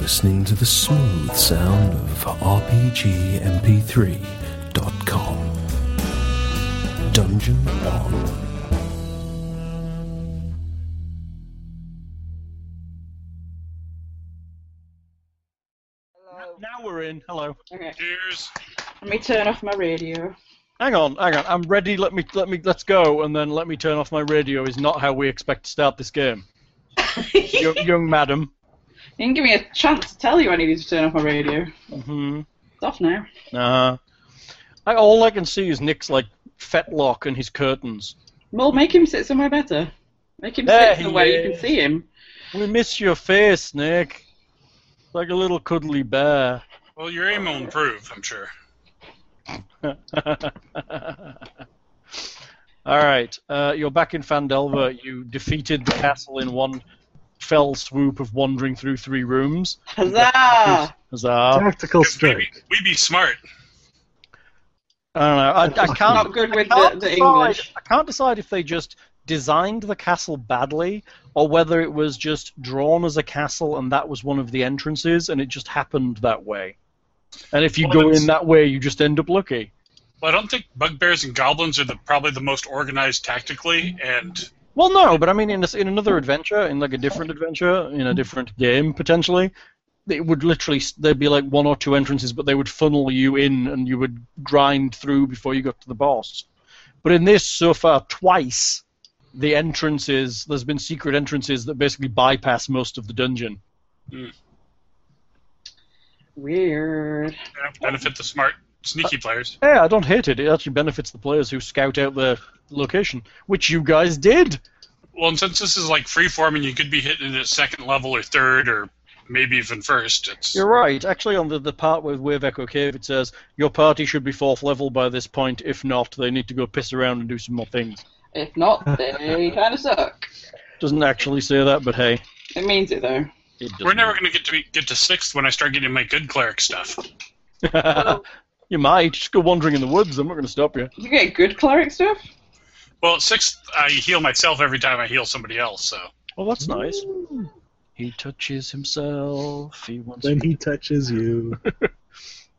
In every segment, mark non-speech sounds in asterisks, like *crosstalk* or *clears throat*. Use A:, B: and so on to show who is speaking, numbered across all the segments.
A: listening to the smooth sound of RPGMP3.com. Dungeon on.
B: Hello.
C: Now we're in. Hello.
B: Okay.
D: Cheers.
B: Let me turn off my radio.
C: Hang on, hang on. I'm ready. Let me, let me, let's go, and then let me turn off my radio. Is not how we expect to start this game,
B: you
C: young, young madam.
B: didn't give me a chance to tell you I needed to turn off my radio.
C: Hmm.
B: It's off now.
C: Uh, I, all I can see is Nick's like fetlock and his curtains.
B: Well, make him sit somewhere better. Make him
C: There
B: sit
C: he
B: somewhere you can
C: is.
B: see him.
C: We miss your face, Nick. Like a little cuddly bear. *laughs*
D: Well, your aim will improve, I'm sure.
C: All right, uh, you're back in Fandelver. You defeated the castle in one fell swoop of wandering through three rooms.
B: Huzzah!
C: Huzzah!
E: Tactical
D: 'Cause We,
E: strike.
D: be- we be smart.
C: I don't know. I, I can't.
B: Not good with
C: can't
B: the, the
C: decide-
B: English.
C: I can't decide if they just designed the castle badly or whether it was just drawn as a castle and that was one of the entrances and it just happened that way. And if you
D: Well,
C: go
D: it's-
C: in that way, you just end up lucky.
D: Well, I don't think bugbears and goblins are the, probably the most organized tactically, and
C: Well, no, but I mean, in, this, in another adventure, in like a different adventure, in a different game potentially, it would literally s- there'd be like one or two entrances, but they would funnel you in and you would grind through before you got to the boss. But in this, so far, twice the entrances there's been secret entrances that basically bypass most of the dungeon.
B: Weird.
D: uh, benefit the smart, sneaky players.
C: Yeah, I don't hate it. It actually benefits the players who scout out their location, which you guys did.
D: Well, and since this is like freeform and you could be hitting it at second level or third or maybe even first, it's
C: You're right. Actually, on the, the part with Wave Echo Cave, it says your party should be fourth level by this point. If not, they need to go piss around and do some more things.
B: If not, they kind of suck.
C: Doesn't actually say that, but hey.
B: It means it though.
C: It does
D: we're never going to get to be, get to sixth when I start getting my good cleric stuff.
B: Well,
C: *laughs* you might just go wandering in the woods. I'm not going to stop you.
B: you get good cleric stuff.
D: Well, at sixth, I heal myself every time I heal somebody else, so.
C: Well, that's nice. He touches himself. He wants.
E: Then he touches you.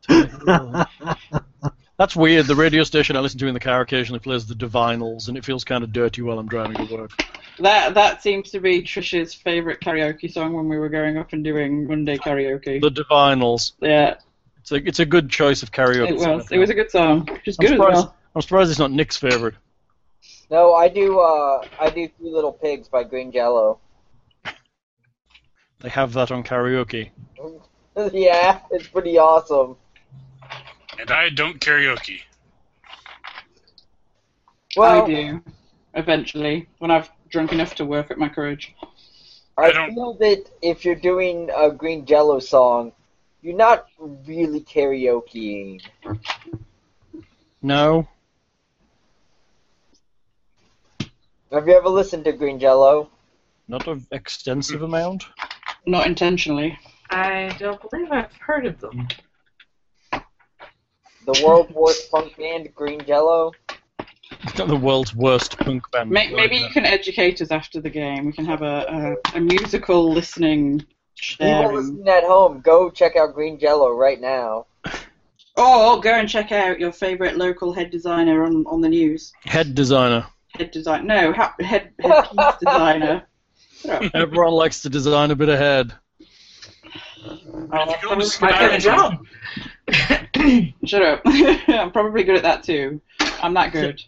C: That's weird. The radio station I listen to in the car occasionally plays the Divinals, and it feels kind of dirty while I'm driving to work.
B: That that seems to be Trish's favourite karaoke song when we were going up and doing Monday karaoke.
C: The Divinals.
B: Yeah,
C: It's a it's a good choice of karaoke.
B: it was. It was a good song. She's good as
C: surprised-
B: well.
C: I'm surprised it's not Nick's favorite.
F: No, I do. Uh, I do Three Little Pigs by Green Jello. *laughs*
C: They have that on karaoke.
F: yeah, it's pretty awesome.
D: And I don't karaoke.
F: Well,
B: I do. Eventually, when I've drunk enough to work at my courage.
F: I,
D: I don't-
F: feel that if you're doing a Green Jello song, you're not really karaokeing.
C: No.
F: Have you ever listened to Green Jello?
C: Not an extensive amount.
B: Not intentionally.
G: I don't believe I've heard of them.
F: The
B: *laughs*
F: world's worst funk band, Green Jello.
C: It's not the world's worst punk band.
B: May- Maybe you can educate us after the game. We can have a, a, a musical listening
F: People
B: sharing.
F: listening at home, go check out Green Jello right now.
B: Or go and check out your favourite local head designer on, on the news.
C: Head designer.
B: Head design? No, ha- head headpiece designer.
C: Everyone likes to design a bit of head.
D: If you go to
G: My
D: Skyrim-
G: favorite job.
B: Shut up. *laughs* I'm probably good at that too. I'm that good.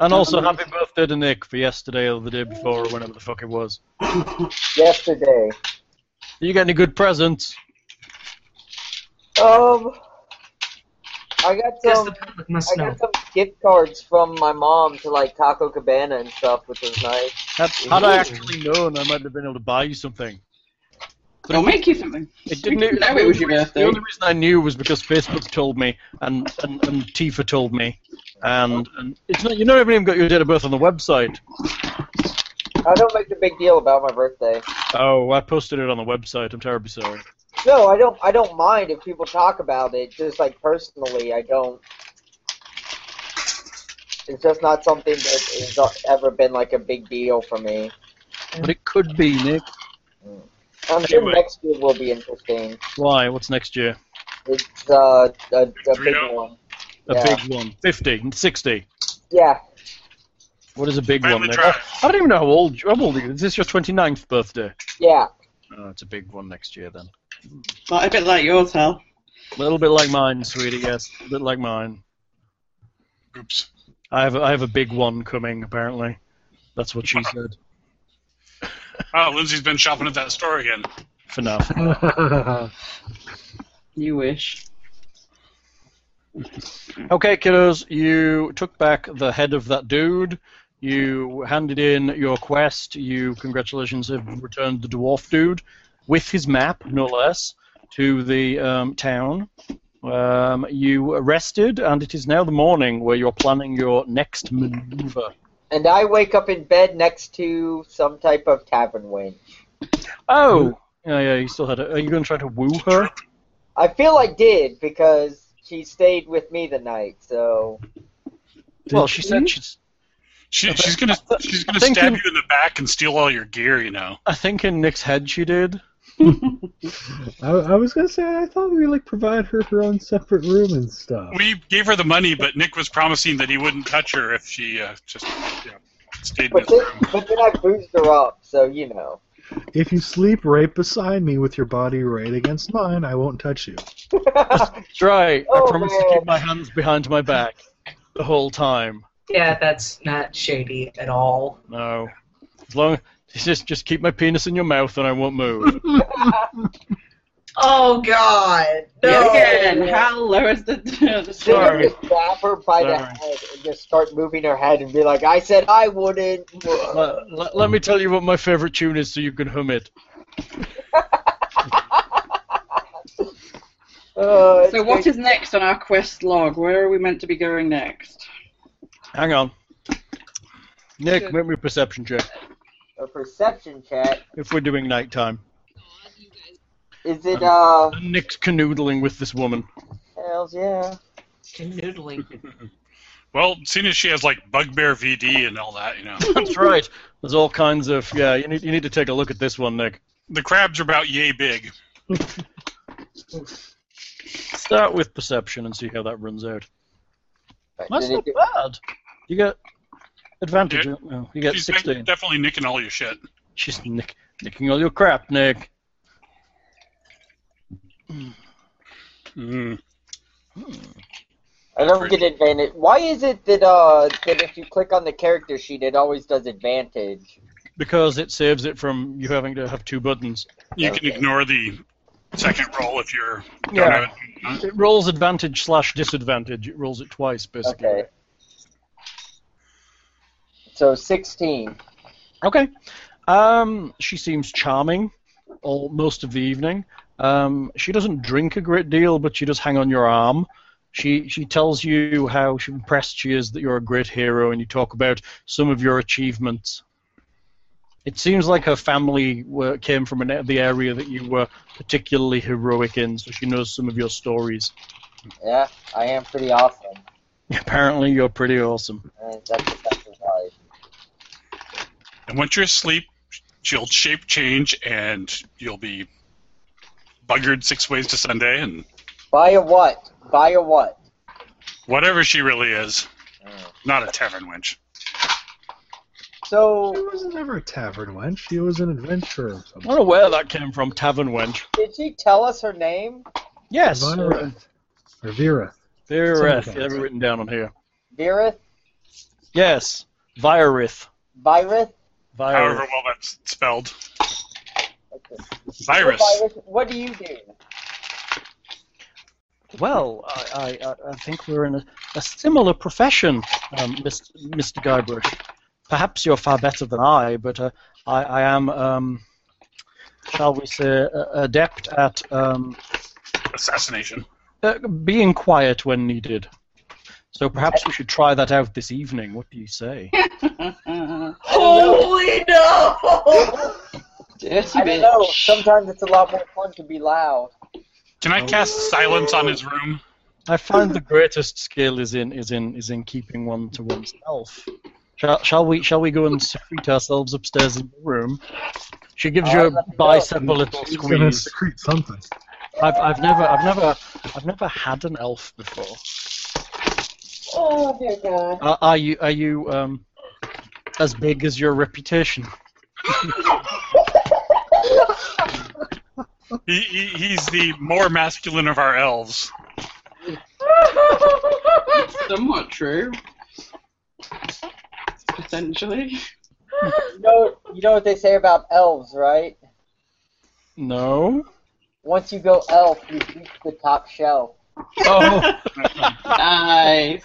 C: And also,
B: Um,
C: happy birthday to Nick for yesterday or the day before or whenever the fuck it was.
F: Yesterday.
C: Did you get any good presents?
F: Um, I got
G: Yes,
F: some.
G: the public must
F: I
G: know.
F: got some gift cards from my mom to like Taco Cabana and stuff, which was nice.
C: Had, had I actually known, I might have been able to buy you something.
B: They'll make you something.
C: It
B: You
C: didn't.
B: didn't know it was your
C: The
B: birthday.
C: only reason I knew was because Facebook told me, and and, and Tifa told me, and, and it's not. You not even got your date of birth on the website.
F: I don't make a big deal about my birthday.
C: Oh, I posted it on the website. I'm terribly sorry.
F: No, I don't. I don't mind if people talk about it. Just like personally, I don't. It's just not something that has ever been like a big deal for me. Mm.
C: But it could be, Nick.
F: I'm sure
C: Anyway.
F: next year will be interesting.
C: Why? What's next year?
F: It's uh, a, a big
D: Dorito.
F: one.
C: A
F: Yeah.
C: big one. 50, 60.
F: Yeah,
C: What is a big
D: Family
C: one? Then?
D: drive.
C: I don't even know how old, how old are you. Is this your 29th birthday?
F: yeah.
C: Oh, it's a big one next year then.
B: Like, a bit like yours, Hal.
C: A little bit like mine, sweetie, yes. A bit like mine.
D: Oops.
C: I have a, I have a big one coming, apparently. That's what she said.
D: Oh, Lindsay's been shopping at that store again.
C: For now.
B: You wish.
C: Okay, kiddos, you took back the head of that dude. You handed in your quest. You, congratulations, have returned the dwarf dude with his map, no less, to the um, town. Um, you rested, and it is now the morning where you're planning your next maneuver.
F: And I wake up in bed next to some type of tavern wench.
C: Oh! Yeah, yeah, you still had it. Are you going to try to woo her?
F: I feel I did because she stayed with me the night. So
C: Well, she said she's.
D: She, she's gonna she's gonna
C: I think
D: stab
C: you-
D: you in the back and steal all your gear. You know.
C: I think in Nick's head she did.
E: I, I was gonna say I thought we like provide her her own separate room and stuff.
D: We gave her the money, but Nick was promising that he wouldn't touch her if she uh, just you know, stayed in
F: But
D: his
F: then,
D: room.
F: but then I boozed her up, so you know. *laughs*
E: If you sleep right beside me with your body right against mine, I won't touch you.
C: That's right.
F: Oh,
C: I promised to
F: man.
C: keep my hands behind my back the whole time.
G: Yeah, that's not shady at all.
C: No. As long just just keep my penis in your mouth and I won't move.
G: Oh God! No.
B: Yet again, Hal lowers the, *laughs* the
F: Then I
B: score.
C: Sorry.
F: just grab her by the
C: Sorry.
F: head and just start moving her head and be like, "I said I wouldn't." Uh,
C: let, let, let me tell you what my favorite tune is so you can hum it.
F: Uh,
B: So what is next on our quest log? Where are we meant to be going next? *laughs*
C: Hang on. Nick,
B: Good.
C: make me a perception check
F: a perception check?
C: if we're doing nighttime.
F: Is it
C: Uh-huh.
F: uh?
C: Nick's canoodling with this woman.
F: Hells yeah.
G: Canoodling.
C: *laughs*
D: Well, seeing as she has like bugbear VD and all that, you know,
C: That's right. There's all kinds of yeah, you need you need to take a look at this one, Nick.
D: the crabs are about yay big.
C: Start with perception and see how that runs out.
F: Right,
C: That's
F: did it
C: not
F: do-
C: bad. You get advantage.
D: Yeah.
C: No, you get
D: She's
C: 16.
D: definitely nicking all your shit.
C: She's nick- nicking all your crap, Nick.
D: Mm.
F: I don't get advantage. Why is it that uh that if you click on the character sheet, it always does advantage?
C: Because it saves it from you having to have two buttons.
D: You
F: Okay.
D: can ignore the second roll if you're. don't
C: Yeah.
D: know.
C: It rolls advantage slash disadvantage. It rolls it twice, basically.
F: Okay. So sixteen.
C: Okay. Um, she seems charming all most of the evening. Um, she doesn't drink a great deal, but she does hang on your arm. She she tells you how she- impressed she is that you're a great hero, and you talk about some of your achievements. It seems like her family were, came from an, a- the area that you were particularly heroic in, so she knows some of your stories. *laughs*
F: Yeah, I am pretty awesome.
C: Apparently, you're pretty awesome.
F: Uh, that's that's right.
D: And once you're asleep, she'll shape change, and you'll be buggered six ways to Sunday, and
F: Buy a what? Buy a what?
D: whatever she really is,
F: Mm.
D: not a tavern wench.
E: She
F: So
E: wasn't ever a tavern wench. She was an adventurer. Of some
C: I don't know where that came from, tavern wench.
F: did she tell us her name?
C: Yes, uh,
E: Vireth. Or Vireth.
C: Vireth.
E: Something.
C: Yeah, they're written down on here.
F: Virith?
C: Yes, Virith.
F: Virith?
D: However
C: Virith.
D: well that's spelled.
F: Okay.
D: Virus.
F: Virith, What do you do?
C: Well, I, I, I- I think we're in a, a similar profession, um, Mr. Mr. Guybrush. Perhaps you're far better than I, but uh, I, I am, um, shall we say, a- adept at um,
D: Assassination.
C: uh, being quiet when needed. So perhaps we should try that out this evening. What do you say?
G: Holy no!
B: Dirty
F: I don't know.
B: bitch.
F: Sometimes it's a lot more fun to be loud.
D: Can
C: Oh.
D: I cast silence on his room?
C: I find the greatest skill is in is in is in keeping one to oneself. Shall, shall we shall we go and secrete ourselves upstairs in the room? She gives
F: I'll
G: Uh,
C: you a
F: let you know.
C: bicep a little
E: It's gonna
C: squeeze.
E: secrete something.
C: I've, I've never, I've never, I've never had an elf before.
G: Oh dear God.
C: Are, are you, are you, um, as big as your reputation?
D: He, he, he's the more masculine of our elves.
B: Somewhat true. Potentially.
F: You know, you know what they say about elves, right?
C: No.
F: Once you go elf, you reach the top shelf.
C: Oh,
B: Nice.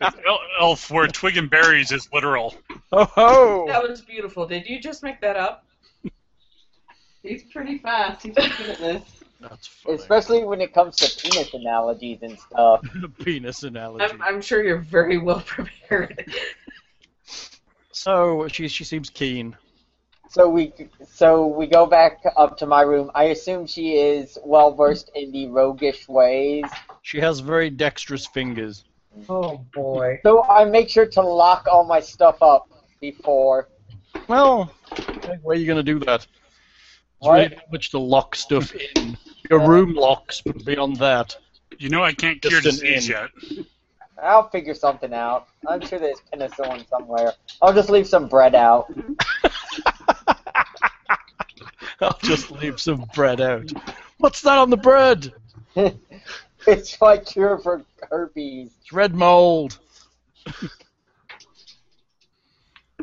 D: El- elf, where twig and berries is literal.
C: *laughs* oh, ho.
G: That was beautiful. Did you just make that up?
B: He's pretty fast. He's good at this.
C: That's funny.
F: Especially when it comes to penis analogies and stuff.
C: the penis analogy.
G: I'm, I'm sure you're very well *laughs* prepared.
C: So she, she seems keen.
F: So we so we go back up to my room. I assume she is well versed in the roguish ways.
C: She has very dexterous fingers.
G: oh boy.
F: So I make sure to lock all my stuff up before.
C: Well, okay, where are you going to do that? There's
F: What?
C: really not much to lock stuff in. Your room locks, but beyond that, *laughs*
D: You know I can't
C: Just
D: cure
C: an
D: disease
C: inn.
D: yet.
F: I'll figure something out. I'm sure there's penicillin somewhere. I'll just leave some bread out. *laughs*
C: I'll just leave some bread out. What's that on the bread?
F: It's my cure for herpes.
C: It's red mold.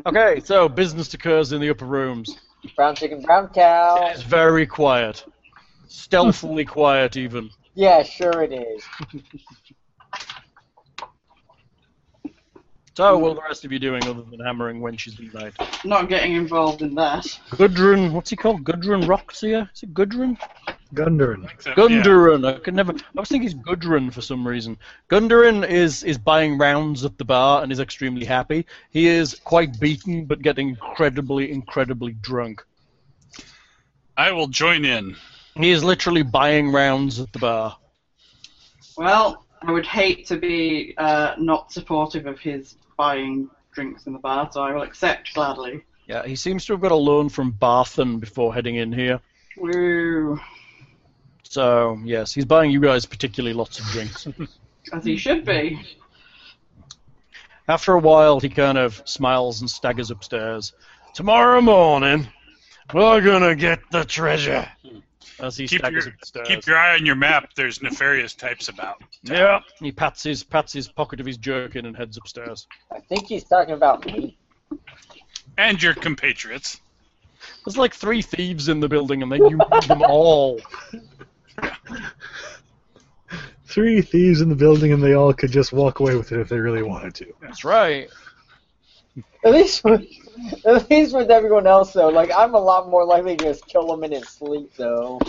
C: okay, so business occurs in the upper rooms.
F: Brown chicken, brown cow.
C: It's very quiet. *laughs* Stealthily quiet, even.
F: Yeah, sure it is.
C: So, what are the rest of you doing other than hammering when she's midnight?
B: Not getting involved in that.
C: Gudrun, what's he called? Gudrun Roxia? Is it Gudrun?
E: Gundern.
D: So, yeah.
C: Gundurin. I could never. I was thinking it's Gudrun for some reason. Gundurin is is buying rounds at the bar and is extremely happy. He is quite beaten, but getting incredibly, incredibly drunk.
D: I will join in.
C: He is literally buying rounds at the bar.
B: Well, I would hate to be uh, not supportive of his buying drinks in the bar, so I will accept gladly.
C: Yeah, he seems to have got a loan from Barthen before heading in here.
B: Woo,
C: So yes, he's buying you guys particularly lots of
D: *laughs*
C: drinks.
B: as he should be.
C: After a while, he kind of smiles and staggers upstairs. Tomorrow morning, we're gonna get the treasure. As he
D: Hmm. Keep
C: staggers
D: your-
C: upstairs.
D: Keep your eye on your map. There's nefarious types about.
C: Yeah. He pats his pats his pocket of his jerkin and heads upstairs.
F: I think he's talking about me.
D: And your compatriots.
C: There's like three thieves in the building, *laughs* and then you move them all.
E: Three thieves in the building, and they all could just walk away with it if they really wanted to.
C: That's right.
F: At least with, at least with everyone else though. Like I'm a lot more likely to just kill him in his sleep though.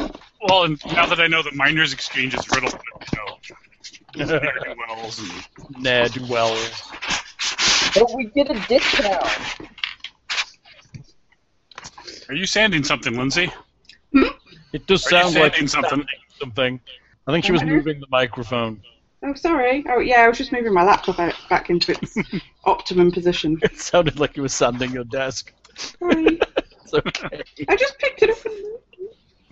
D: Well, and now that I know the miners' exchange is riddled with
C: *laughs*
D: you know, ne'er-do-wells and
C: Ne'er do well.
F: But we get a discount.
D: Are you sanding something, Lindsay?
C: It does
D: Are
C: sound
D: you
C: like
D: sanding something?
C: something. I think she was
B: Hello?
C: moving the microphone.
B: Oh, sorry. Oh, yeah, I was just moving my laptop out, back into *laughs* its optimum position.
C: *laughs* It sounded like you were sanding your desk.
B: Sorry.
C: *laughs* It's okay.
B: I just picked it up and.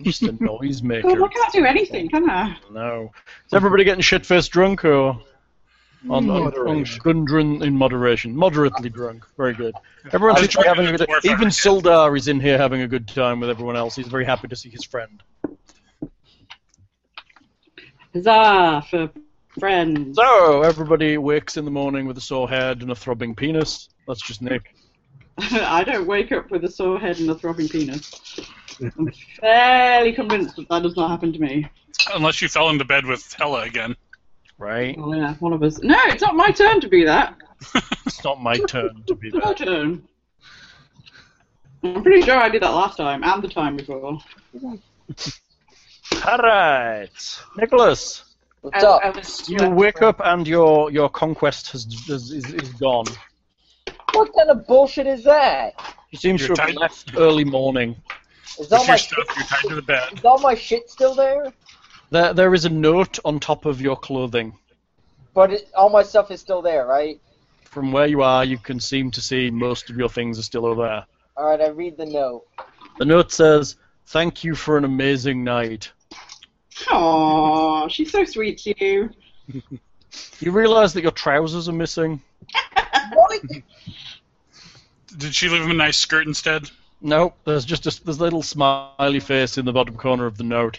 C: Just a noisemaker.
B: Well, I can't do anything, can I?
C: No. Is everybody getting shit faced drunk or on, on, on
E: Moderation.
C: Gundren in moderation? Moderately drunk. Very good. Everyone's
D: I was
C: literally
D: trying
C: having a
D: to
C: good
D: work on
C: Even
D: it.
C: Sildar is in here having a good time with everyone else. He's very happy to see his friend.
B: Huzzah for friends.
C: So everybody wakes in the morning with a sore head and a throbbing penis. That's just Nick.
B: *laughs* I don't wake up with a sore head and a throbbing penis.
C: *laughs*
B: I'm fairly convinced that that does not happen to me.
D: Unless you fell into bed with Hella again.
C: Right?
B: Well, Oh, yeah, one of us. No, it's not my turn to be that.
C: It's not my turn to be
B: *laughs* It's your
C: that.
B: turn. I'm pretty sure I did that last time and the time before.
C: Alright. Nicholas.
F: What's
G: I,
F: up?
G: I was
C: You wake up and your your conquest has, is, is is gone.
F: what kind of bullshit is that?
C: She seems
D: You're
C: to have
D: tired.
C: left early morning.
F: Is all
D: With
F: my
D: your stuff, you're tied to the bed.
F: is all my shit still there?
C: There, there is a note on top of your clothing.
F: But it, all my stuff is still there, right?
C: From where you are, you can seem to see most of your things are still over there.
F: All right, I read the note.
C: The note says, "Thank you for an amazing night."
B: Aww, she's so sweet to you.
C: You realise that your trousers are missing?
D: Did she leave him a nice skirt instead?
C: No, there's just a there's a little smiley face in the bottom corner of the note.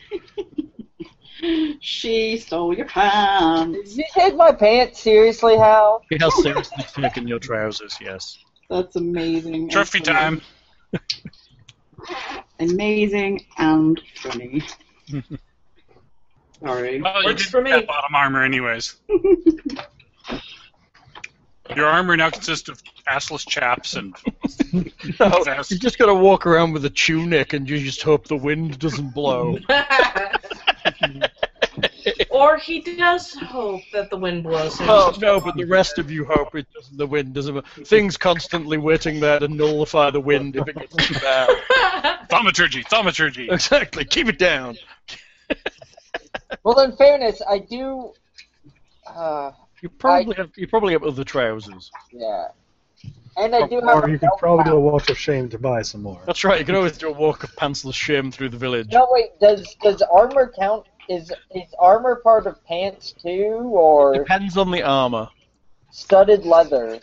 B: She stole your pants.
F: Did you take my pants seriously, Hal?
C: He has seriously *laughs* taken your trousers. Yes.
B: That's amazing.
D: Trophy
B: and funny.
D: time.
B: Amazing and funny. Sorry.
D: Well, you
G: Works
D: did
G: for me.
D: have bottom armor anyways. Your armor now consists of assless chaps and
C: No,
D: Vest.
C: you just got to walk around with a tunic, and you just hope the wind doesn't *laughs* blow.
G: *laughs* or he does hope that the wind blows him.
C: Oh, no, but the
G: *laughs*
C: rest of you hope it doesn't. The wind doesn't. blow. Things constantly waiting there to nullify the wind if it gets too bad.
D: thaumaturgy, thaumaturgy.
C: *laughs* Exactly. Keep it down.
F: Well, in fairness, I do. Uh,
C: You probably have. You probably have other trousers.
F: yeah. And I do have.
E: Or
F: a
E: you could
F: belt
E: probably
F: pouch.
E: do a walk of shame to buy some more.
C: That's right. You can always do a walk of pantsless shame through the village.
F: No, wait. Does does armor count? Is is armor part of pants too, or
C: Depends on the armor.
F: studded leather?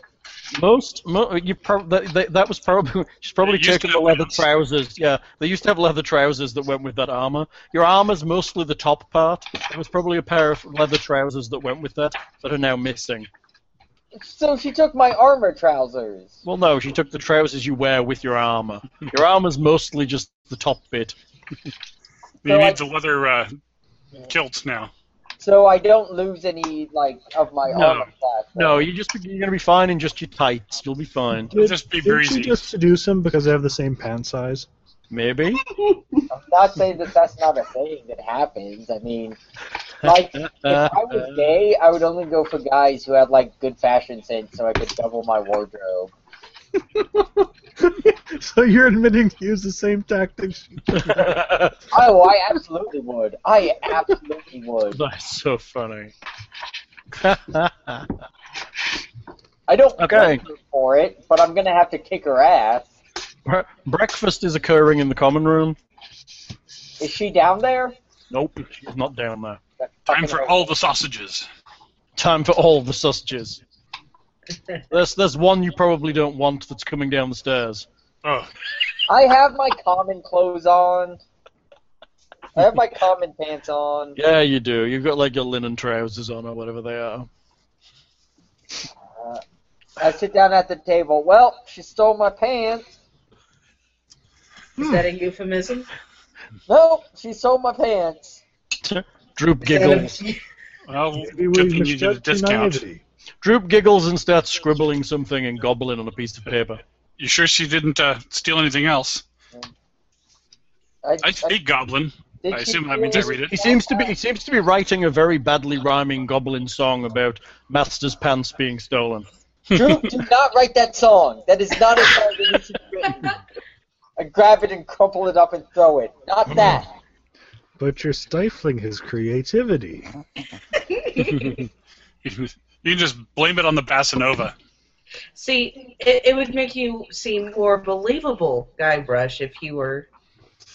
C: Most, mo- you prob- *laughs* that, that, that was probably she's probably
D: They used
C: taken
D: to
C: the
D: have
C: leather
D: those.
C: trousers. Yeah, they used to have leather trousers that went with that armor. Your armor's mostly the top part. There was probably a pair of leather trousers that went with that that are now missing.
F: So she took my armor trousers.
C: Well, no, she took the trousers you wear with your armor. Your armor's mostly just the top bit.
D: You
F: So I-
D: need the leather uh, kilt now.
F: So I don't lose any like of my
C: No.
F: armor class.
C: No, you just you're gonna be fine in just your tights. You'll be fine.
E: Did,
D: Just be
E: did
D: breezy.
E: she just seduce him because they have the same pant size? *laughs*
C: *laughs* Maybe.
F: I'm not saying that that's not a thing that happens. I mean, like if I was gay, I would only go for guys who had like good fashion sense, so I could double my wardrobe.
E: so you're admitting to use the same tactics. she-
F: Oh, I absolutely would. I absolutely would.
C: *laughs* That's so funny. *laughs*
F: I don't
C: Okay.
F: want her for it, but I'm gonna have to kick her ass.
C: Bre- Breakfast is occurring in the common room.
F: Is she down there?
C: Nope, she's not down there.
F: That
D: Time
F: fucking
D: for
F: hurt.
D: all the sausages.
C: Time for all the sausages. There's, there's one you probably don't want that's coming down the stairs.
D: Oh,
F: I have my common clothes on. I have my common pants on.
C: Yeah, you do. You've got like your linen trousers on or whatever they are.
F: I sit down at the table. Well, she stole my pants.
G: Is that a euphemism?
F: No, she stole my pants.
C: Droop
G: *laughs*
C: giggles.
D: well,
E: Maybe
D: good
E: we
D: thing you did a
E: mistook your
D: discount.
E: naivety.
C: Droop giggles and starts scribbling something in goblin on a piece of paper.
D: You sure she didn't uh, steal anything else?
F: I,
D: I speak Goblin. *laughs*
F: did
D: I
F: she
D: assume that
F: steal-
D: means I read
C: He
D: it.
C: seems to be he seems to be writing a very badly rhyming goblin song about master's pants being stolen.
F: Drew, do not write that song. That is not a song that you should have
G: *laughs*
F: written. I grab it and crumple it up and throw it. Not that.
E: But you're stifling his creativity.
D: You can just blame it on the Bassanova.
G: See, it, it would make you seem more believable, Guybrush, if you were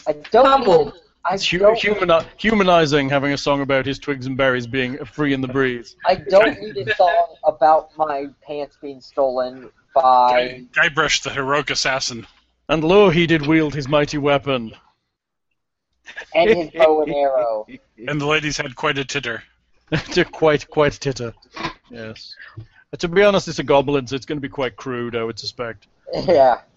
F: I don't.
G: humble.
F: I
C: It's hu-
F: don't.
C: humani- humanizing having a song about his twigs and berries being free in the breeze.
F: I don't need a song about my pants being stolen by.
D: Guybrush, the heroic assassin.
C: And lo, he did wield his mighty weapon. *laughs*
F: and his bow and arrow.
D: And the ladies had quite a titter.
C: to quite quite titter. Yes. Uh, To be honest, it's a goblin, so it's going to be quite crude, I would suspect.
F: Yeah. *laughs*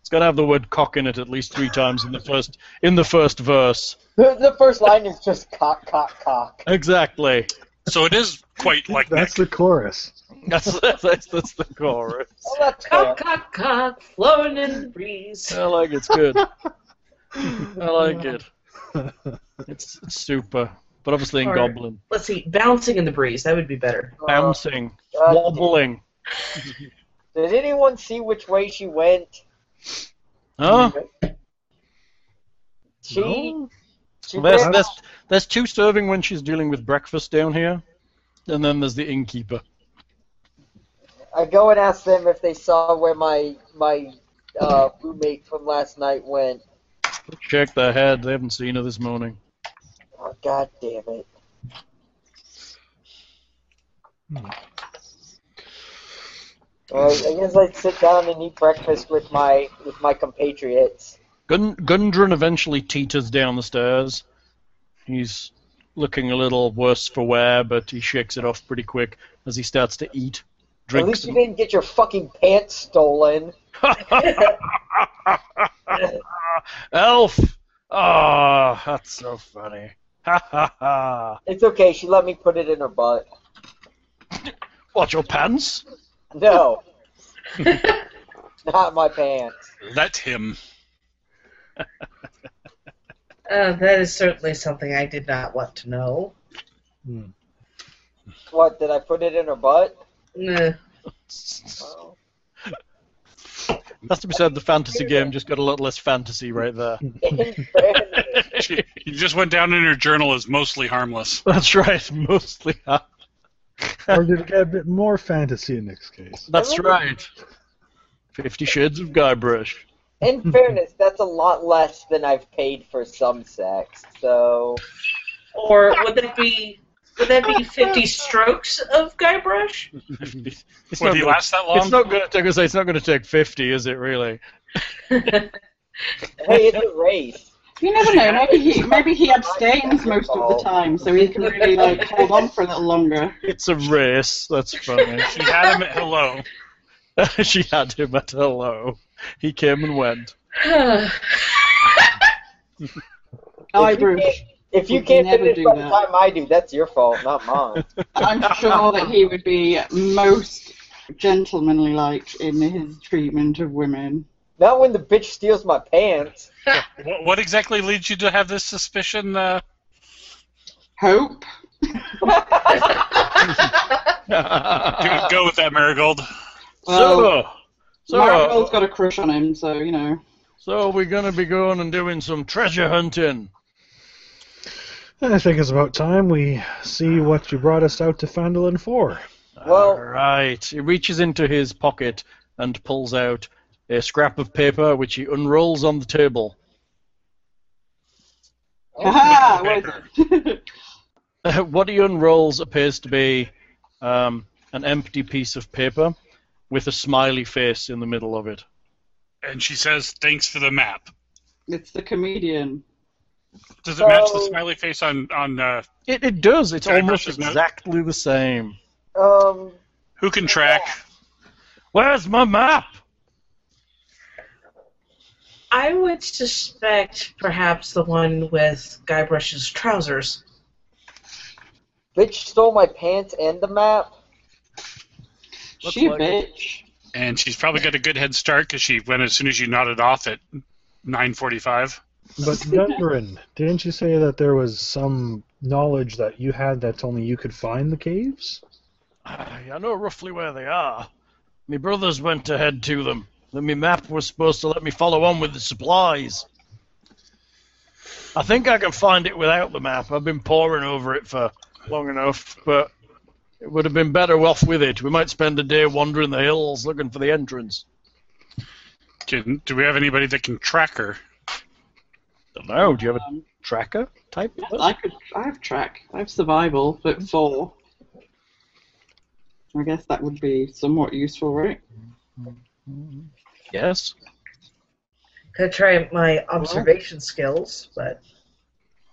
C: It's going to have the word cock in it at least three times in the first in the first verse.
F: The, the first line is just cock, cock, cock.
C: Exactly.
D: So it is quite like
E: That's
D: Nick.
E: the chorus. *laughs*
C: That's that's, that's the chorus.
F: Well, that's fair.
G: Cock, cock, cock, flowing in the breeze.
C: I like it's good. I like it. It's, it's super, but obviously in
G: Or-
C: goblin,
G: Let's see, bouncing in the breeze. That would be better.
C: bouncing,
F: Uh,
C: wobbling.
F: Did anyone see which way she went?
C: Huh?
F: She. she
C: There's,
F: went-
C: there's, there's two serving when she's dealing with breakfast down here, and then there's the innkeeper.
F: I go and ask them if they saw where my my uh, roommate from last night went,
C: Check the head. They haven't seen her this morning.
F: oh, God damn it. Well, I guess I'd sit down and eat breakfast with my with my compatriots.
C: Gun- Gundren eventually teeters down the stairs. He's looking a little worse for wear, but he shakes it off pretty quick as he starts to eat.
F: At
C: Drinks.
F: least you didn't get your fucking pants stolen.
C: Elf! Ah, that's so funny. Ha ha ha.
F: It's okay. She let me put it in her butt.
C: What, your pants?
F: No, not my pants.
D: *laughs* Let him.
G: Uh, that is certainly something I did not want to know.
E: Hmm.
F: What did I put it in her butt?
G: Nah.
F: Oh.
C: That's to be said, the fantasy game just got a lot less fantasy right there.
F: *laughs* In fairness.
D: She, he just went down in her journal as mostly harmless.
C: *laughs* That's right, mostly. *laughs*
E: or did it get a bit more fantasy in this case?
C: That's right. Fifty Shades of Guybrush.
F: In fairness, that's a lot less than I've paid for some sex. So
G: Or would that be would that be fifty strokes of *laughs* Guybrush?
C: It's
D: Would
C: not
D: he
C: gonna-
D: last that long?
C: it's not going to take. us- It's not going to take fifty, is it? Really?
F: hey, it's a race.
B: You never know. Maybe he maybe he abstains most of the time, so he can really like hold on for a little longer.
C: It's a race. That's *laughs* funny.
D: He had him at hello.
C: she had him at hello. He came and went.
B: Guybrush.
F: If you
B: Would
F: can't
B: never
F: finish
B: do
F: by the
B: that.
F: time I do, that's your fault, not mine.
B: *laughs* I'm sure that he would be most gentlemanly like in his treatment of women.
F: not when the bitch steals my pants.
D: What, what exactly leads you to have this suspicion?
C: *laughs*
D: Uh,
B: Hope.
D: go, go with that, Marigold.
B: Well,
C: so,
B: Marvel's
C: so,
B: got a crush on him, so you know.
C: so we're going to be going and doing some treasure hunting.
E: I think it's about time we see what you brought us out to Fandolin for.
F: Well-
C: right. He reaches into his pocket and pulls out a scrap of paper, which he unrolls on the table. *laughs*
B: Haha, what is it?
C: what he unrolls appears to be um, an empty piece of paper with a smiley face in the middle of it.
D: And she says, "Thanks for the map."
B: *laughs* it's the comedian.
D: Does it match the
C: Oh.
F: So-
D: smiley face on on uh,
C: It, it does. It's
D: Can I
C: almost
D: brush his nose?
C: exactly the same.
F: Um,
D: Who Can Track?
C: Where's my map?
G: I would suspect perhaps the one with Guybrush's trousers.
F: bitch stole my pants and the map.
C: Looks
B: she
C: like it.
B: bitch.
D: And she's probably got a good head start because she went as soon as you nodded off at 9:45. *laughs*
E: But Gundren, didn't you say that there was some knowledge that you had that only you could find the caves?
C: I I know roughly where they are. Me brothers went to head to them. Then me map was supposed to let me follow on with the supplies. I think I can find it without the map. I've been poring over it for long enough, but it would have been better off with it. We might spend a day wandering the hills looking for the entrance.
D: Can, do we have anybody that can track her?
C: Don't know. Do you have
B: Um,
C: a tracker type?
B: yes, I could. I have track. I have survival, but four. I guess that would be somewhat useful, right?
C: Yes.
G: Could try my observation skills, but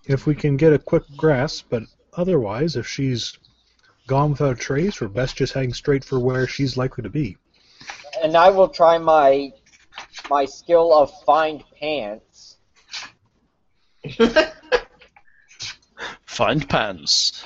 E: If we can get a quick grasp, but otherwise, if she's gone without a trace, we're best just heading straight for where she's likely to be.
F: And I will try my my skill of find pants.
C: Find pants.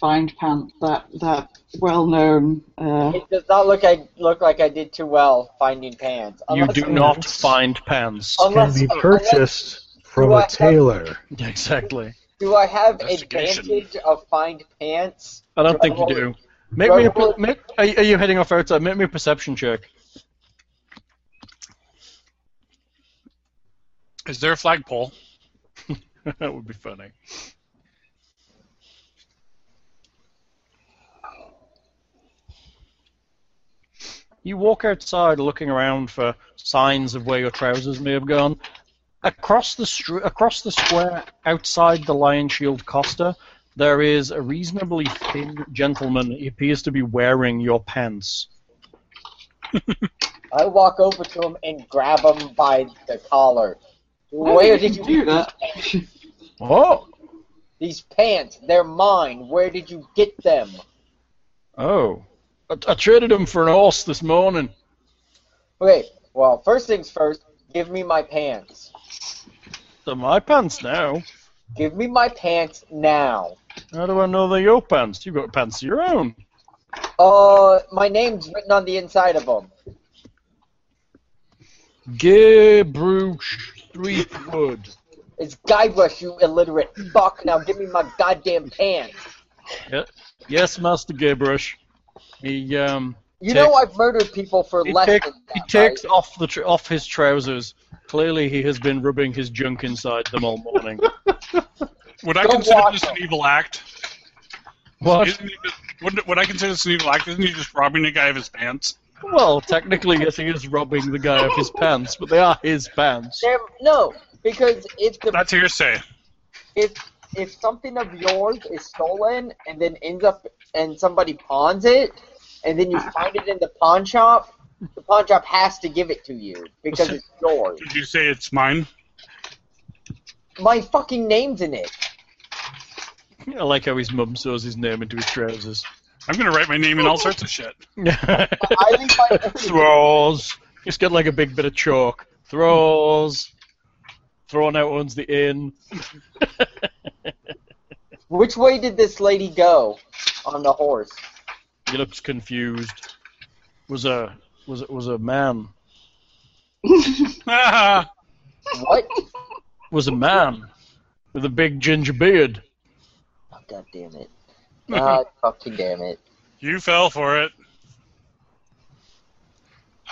B: Find pants. That that well-known. Uh,
F: It does not look I look like I did too well finding pants.
C: You
F: Unless-
C: do not find pants. *laughs*
E: Can
F: Unless,
E: be
F: unless
E: purchased from a tailor.
C: Exactly.
F: Do I have
D: Investigation.
F: advantage of find pants?
C: I don't think you
F: Roll
C: do. Make me a,
F: roll
C: per-
F: it.
C: make, are, are you heading off outside? Make me a perception check. *laughs*
D: Is there a flagpole?
C: that would be funny. You walk outside looking around for signs of where your trousers may have gone. Across the str- across the square outside the Lion Shield Costa, there is a reasonably thin gentleman. He appears to be wearing your pants.
F: I walk over to him and grab him by the collar.
B: I
F: Where
B: think
F: did
B: do
F: you
B: that?
C: Oh,
F: These pants, they're mine. Where did you get them?
C: oh! I, I traded him for an horse this morning.
F: Okay, well, first things first, give me my pants.
C: They're my pants now.
F: Give me my pants now.
C: How do I know they're your pants? You've got pants of your own.
F: Uh, my name's written on the inside of them.
C: Gabruch Threepwood.
F: It's Guybrush, you illiterate fuck. Now give me my goddamn pants.
C: Yes, Master Gabrush. He um
F: You
C: Take-
F: know I've murdered people for
C: he,
F: less
C: take-
F: than that,
C: he
F: right?
C: takes off the tr- off his trousers. Clearly, he has been rubbing his junk inside them all morning.
D: Would I
F: Don't
D: consider
F: walk
D: this
F: him.
D: an evil act?
C: *laughs* what?
D: Isn't he just, wouldn't, would I consider this an evil act? Isn't he just robbing a guy of his pants?
C: Well, technically, yes, he is robbing the guy of his pants, but they are his pants.
F: They're- no, because if the
D: That's hearsay.
F: if if something of yours is stolen and then ends up and somebody pawns it and then you
E: Ah.
F: find it in the pawn shop, the pawn shop has to give it to you because it's yours.
D: Did you say it's mine?
F: My fucking name's in it.
C: I like how his mum sews his name into his *laughs* trousers.
D: I'm gonna write my name in all sorts of shit. *laughs*
F: I
E: *laughs*
F: leave my
C: Throws. Just get like a big bit of chalk. Throws. Thrown out owns the inn.
F: Which way did this lady go on the horse?
C: He looks confused. Was a was a- was a man.
D: Ah,
F: What?
E: *laughs*
C: Was a man with a big ginger beard.
F: Oh, God damn it. God fucking damn it.
D: you fell for it.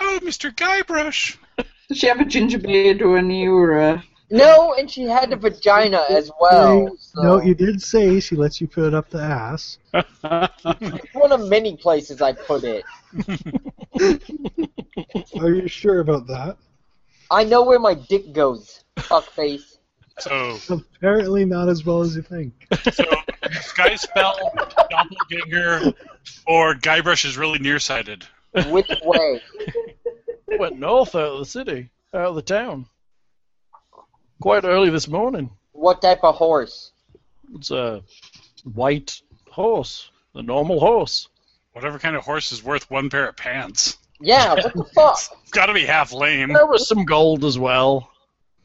D: Oh, Mr. Guybrush.
B: Does she have a uh, ginger beard or an euro?
F: No, and she had a vagina as well. So
E: No, you did say she lets you put it up the ass.
F: it's one of many places I put it.
E: Are you sure about that?
F: I know where my dick goes, fuckface.
D: So,
E: Apparently not as well as you think.
D: so Sky Spell, Doppelganger, or Guybrush is really nearsighted.
F: Which way?
C: Went north out of the city, out of the town. Quite early this morning.
F: What type of horse?
C: It's a white horse, a normal horse.
D: Whatever kind of horse is worth one pair of pants.
F: Yeah, what
C: *laughs*
F: the fuck?
D: It's gotta be half lame.
C: There was some gold as well.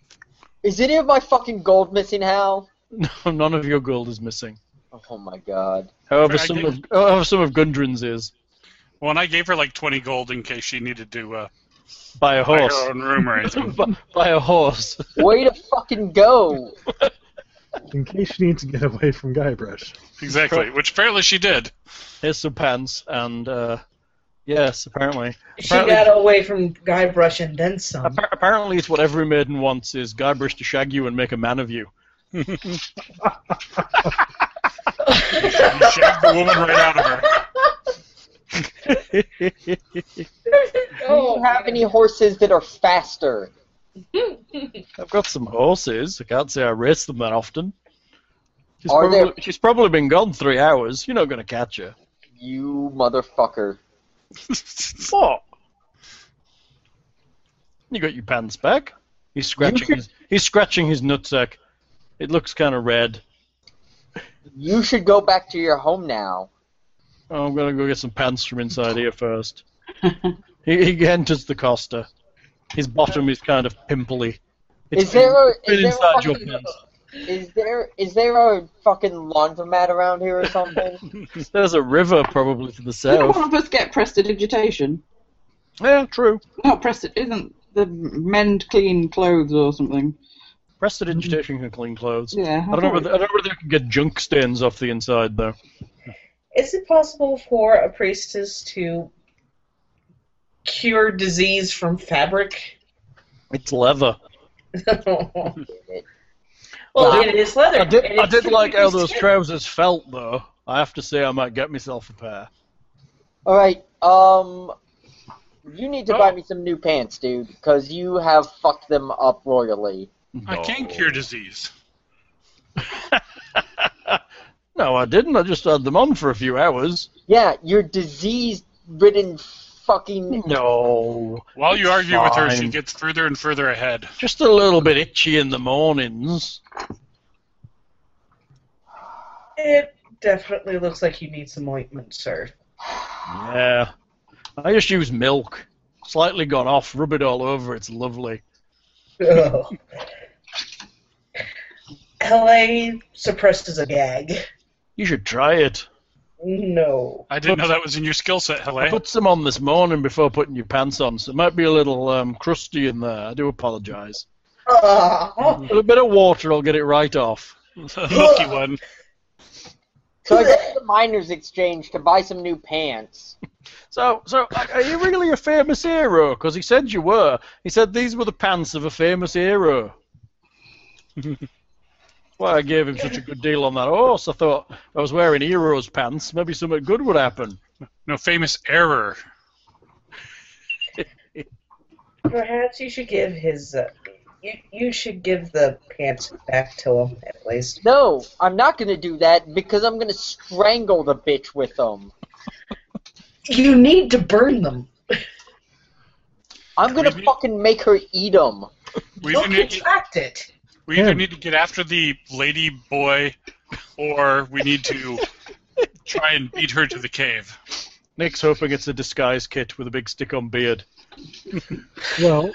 C: *laughs*
F: Is any of my fucking gold missing, Hal?
C: No, none of your gold is missing.
F: Oh my god.
C: However,
D: Frag
C: some
D: it.
C: of however some of Gundren's is
D: Well, and I gave her like 20 gold in case she needed to uh,
C: by a
D: buy her
C: horse.
D: own room or
C: *laughs*
D: anything.
C: by, by a horse.
F: Way to fucking go!
E: In case you need to get away from Guybrush.
D: exactly, which apparently she did.
C: Here's some pants and uh, yes, apparently.
G: She
C: Apparently-
G: got away from Guybrush and then some.
C: Appa- apparently, it's what every maiden wants: is Guybrush to shag you and make a man of you.
D: You shoved the woman right out of her.
F: Do you have any horses that are faster?
C: I've got some horses. I can't say I race them that often. She's,
F: Are
C: probably,
F: there-
C: she's probably been gone three hours. You're not going to catch her.
F: You motherfucker.
C: What? You got your pants back. He's scratching.
F: could-
C: His, he's scratching his nutsack. It looks kind of red.
F: You should go back to your home now.
C: Oh, I'm gonna go get some pants from inside here first. he, he enters the Costa. His bottom is kind of pimply. It's
F: Is there a-
C: been
F: is there a
C: inside your
F: fucking-
C: pants.
F: Is there is there a fucking laundromat around here
C: *laughs*
F: or something?
C: *laughs* There's a river probably to the
B: Did
C: south.
F: *laughs*
B: one of us get prestidigitation?
C: Yeah, true.
B: No, presti isn't the mend clean clothes or something.
C: Prestidigitation can clean clothes.
B: Yeah.
C: I don't know whether I don't know whether you can get junk stains off the inside though.
G: Is it possible for a priestess to cure disease from fabric? *laughs*
C: It's leather.
G: well,
C: Well,
G: it is leather.
C: I did,
G: and
C: I
G: it's
C: did like how
G: pretty
C: those
G: skin.
C: trousers felt though. I have to say I might get myself a pair.
F: All right. Um, You need to
D: Oh.
F: buy me some new pants, dude, because you have fucked them up royally.
D: I can cure disease.
C: No, I didn't. I just had them on for a few hours.
F: Yeah, you're disease-ridden fucking.
C: No.
D: While you argue with her, she
C: Fine.
D: gets further and further ahead.
C: Just a little bit itchy in the mornings.
G: It definitely looks like you need some ointment, sir.
C: Yeah. I just use milk. Slightly gone off. Rub it all over. It's lovely.
G: Ugh. LA suppresses a gag.
C: You should try it.
G: No.
D: I didn't know that was in your skill set,
C: I
D: Hele. *laughs*
C: put some on this morning before putting your pants on, so it might be a little um, crusty in there. I do apologise. A
G: Ah.
C: little bit of water will get it right off.
D: The Milky one.
F: So I go to the miners' exchange to buy some new pants.
C: So, so are are you really a famous hero? Because he said you were. He said these were the pants of a famous hero. *laughs* Why I gave him such a good deal on that horse. I thought I was wearing hero's pants. Maybe something good would happen.
D: No, famous error.
G: Perhaps you should give his. Uh, you, you should give the pants back to him, at least.
F: No, I'm not gonna do that because I'm gonna strangle the bitch with them.
G: You need to burn them.
F: I'm gonna
D: Maybe-
F: fucking make her eat them.
D: We
G: You'll
D: either, need,
G: contract it.
D: we either
E: Yeah.
D: need to get after the lady boy, or we need to try and beat her to the cave.
C: Nick's hoping it's a disguise kit with a big stick-on beard.
E: Well,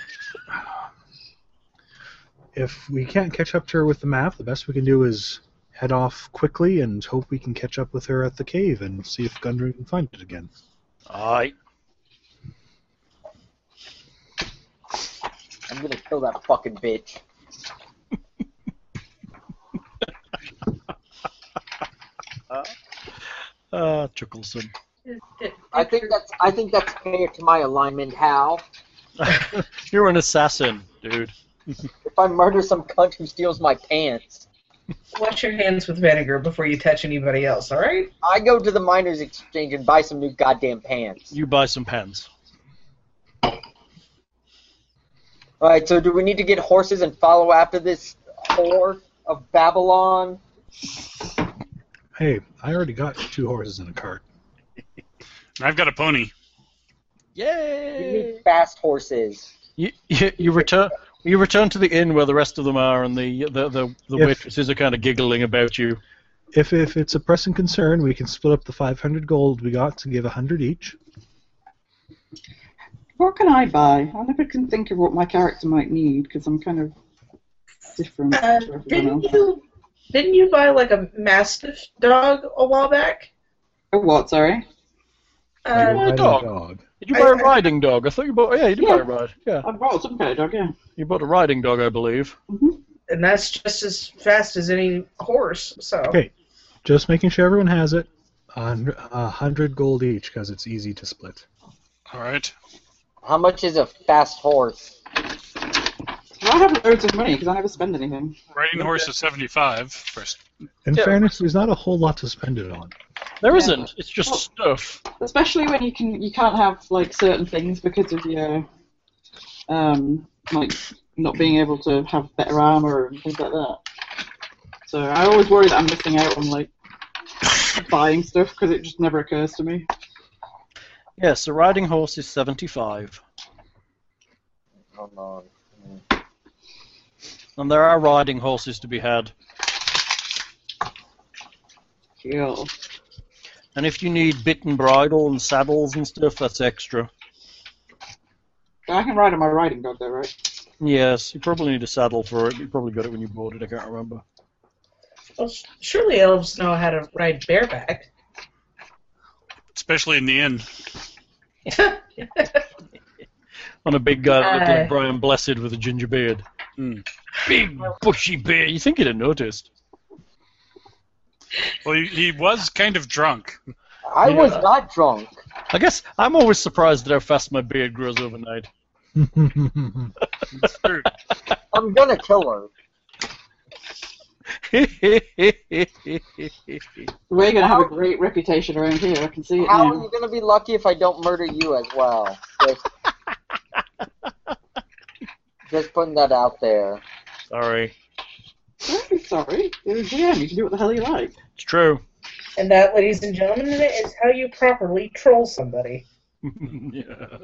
E: if we can't catch up to her with the map, the best we can do is head off quickly and hope we can catch up with her at the cave and see if Gundry can find it again.
C: Aye.
F: I'm gonna kill that fucking bitch.
C: Ah, Chuckleson.
F: I think that's I think that's fair to my alignment, Hal.
C: *laughs* You're an assassin, dude.
F: If I murder some cunt who steals my pants,
G: Wash your hands with vinegar before you touch anybody else, alright?
F: I go to the miners' exchange and buy some new goddamn pants.
C: You buy some pants.
F: All right, so do we need to get horses and follow after this whore of Babylon?
E: Hey, I already got two horses in a cart.
D: And I've got a pony.
F: We
C: Yay!
F: need fast horses.
C: You, you, you return. You return to the inn where the rest of them are, and the the, the, the
E: If-
C: waitresses are kind of giggling about you.
E: If, if it's a pressing concern, we can split up the 500 gold we got to give 100 each.
B: What can I buy? I never can think of what my character might need because I'm kind of different
G: Uh,
B: to everyone
G: didn't
B: else.
G: you didn't you buy like a mastiff dog a while back?
B: Oh, what? Sorry.
E: You're
G: Uh,
E: riding a
C: dog.
E: dog.
C: Did you
G: I-
C: buy a
G: I-
C: riding dog? I thought you bought. Yeah, you did buy a
B: Yeah.
C: ride. Yeah,
B: I've bought some kind of dog. Yeah.
C: you bought a riding dog, I believe.
G: and that's just as fast as any horse. So
E: Okay. Just making sure everyone has it. A hundred- A hundred gold each because it's easy to split.
D: All right.
F: How much is a fast horse?
B: Well, I have loads of money because I never spend anything.
D: Riding the horse is 75. First.
E: In
C: Yeah.
E: fairness, there's not a whole lot to spend it on.
C: There
B: Yeah.
C: not It's just stuff.
B: Especially when you can you can't have like certain things because of your um like not being able to have better armor and things like that. So I always worry that I'm missing out on like buying stuff because it just never occurs to me.
C: Yes, a riding horse is seventy-five,
F: Hold on.
C: and there are riding horses to be had.
B: Cool.
C: And if you need bit and bridle and saddles and stuff, that's extra.
B: I can ride on my riding dog though, right?
C: Yes, you probably need a saddle for it. You probably got it when you bought it. I can't remember.
G: well, surely elves know how to ride bareback.
D: Especially in the inn.
C: On a big guy that looked
G: Aye.
C: like Brian Blessed with a ginger beard.
D: Mm.
C: Big bushy beard. You think he'd have noticed?
D: Well, he, he was kind of drunk.
F: I was
C: Yeah.
F: not drunk.
C: I guess I'm always surprised at how fast my beard grows overnight. *laughs*
E: *laughs*
D: It's true.
F: I'm gonna kill her.
B: We're gonna have a great reputation around here. I can see it
F: How are
B: now.
F: you gonna be lucky if I don't murder you as well? Just, just putting that out there.
C: Sorry.
B: Don't be sorry. You're a GM. You can do what the hell you like.
C: It's true.
G: And that, ladies and gentlemen, is how you properly troll somebody.
C: yeah.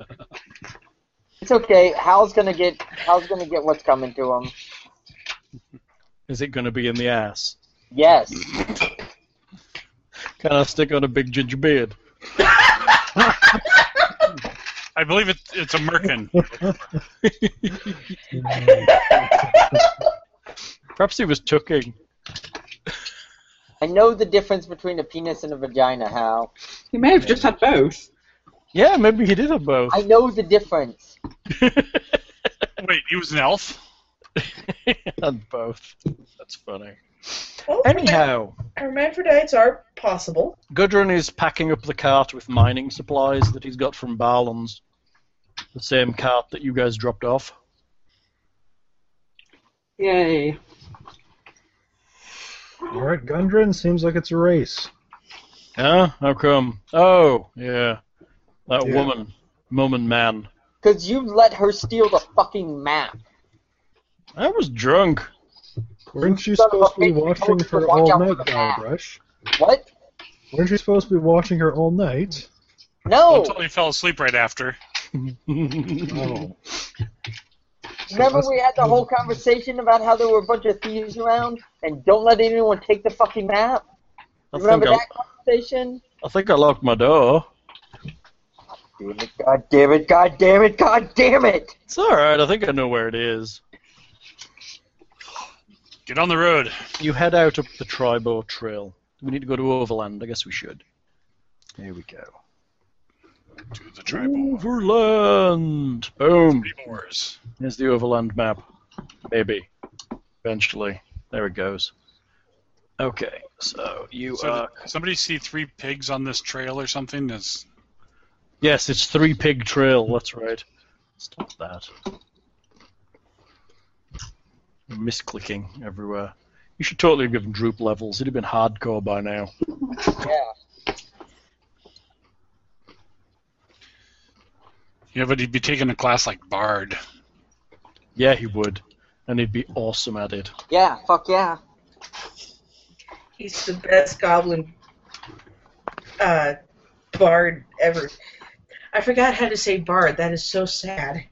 F: It's okay. Hal's gonna get Hal's gonna get what's coming to him.
C: Is it going to be in the ass?
F: Yes.
C: Can I stick on a big ginger beard?
D: I believe it, it's a merkin.
C: Perhaps he was tucking.
F: I know the difference between a penis and a vagina, Hal.
B: You may have just had both.
C: Yeah, maybe he did have both.
F: I know the difference.
C: *laughs*
D: Wait, he was an elf?
C: had both. That's funny.
G: Well,
C: Anyhow,
G: hermaphrodites are possible.
C: Gudrun is packing up the cart with mining supplies that he's got from Barlon's. The same cart that you guys dropped off.
B: Yay.
E: All right, Gundren seems like it's a race.
C: Huh? How come? Oh, yeah. That
E: Yeah.
C: woman. Mum and man.
F: Cause you let her steal the fucking map.
C: I was drunk.
E: Weren't you
F: Son of a
E: supposed to be
F: bitch, you
E: watching
F: told us to
E: her
F: watch
E: all
F: out for
E: night,
F: the
E: Galbrush?
F: What?
E: Weren't you supposed to be watching her all night?
F: No.
D: Until he fell asleep right after.
E: Oh.
F: Remember we had the whole conversation about how there were a bunch of thieves around and don't let anyone take the fucking map?
C: I think
F: Remember
C: I,
F: that conversation?
C: I think I locked my door.
F: Damn it, god damn it, god damn it, god damn it!
C: It's alright, I think I know where it is.
D: Get on the road.
C: You head out up the Tribor Trail. Do we need to go to Overland? I guess we should. Here we go.
D: To the tribal
C: Overland! Boom!
D: wars.
C: Here's the Overland map. Maybe. Eventually. There it goes. Okay, so you
D: So
C: are.
D: did somebody see three pigs on this trail or something? Is
C: Yes, it's Three Pig Trail, that's right. Stop that. Misclicking everywhere. You should totally have given Droop levels. It'd have been hardcore by now.
F: Yeah.
D: yeah, but he'd be taking a class like Bard.
C: Yeah, he would. And he'd be awesome at it.
F: Yeah, fuck yeah.
G: He's the best goblin uh, bard ever. I forgot how to say bard. That is so sad.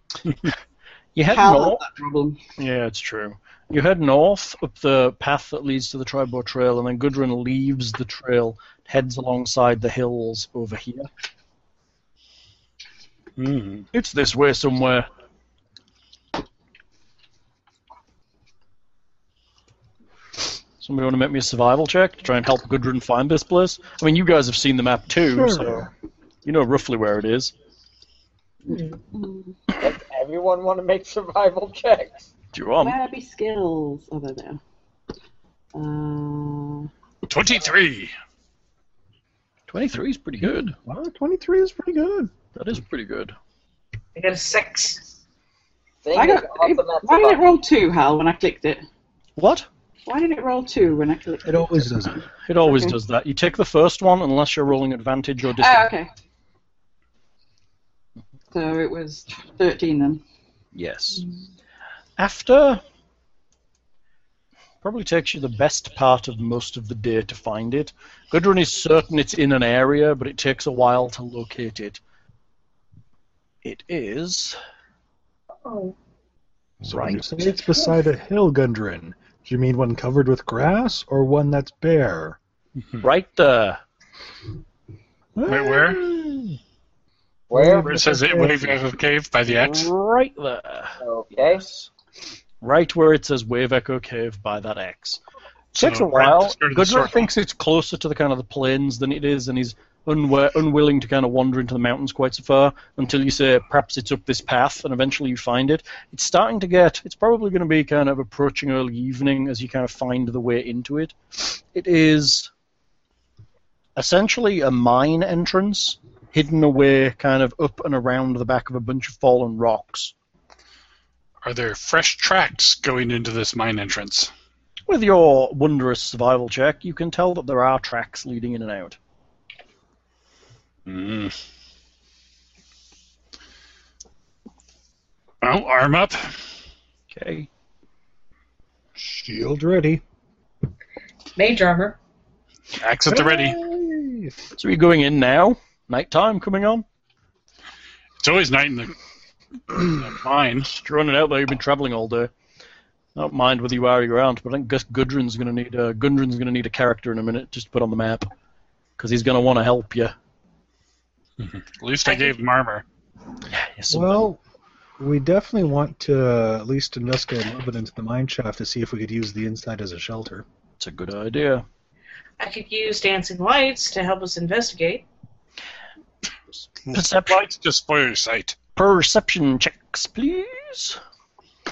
C: You head
B: How
C: north.
B: is that problem?
C: Yeah, it's true. You head north up the path that leads to the Tribor Trail, and then Gudrun leaves the trail, heads alongside the hills over here.
D: Mm.
C: It's this way somewhere. Somebody want to make me a survival check to try and help Gudrun find this place? I mean, you guys have seen the map too, so
E: Sure.
C: you know roughly where it is.
F: Does everyone want to make survival checks?
C: Do you want?
B: Where be skills? Oh, there they are. Uh,
D: 23!
C: 23 is pretty good.
E: Wow, 23 is pretty good.
C: That is pretty good.
G: I got a six.
F: Thing
B: I got.
F: is awesome, that's
B: why did it
F: about-
B: roll two, Hal, when I clicked it?
C: What?
B: Why did it roll two when I clicked it?
E: It always does it.
C: It always
B: Okay.
C: does that. You take the first one unless you're rolling advantage or
B: Oh,
C: disadvantage.
B: okay. So it was 13 then.
C: Yes.
B: Mm-hmm.
C: After probably takes you the best part of most of the day to find it. Gudrun is certain it's in an area, but it takes a while to locate it. It is
G: Oh,
E: So when you
C: right.
E: say it's beside a hill, Gundren. Do you mean one covered with grass or one that's bare?
C: Right there.
D: Wait, where?
F: Where?
D: Where it says it waved out of the cave by the axe?
C: Right there.
F: Okay.
C: Right where it says Wave Echo Cave by that X.
D: So
C: takes a
D: right at the
C: while.
D: start of the
C: Gudrun
D: circle.
C: thinks it's closer to the kind of the plains than it is, and he's unwa- unwilling to kind of wander into the mountains quite so far until you say perhaps it's up this path, and eventually you find it. It's starting to get. It's probably going to be kind of approaching early evening as you kind of find the way into it. It is essentially a mine entrance hidden away kind of up and around the back of a bunch of fallen rocks.
D: Are there fresh tracks going into this mine entrance?
C: With your wondrous survival check, you can tell that there are tracks leading in and out.
D: Mm. Well, arm up.
C: Okay.
E: Shield ready.
G: Mage armor.
D: Axe at the ready.
E: Hey!
C: So you're going in now. Nighttime coming on.
D: It's always night in the, *clears throat* in the mine.
C: You're running out there. You've been traveling all day. I don't mind whether you are or you're out, but I think Gus Gudrun's going to need uh, Gundrun's going to need a character in a minute just to put on the map because he's going to want to help you.
D: At least I gave him armor.
C: Yes,
E: Well, we definitely want to uh, at least investigate a little bit into the mine shaft to see if we could use the inside as a shelter.
C: it's a good idea.
G: I could use dancing lights to help us investigate.
C: Perception,
D: Lights just for your sight.
C: perception checks, please.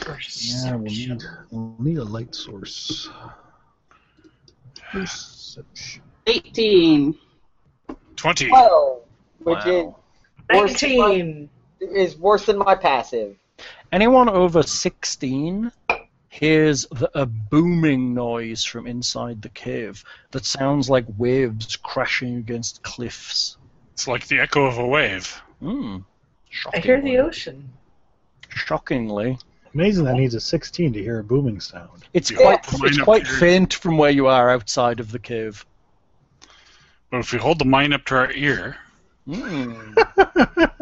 E: Yeah, we'll need, we'll need a light source. Perception.
B: 18.
D: 20.
F: Twelve, which
C: Wow.
F: Worst
G: 19.
F: is, is worse than my passive.
C: Anyone over 16 hears the, a booming noise from inside the cave that sounds like waves crashing against cliffs.
D: It's like the echo of a wave.
C: Hmm.
G: I
C: Shockingly,
G: hear the ocean.
C: Shockingly,
E: Amazing that needs a 16 to hear a booming sound. *laughs*
C: it's
D: Yeah.
C: quite
D: Mine
C: it's
D: up
C: quite
D: here.
C: faint from where you are outside of the cave.
D: But if we hold the mine up to our ear,
C: Hmm.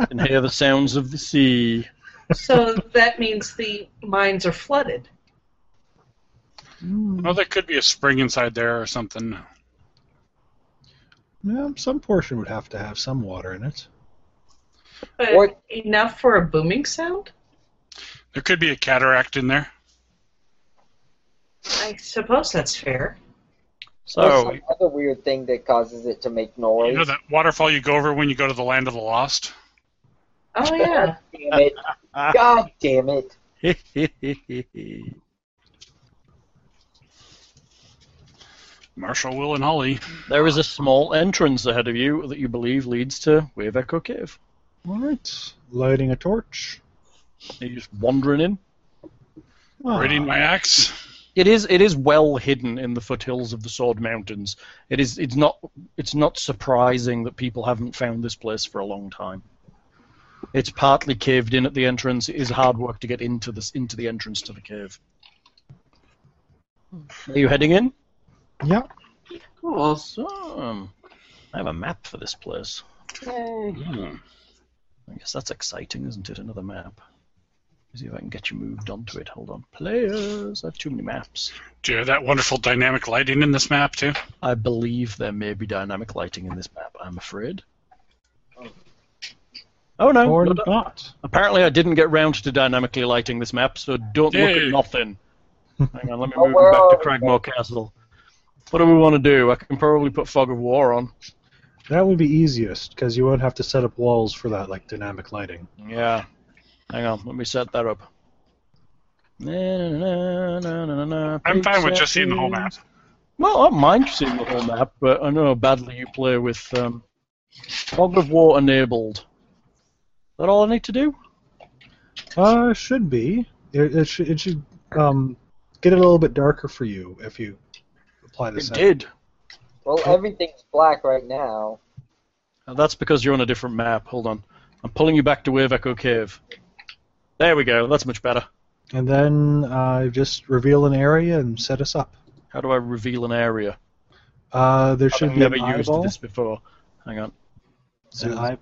C: and hear the sounds of the sea.
G: So that means the mines are flooded.
D: well, there could be a spring inside there or something.
E: Yeah, some portion would have to have some water in it.
G: But
F: What-
G: enough for a booming sound?
D: There could be a cataract in there.
G: I suppose that's fair.
B: Oh,
F: There's
C: So
F: some other weird thing that causes it to make noise.
D: You know that waterfall you go over when you go to the land of the lost?
G: Oh, yeah.
B: *laughs*
F: Damn it! God damn it!
D: Oh.
C: *laughs* there
D: Marshall, Will, and Holly.
C: is a small entrance ahead of you that you believe leads to Wave Echo Cave.
E: All right, lighting a torch.
C: You're just wandering in.
E: Ah,
D: Ready my axe.
C: It is it is well hidden in the foothills of the Sword Mountains. It is it's not it's not surprising that people haven't found this place for a long time. It's partly caved in at the entrance. It is hard work to get into this into the entrance to the cave. Are you heading in?
E: Yeah.
C: Awesome. I have a map for this place.
B: Yay.
D: Hmm.
C: I guess that's exciting, isn't it? Another map. See if I can get you moved onto it. Hold on. Players. I have too many maps.
D: Do you have that wonderful dynamic lighting in this map, too?
C: I believe there may be dynamic lighting in this map, I'm afraid. Oh no!
E: Or
C: not-
E: not.
C: Apparently I didn't get round to dynamically lighting this map, so don't look at
D: Yay.
C: nothing. Hang on, let me
F: Oh,
C: move
F: where
C: back to
F: are we?
C: Cragmore Castle. What do we want to do? I can probably put Fog of War on.
E: That would be easiest because you won't have to set up walls for that, like dynamic lighting.
C: Yeah. Hang on, let me set that up. I'm
D: I'm fine with just seeing the whole map.
C: Well, I don't mind seeing the whole map, but I know how badly you play with um, Fog of War enabled. Is that all I need to do?
E: Uh, should be. It, it should. It should um, get it a little bit darker for you if you apply this.
C: It did.
F: Well, everything's black right now.
C: Uh, That's because you're on a different map. Hold on. I'm pulling you back to Wave Echo Cave. There we go. That's much better.
E: And then uh, just reveal an area and set us up.
C: How do I reveal an area?
E: Uh, there should
C: I've
E: be
C: never
E: an
C: used
E: eyeball.
C: this before. Hang on.
E: An eye-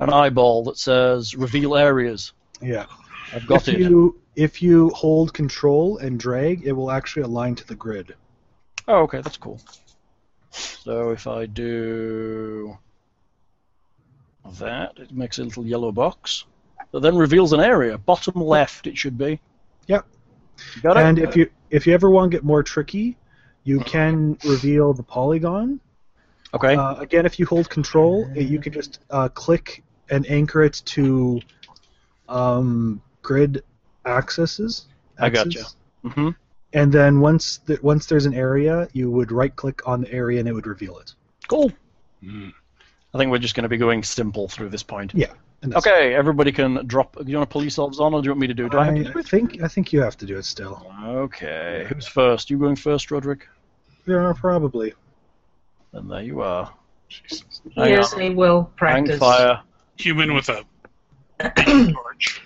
C: An eyeball that says reveal areas.
E: yeah.
C: I've got
E: if
C: it.
E: you if you hold control and drag, it will actually align to the grid.
C: Oh, okay, that's cool. So if I do that, it makes a little yellow box that then reveals an area. Bottom left, it should be.
E: Yep.
C: You Got
E: And
C: it?
E: if you if you ever want to get more tricky, you
C: Mm-hmm.
E: can reveal the polygon.
C: okay.
E: Uh, again, if you hold control, it, you can just uh, click and anchor it to um, grid accesses.
C: I gotcha.
E: axes.
C: hmm
E: And then once the, once there's an area, you would right click on the area and it would reveal it.
C: Cool.
D: Hmm.
C: I think we're just going to be going simple through this point.
E: Yeah. And that's-
C: Okay, everybody can drop. Do you want to pull yourselves on, or do you want me to do it? Do I have to
E: I,
C: do
E: I think I think you have to do it still.
C: it? Okay. Who's first? You going first, Roderick?
E: Yeah, probably.
C: And there you are.
D: Jesus.
C: Hang
G: Here's
C: on.
G: a will
C: Hang
G: practice.
C: fire.
D: Human with a big torch.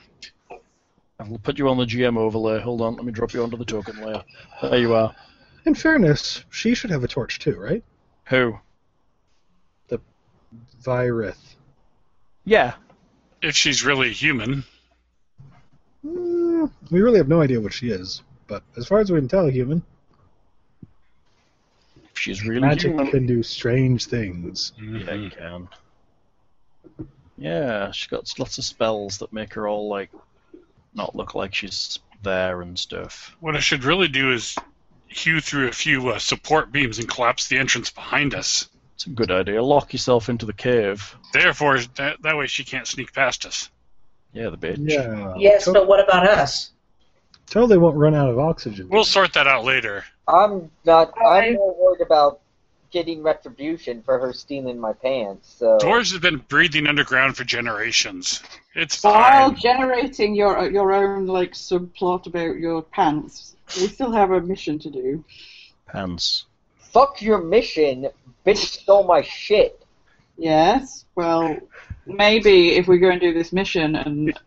C: I will put you on the GM overlay. Hold on, let me drop you onto the token layer. There you are.
E: In fairness, she should have a torch too, right?
C: Who?
E: Virith.
C: Yeah.
D: If she's really human,
E: Mm, we really have no idea what she is, but as far as we can tell, human
C: If she's really
E: magic
C: human.
E: can do strange things.
C: Yeah, you can. Yeah, she's got lots of spells that make her all like not look like she's there and stuff.
D: what I should really do is hew through a few uh, support beams and collapse the entrance behind us.
C: It's a good idea. Lock yourself into the cave.
D: Therefore, that, that way she can't sneak past us.
C: Yeah, the bitch.
E: Yeah.
G: Yes,
E: Tell,
G: but what about us?
E: tell they won't run out of oxygen.
D: We'll sort that out later.
F: I'm not.
G: I-
F: I'm more worried about getting retribution for her stealing my pants. So
D: Dwarves have been breathing underground for generations. It's
B: While
D: fine.
B: generating your your own like subplot about your pants, we still have a mission to do.
C: Pants.
F: fuck your mission, bitch stole my shit.
B: Yes. Well, maybe if we go and do this mission, and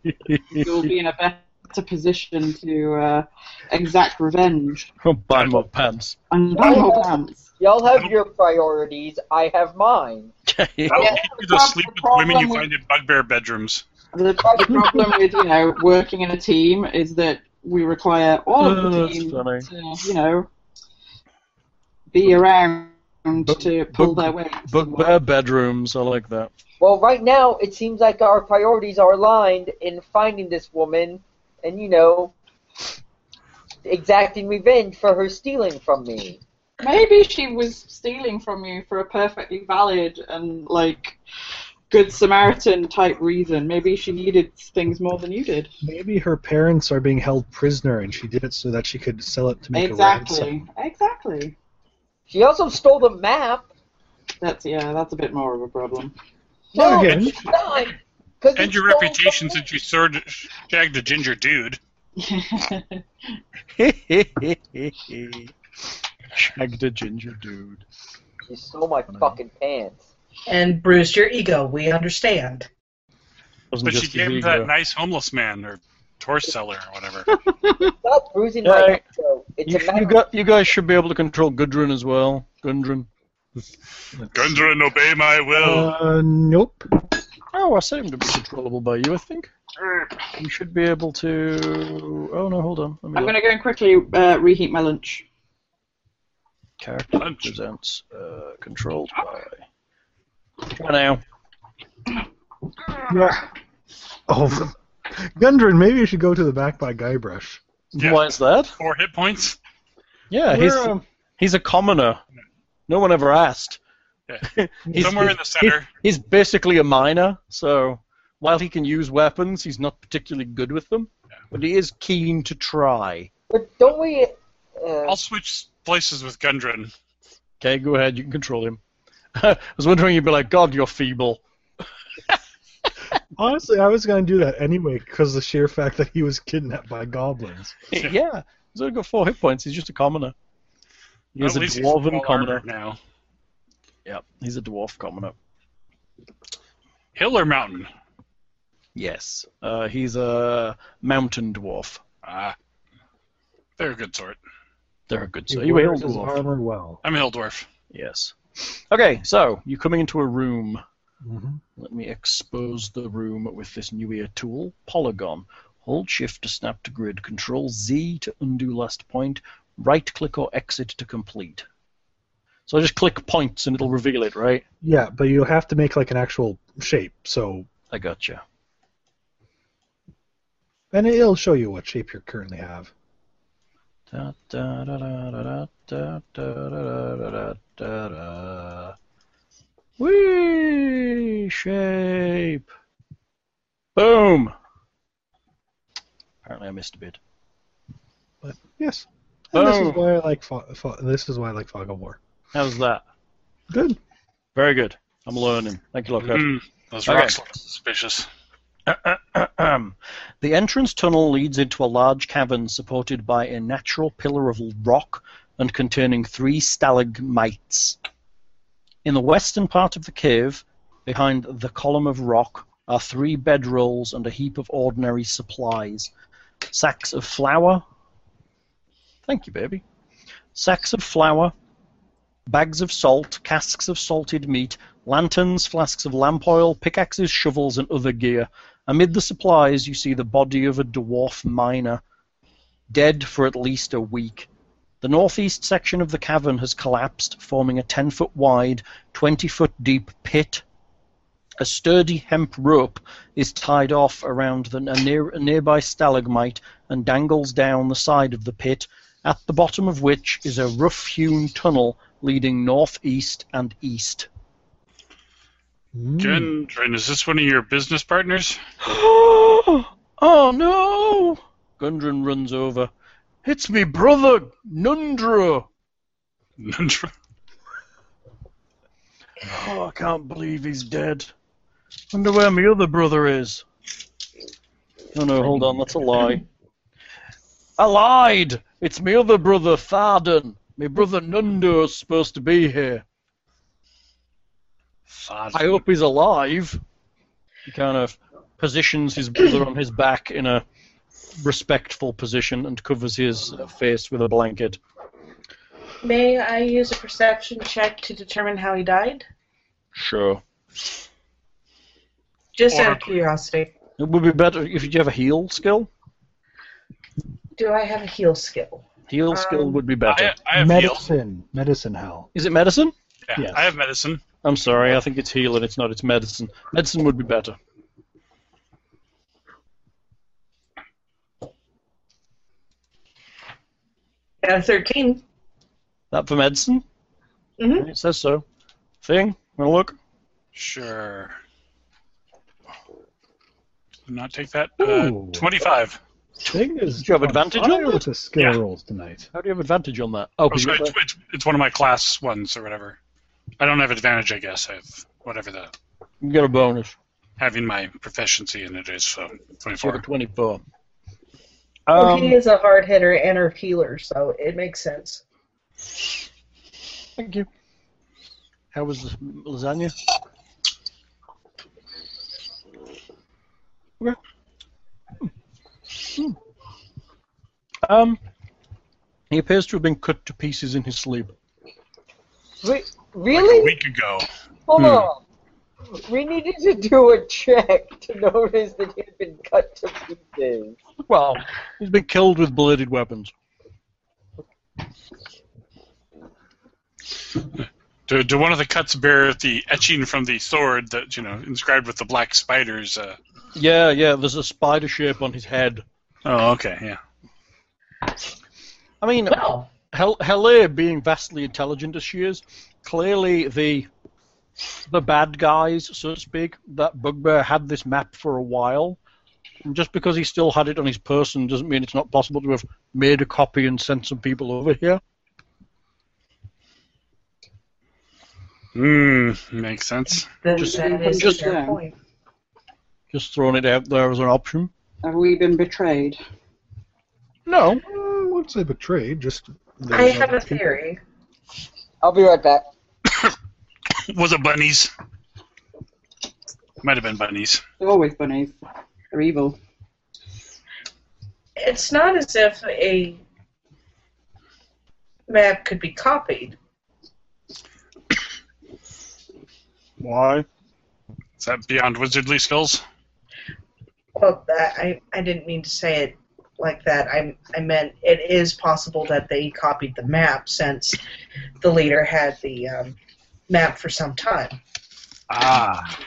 B: you'll be in a better position to uh, exact revenge
C: Buy more pants. *laughs*
B: and buy more
C: Oh,
B: pants.
F: Y'all have your priorities. I have mine.
D: I'll
B: Yeah,
D: get you to
B: that's
D: sleep
B: the
D: with women you
B: problem
D: find in bugbear bedrooms.
B: The part of the problem with you know working in a team is that we require all of
C: Oh,
B: the
C: that's
B: team
C: funny.
B: to you know be around to pull
C: bug-
B: their weight.
C: Bugbear bedrooms. I like
E: *laughs*
C: that.
F: Well, right now it seems like our priorities are aligned in finding this woman, and you know, exacting revenge for her stealing from me.
B: Maybe she was stealing from you for a perfectly valid and like good Samaritan type reason. Maybe she needed things more than you did.
E: Maybe her parents are being held prisoner, and she did it so that she could sell it to make a ransom.
B: Exactly. Exactly.
F: She also stole the map.
B: That's yeah, that's a bit more of a
E: *laughs*
B: problem.
F: No,
E: Again.
F: it's not, 'cause
D: And
F: it
D: your
F: stole
D: reputation
F: from me.
D: since you sword shagged a ginger dude.
C: Shagged a ginger dude.
F: She stole my fucking pants.
G: And bruised your ego. We understand.
C: Wasn't
D: But she
C: just
D: gave him
C: his
D: that
C: ego.
D: nice homeless man or horse seller or whatever.
F: Stop bruising
C: Yeah,
F: my ego. It's
C: You,
F: a
C: you
F: matter
C: got, you guys should be able to control Gudrun as well. Gundrun.
D: Gundren, obey my will.
E: Uh, nope.
C: Oh, I set him to be controllable by you, I think. You should be able to. Oh no, hold on. Let me
B: I'm
C: look.
B: gonna go and quickly uh, reheat my lunch.
C: Character
D: Punch.
C: presents uh, controlled by. Well, now.
E: Oh, *laughs* Gundren, maybe you should go to the back by Guybrush.
D: Yeah.
C: Why is that?
D: Four hit points.
C: Yeah, he's
E: Where, um,
C: he's a commoner. No one ever asked. *laughs* He's-
D: Somewhere in the center.
C: He's basically a miner, so while he can use weapons, he's not particularly good with them. But he is keen to try.
F: But don't we? Uh,
D: I'll switch places with Gundren.
C: Okay, go ahead. You can control him. *laughs* I was wondering you'd be like, God, you're feeble.
E: honestly, I was going to do that anyway because the sheer fact that he was kidnapped by goblins.
C: yeah, he's only got four hit points. He's just a commoner. He's
D: At
C: a
D: least
C: dwarven
D: all
C: commoner.
D: armored now.
C: Yeah, he's a dwarf commoner.
D: Hill or mountain?
C: Yes, uh, he's a mountain dwarf.
D: Ah. They're a good sort.
C: They're a good
E: He
C: sort. You a hill
E: wears his
C: dwarf.
E: armor well.
D: I'm a hill dwarf.
C: Yes. Okay, so you're coming into a room.
E: Mhm.
C: Let me expose the room with this new ear tool, Polygon. Hold shift to snap to grid, control Z to undo last point, right click or exit to complete. So I just click points and it'll reveal it, right?
E: Yeah, but you have to make like an actual shape. So,
C: I gotcha.
E: and it'll show you what shape you currently have.
C: Da, da, da, da, da, da, da, da, da, da, da, da, da. Whee! Shape! Boom! Apparently I missed a bit.
E: But yes, and this
C: Oh.
E: is why I like fo- fo- this is why I like Fog of War.
C: How's that?
E: Good.
C: Very good. I'm learning. Thank you, Lockhart.
D: Mm, those
C: Okay.
D: rocks look suspicious.
C: the entrance tunnel leads into a large cavern supported by a natural pillar of rock and containing three stalagmites. In the western part of the cave, behind the column of rock, are three bedrolls and a heap of ordinary supplies sacks of flour. Thank you, baby. Sacks of flour, bags of salt, casks of salted meat, lanterns, flasks of lamp oil, pickaxes, shovels, and other gear. Amid the supplies, you see the body of a dwarf miner, dead for at least a week. The northeast section of the cavern has collapsed, forming a 10 foot wide, 20 foot deep pit. A sturdy hemp rope is tied off around the, a, near, a nearby stalagmite and dangles down the side of the pit, at the bottom of which is a rough hewn tunnel leading northeast and east.
E: Mm.
D: Gendrin, is this one of your business partners? *laughs*
C: *gasps* oh no! Gundren runs over. It's me brother, Nundra!
D: Nundra.
C: Oh, I can't believe he's dead. Wonder where my other brother is. No, no, hold on, that's a lie. I lied! It's my other brother, Tharden. My brother Nundo's supposed to be here. I hope he's alive. He kind of positions his brother on his back in a respectful position and covers his uh, face with a blanket.
G: May I use a perception check to determine how he died?
C: Sure.
G: Just out
D: Or-
G: of curiosity.
C: It would be better if you have a heal skill.
G: Do I have a heal skill?
C: Heal
G: Um,
C: skill would be better.
D: I, I have heal.
E: medicine. Medicine, Hal.
C: Is it medicine?
D: Yeah,
E: Yes.
D: I have medicine.
C: I'm sorry, I think it's heal and it's not, it's medicine. Medicine would be better.
G: Got a 13.
C: That for medicine?
G: Mhm.
C: It says so. Thing, wanna look?
D: Sure. Not take that.
E: Ooh.
D: Uh, Twenty-five.
E: Thing is,
C: Do you have
E: on
C: advantage
E: fire
C: on that?
E: with the skill
D: Yeah.
E: rolls tonight.
C: How do you have advantage on that? Oh,
D: Oh,
C: 'cause you
D: sorry,
C: got
D: it's,
C: the-
D: it's, it's one of my class ones or whatever. I don't have advantage, I guess. I have whatever the
C: you got a bonus.
D: having my proficiency in it is. So
C: You have
D: twenty-four.
C: a 24.
G: Well,
C: Um,
G: he is a hard hitter and a healer, so it makes sense.
C: Thank you. How was the lasagna? Okay. Hmm. Um, he appears to have been cut to pieces in his sleep.
F: Re-
D: A
F: really?
D: week ago.
F: Hold
D: Hmm.
F: on. We needed to do a check *laughs* to notice that he had been cut to pieces.
C: Well, he's been killed with bladed weapons.
D: Do, do one of the cuts bear the etching from the sword that you know inscribed with the black spiders? Uh...
C: Yeah, yeah. There's a spider shape on his head.
D: Oh, okay, yeah.
C: I mean,
G: Well,
C: Hel- Hele, being vastly intelligent as she is, clearly the the bad guys, so to speak, that bugbear had this map for a while. And just because he still had it on his person doesn't mean it's not possible to have made a copy and sent some people over here.
D: Hmm, makes sense.
G: then
C: Just-
G: that is
B: just-
G: a fair
B: yeah.
G: point.
C: Just throwing it out there as an option.
B: Have we been betrayed?
C: No.
E: Uh, I wouldn't say betrayed, just.
G: I have a theory.
F: I'll be right back.
D: Was it bunnies? Might have been bunnies.
B: They're always bunnies. They're evil.
G: It's not as if a map could be copied.
C: Why?
D: Is that beyond wizardly skills?
G: Well, that, I, I didn't mean to say it like that. I, I meant it is possible that they copied the map since the leader had the um, map for some time.
D: Ah.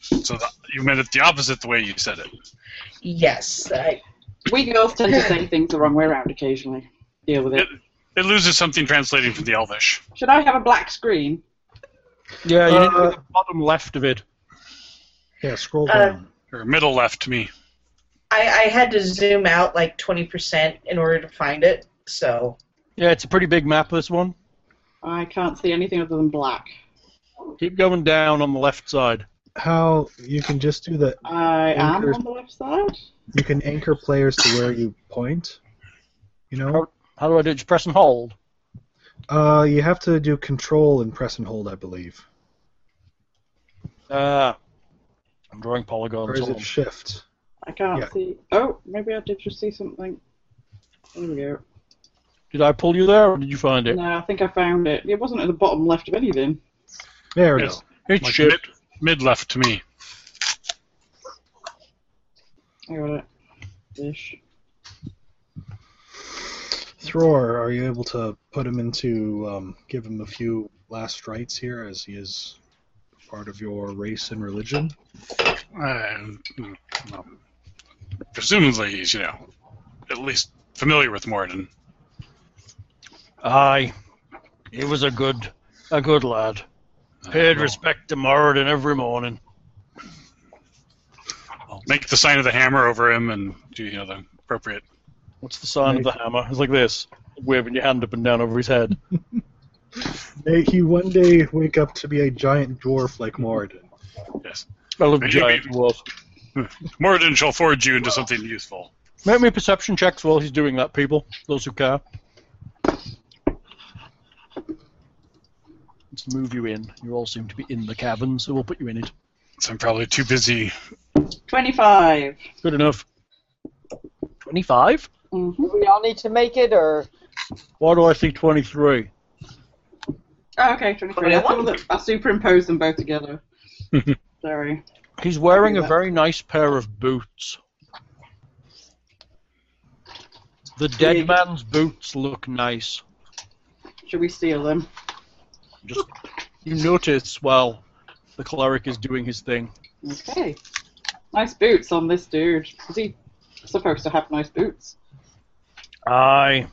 D: So the, you meant it the opposite the way you said it.
G: Yes, I,
B: We girls tend to say things the wrong way around occasionally. Deal with it.
D: It loses something translating from the Elvish.
B: Should I have a black screen?
C: Yeah, you need to
E: Uh,
C: be the bottom left of it.
E: Yeah, scroll
G: Uh,
E: down.
D: Or middle left to me.
G: I, I had to zoom out like 20% in order to find it, so
C: Yeah, it's a pretty big map, this one.
B: I can't see anything other than black.
C: Keep going down on the left side.
E: how you can just do the
B: I am
E: Anchor.
B: on the left side.
E: you can anchor players to where you point. You know,
C: How do I do it? Just press and hold.
E: uh, you have to do control and press and hold, I believe,
C: Uh, I'm drawing polygons.
E: or Ah. is
C: hold
E: it
C: on.
E: shift?
B: I can't
E: Yeah.
B: see. Oh, maybe I did just see something. There we go.
C: Did I pull you there, or did you find it?
B: No, I think I found it. It wasn't at the bottom left of anything.
E: There we go.
D: Yes.
C: It's
D: Like mid,
C: shift.
D: mid left to me.
B: I got it. Ish.
E: Thror, are you able to put him into, um, give him a few last rites here as he is part of your race and religion?
D: Uh, well, presumably he's, you know, at least familiar with Morden.
C: Aye, he was a good, a good lad. Paid
D: I'll-
C: respect to Moradin every morning.
D: I'll make the sign of the hammer over him and do, you know, the appropriate.
C: What's the sign of the hammer? It's like this, waving your hand up and down over his head.
E: May he one day wake up to be a giant dwarf like Moradin.
D: Yes.
C: *laughs* I love
D: Maybe.
C: giant dwarf.
D: Morden shall forge you into something useful.
C: Make me perception checks while he's doing that, people. Those who care. Let's move you in. You all seem to be in the cavern, so we'll put you in it.
D: So I'm probably too busy.
B: 25.
C: Good enough. 25?
B: Mm-hmm.
F: Do we all need to make it, or
C: Why do I see 23?
B: Oh, okay, 23. I, saw that- I superimposed them both together. Sorry.
C: He's wearing
B: do
C: a
B: that.
C: very nice pair of boots. The dead
B: Sweet.
C: man's boots look nice.
B: Should we steal them?
C: Just you notice while the cleric is doing his thing.
B: Okay. Nice boots on this dude. Is he supposed to have nice boots?
C: Aye,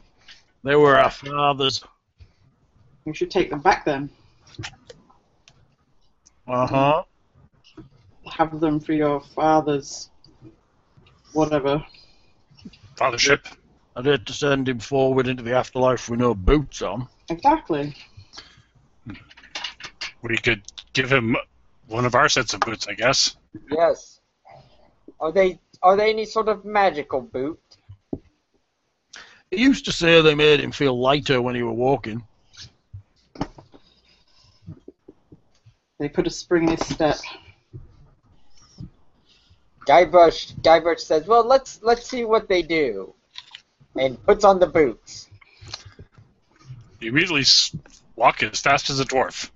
C: they were our fathers.
B: We should take them back then.
C: Uh huh.
B: Have them for your father's whatever.
D: Fathership.
C: I'd hate to send him forward into the afterlife with no boots on.
B: Exactly.
D: We could give him one of our sets of boots, I guess.
F: yes? Are they are they any sort of magical boot?
C: He used to say they made him feel lighter when he were walking.
B: They put a spring in his step.
F: Guybrush Guybrush says, "Well, let's let's see what they do," and puts on the boots.
D: You immediately s- walk as fast as a dwarf.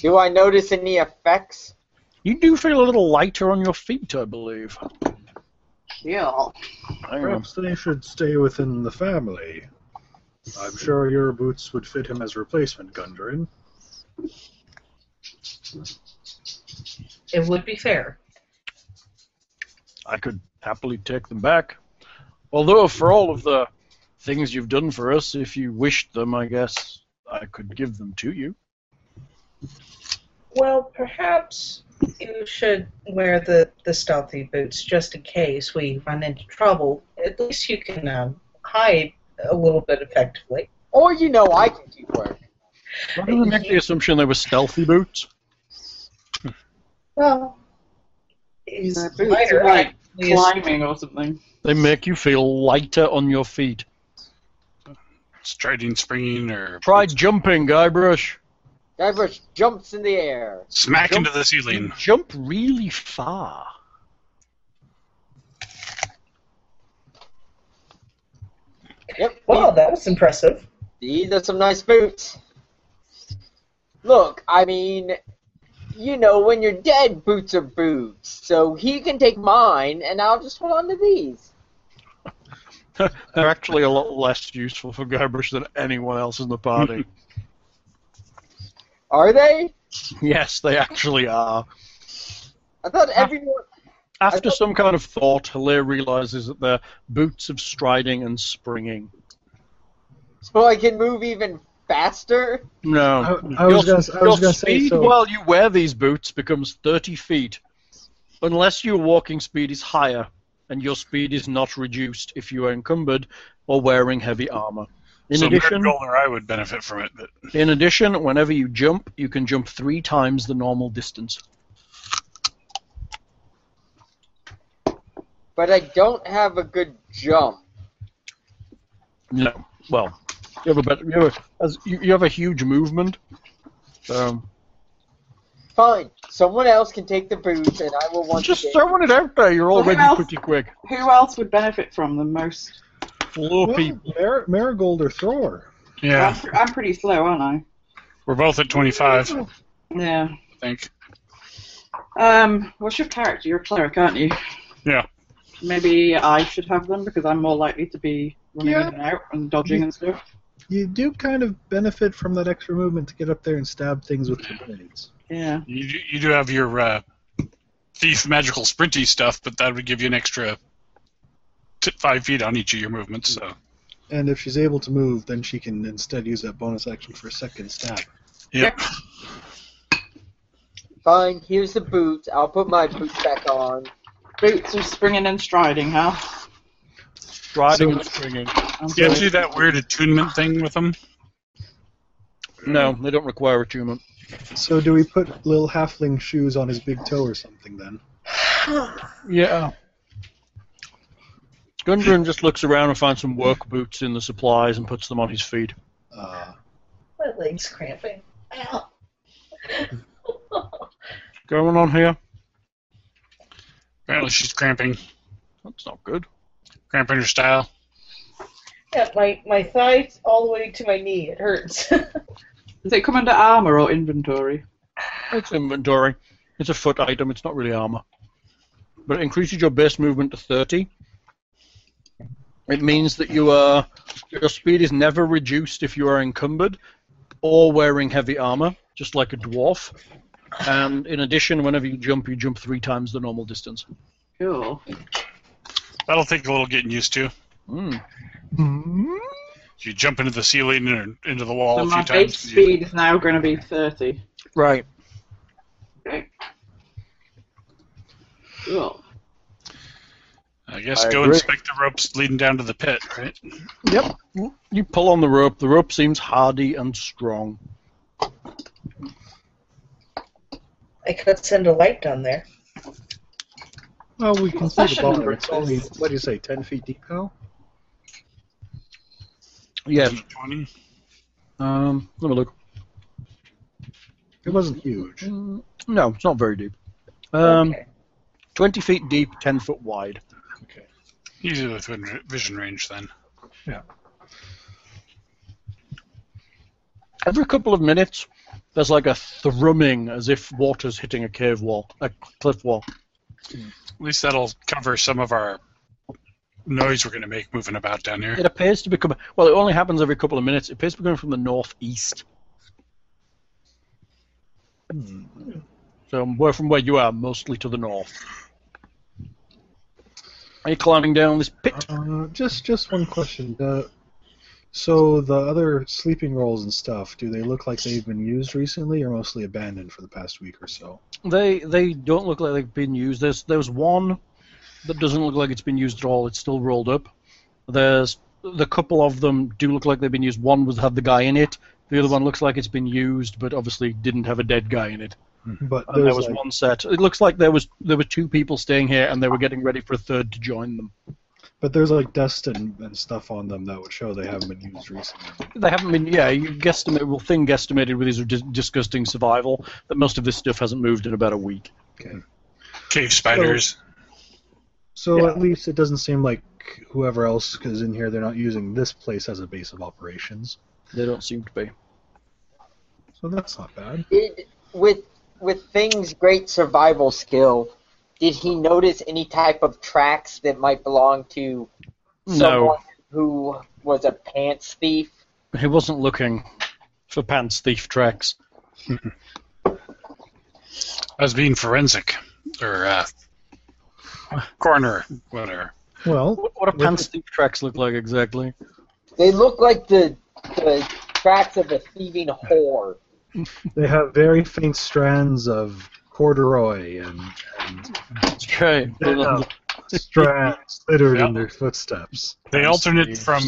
F: Do I notice any effects?
C: You do feel a little lighter on your feet, I believe.
B: Yeah.
C: Hang on.
E: Perhaps they should stay within the family. I'm sure your boots would fit him as replacement, Gundren.
G: It would be fair.
C: I could happily take them back. Although, for all of the things you've done for us, if you wished them, I guess I could give them to you.
G: Well, perhaps you should wear the, the stealthy boots just in case we run into trouble. At least you can um, hide a little bit effectively.
F: Or you know, I can keep work.
C: Why did I make the assumption they were stealthy boots?
G: Well, he's
B: Their boots
G: lighter.
B: are like
G: I can use-
B: Climbing or something.
C: They make you feel lighter on your feet.
D: Striding, springing, or
C: Try jumping, Guybrush.
F: Guybrush jumps in the air.
D: smack
C: Jump.
D: into the
C: You
D: ceiling.
C: jump really far.
F: Yep.
G: Wow, that was impressive.
F: These are some nice boots. Look, I mean, you know, when you're dead, boots are boots. So he can take mine, and I'll just hold on to these.
C: They're actually a lot less useful for Guybrush than anyone else in the party.
F: Are they?
C: *laughs* yes, they actually are.
F: I thought everyone.
C: After
F: thought-
C: some kind of thought, Hilaire realizes that they're boots of striding and springing.
F: So I can move even faster.
C: No.
E: I, I was
C: your
E: gonna, I was
C: your
E: gonna say
C: speed
E: so.
C: while you wear these boots becomes 30 feet, unless your walking speed is higher, and your speed is not reduced if you are encumbered or wearing heavy armor. In
D: so
C: addition,
D: Mary Gold or I would benefit from it. But
C: in addition, whenever you jump, you can jump three times the normal distance.
F: But I don't have a good jump.
C: No. Well, you have a better, you have a, as, you, you have a huge movement. Um,
F: Fine. Someone else can take the boots, and I will once
C: just
F: again.
C: throwing it out there. You're
B: Well, who
C: already
B: else?
C: pretty quick.
B: Who else would benefit from them most?
C: Floor people.
E: Well, Mar- Marigold or Thrower.
D: yeah,
B: I'm, I'm pretty slow, aren't
D: we're both at 25, I
B: I? Yeah.
D: think.
B: Um, what's your character? You're a cleric, aren't you?
D: Yeah.
B: Maybe I should have them because I'm more likely to be running in and out and dodging and stuff.
E: You do kind of benefit from that extra movement to get up there and stab things with your blades.
B: Yeah.
D: You do, you do have your uh, thief magical sprinty stuff, but that would give you an extra t- five feet on each of your movements. So
E: And if she's able to move, then she can instead use that bonus action for a second stab.
D: yeah,
F: Fine. Here's the boots. I'll put my boots back on.
B: Boots are springing and striding, huh?
C: Striding
E: So-
C: and stringing.
B: I'm
D: you have to
B: sorry.
D: do that weird attunement thing with them.
C: No, they don't require attunement.
E: So do we put little halfling shoes on his big toe or something then?
C: Yeah. Gundren just looks around and finds some work boots in the supplies and puts them on his feet.
E: Uh,
G: My leg's cramping. Ow.
C: Going on here?
D: Apparently, she's cramping,
C: That's not good.
D: cramping her style.
G: *laughs* Yeah, my my thighs all the way to my knee. It hurts. *laughs*
B: Does it come under armor or inventory?
C: It's inventory. It's a foot item. It's not really armor. But it increases your base movement to 30. It means that you are, your speed is never reduced if you are encumbered or wearing heavy armor, just like a dwarf. And in addition, whenever you jump, you jump three times the normal distance.
B: Cool.
D: That'll take a little getting used to.
F: Hmm.
C: Mm.
D: You jump into the ceiling or into the wall
B: So
D: a few
B: my base
D: times.
B: speed is now going to be 30.
C: Right.
B: Okay. Cool.
D: I guess
F: I
D: go
F: agree.
D: inspect the ropes leading down to the pit, right?
C: Yep. You pull on the rope. The rope seems hardy and strong.
G: I could send a light down there.
E: well, we can see the
B: Session
E: bottom.
B: number
E: It's only, what do you say, 10 feet deep now?
C: Yes.
D: 20.
C: Um, let me look.
E: It wasn't huge.
C: Mm, No, it's not very deep. Um,
G: okay.
C: 20 feet deep, 10 foot wide.
D: Easy with win- vision range then.
C: Every couple of minutes, there's like a thrumming as if water's hitting a cave wall, a cliff wall.
D: At least that'll cover some of our noise we're going to make moving about down here.
C: It appears to be coming. Well, it only happens every couple of minutes. It appears to be coming from the northeast. So um, where from where you are, mostly to the north. Are you climbing down this pit?
E: Uh, just just one question. Uh, so the other sleeping rolls and stuff, do they look like they've been used recently or mostly abandoned for the past week or so?
C: They they don't look like they've been used. There's there's one that doesn't look like it's been used at all. It's still rolled up. There's the couple of them do look like they've been used. One was had the guy in it. The other one looks like it's been used, but obviously didn't have a dead guy in it.
E: But
C: And
E: there's
C: there Uh, was
E: like,
C: one set. It looks like there was there were two people staying here, and they were getting ready for a third to join them.
E: but there's like dust and, and stuff on them that would show they haven't been used recently.
C: They haven't been. Yeah, you guesstimate. Well, thing guesstimated with his dis- disgusting survival that most of this stuff hasn't moved in about a week.
E: Okay.
D: Cave spiders.
E: So
C: Yeah.
E: at least it doesn't seem like whoever else is in here, they're not using this place as a base of operations.
C: They don't seem to be.
E: So that's not bad.
F: Did with with things great survival skill. Did he notice any type of tracks that might belong to
C: No.
F: someone who was a pants thief?
C: He wasn't looking for pants thief tracks.
D: I was being forensic. Or, uh, coroner, whatever.
E: Well,
C: What, what do pants thief tracks look like exactly?
F: They look like the the tracks of a thieving whore.
E: they have very faint strands of corduroy and, and
C: Okay.
E: Yeah. *laughs* strands littered
D: Yeah.
E: in their footsteps.
D: They alternate
C: thieves.
D: from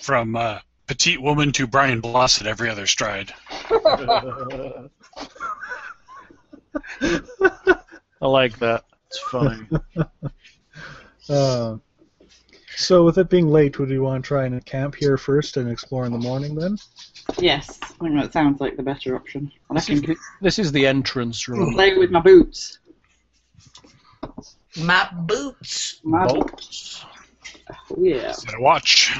D: from uh, petite woman to Brian Bloss at every other stride.
C: I like that. It's funny.
E: Uh, so with it being late, would we want to try and camp here first and explore in the morning then?
B: Yes, I think that sounds like the better option. And I can *laughs* go
C: this is the entrance room.
B: play with my boots.
G: My boots.
B: My boots. Oh, yeah.
D: Set a watch.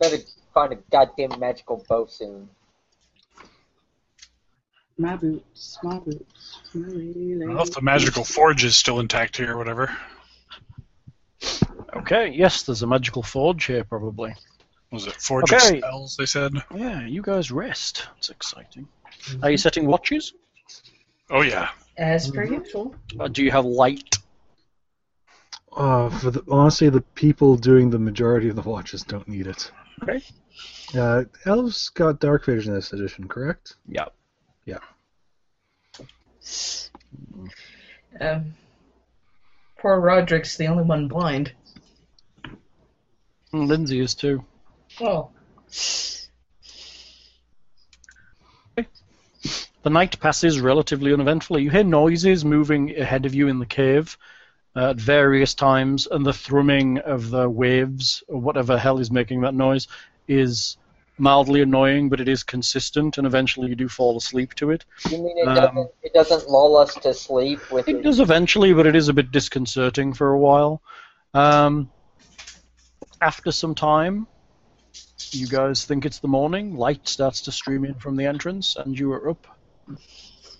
F: Gotta find a goddamn magical bow soon.
B: My boots. My boots. My lady,
D: I
B: lady.
D: don't know if the magical forge is still intact here or whatever.
C: Okay, yes, there's a magical forge here, probably.
D: Was it forge
C: Okay.
D: of spells, they said?
C: Yeah, you guys rest. It's exciting. Are you setting watches?
D: Oh, yeah.
G: As per usual.
C: Or do you have light?
E: Uh, for the, honestly, the people doing the majority of the watches don't need it.
C: Okay.
E: Uh, elves got dark vision this edition, correct?
C: Yeah.
G: Um, poor Roderick's the only one blind.
C: And Mm, Lindsay is too.
G: Oh,
C: The night passes relatively uneventfully. You hear noises moving ahead of you in the cave uh, at various times, and the thrumming of the waves, or whatever hell is making that noise, is mildly annoying, but it is consistent, and eventually you do fall asleep to it.
F: You mean it
C: Um,
F: doesn't? It doesn't lull us to sleep with
C: It
F: it.
C: does eventually, but it is a bit disconcerting for a while. Um, after some time, you guys think it's the morning. Light starts to stream in from the entrance, and you are up.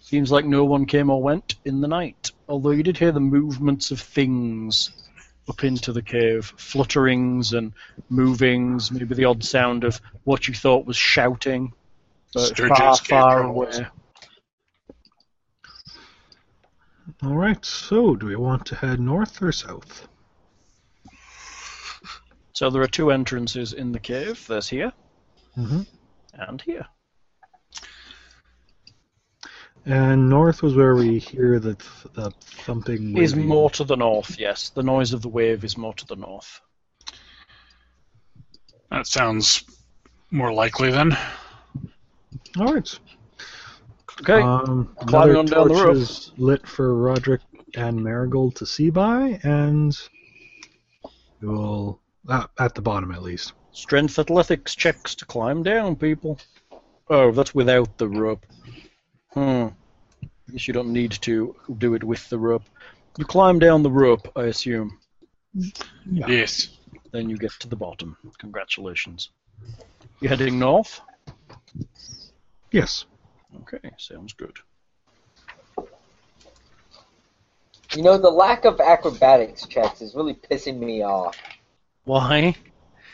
C: Seems like no one came or went in the night, although you did hear the movements of things up into the cave flutterings and movings, maybe the odd sound of what you thought was shouting, but
D: Sturgis
C: far,
D: cave
C: far
D: trolls.
C: away.
E: All right. So, do we want to head north or south?
C: So there are two entrances in the cave. There's here
E: Mm-hmm.
C: and here.
E: And north was where we hear the, th- the thumping.
C: is
E: waving-
C: more to the north, yes. The noise of the wave is more to the north.
D: That sounds more likely then.
E: All right.
C: Okay.
E: Um,
C: Climbing
E: another
C: on down the
E: torch
C: roof.
E: is lit for Roderick and Marigold to see by, and we'll uh, at the bottom at least.
C: Strength athletics checks to climb down, people. Oh, that's without the rope. Hmm. Guess you don't need to do it with the rope. You climb down the rope, I assume.
E: Yeah.
D: Yes.
C: Then you get to the bottom. Congratulations. You're heading north?
E: Yes.
C: Okay, sounds good.
F: You know, the lack of acrobatics checks is really pissing me off.
C: Why?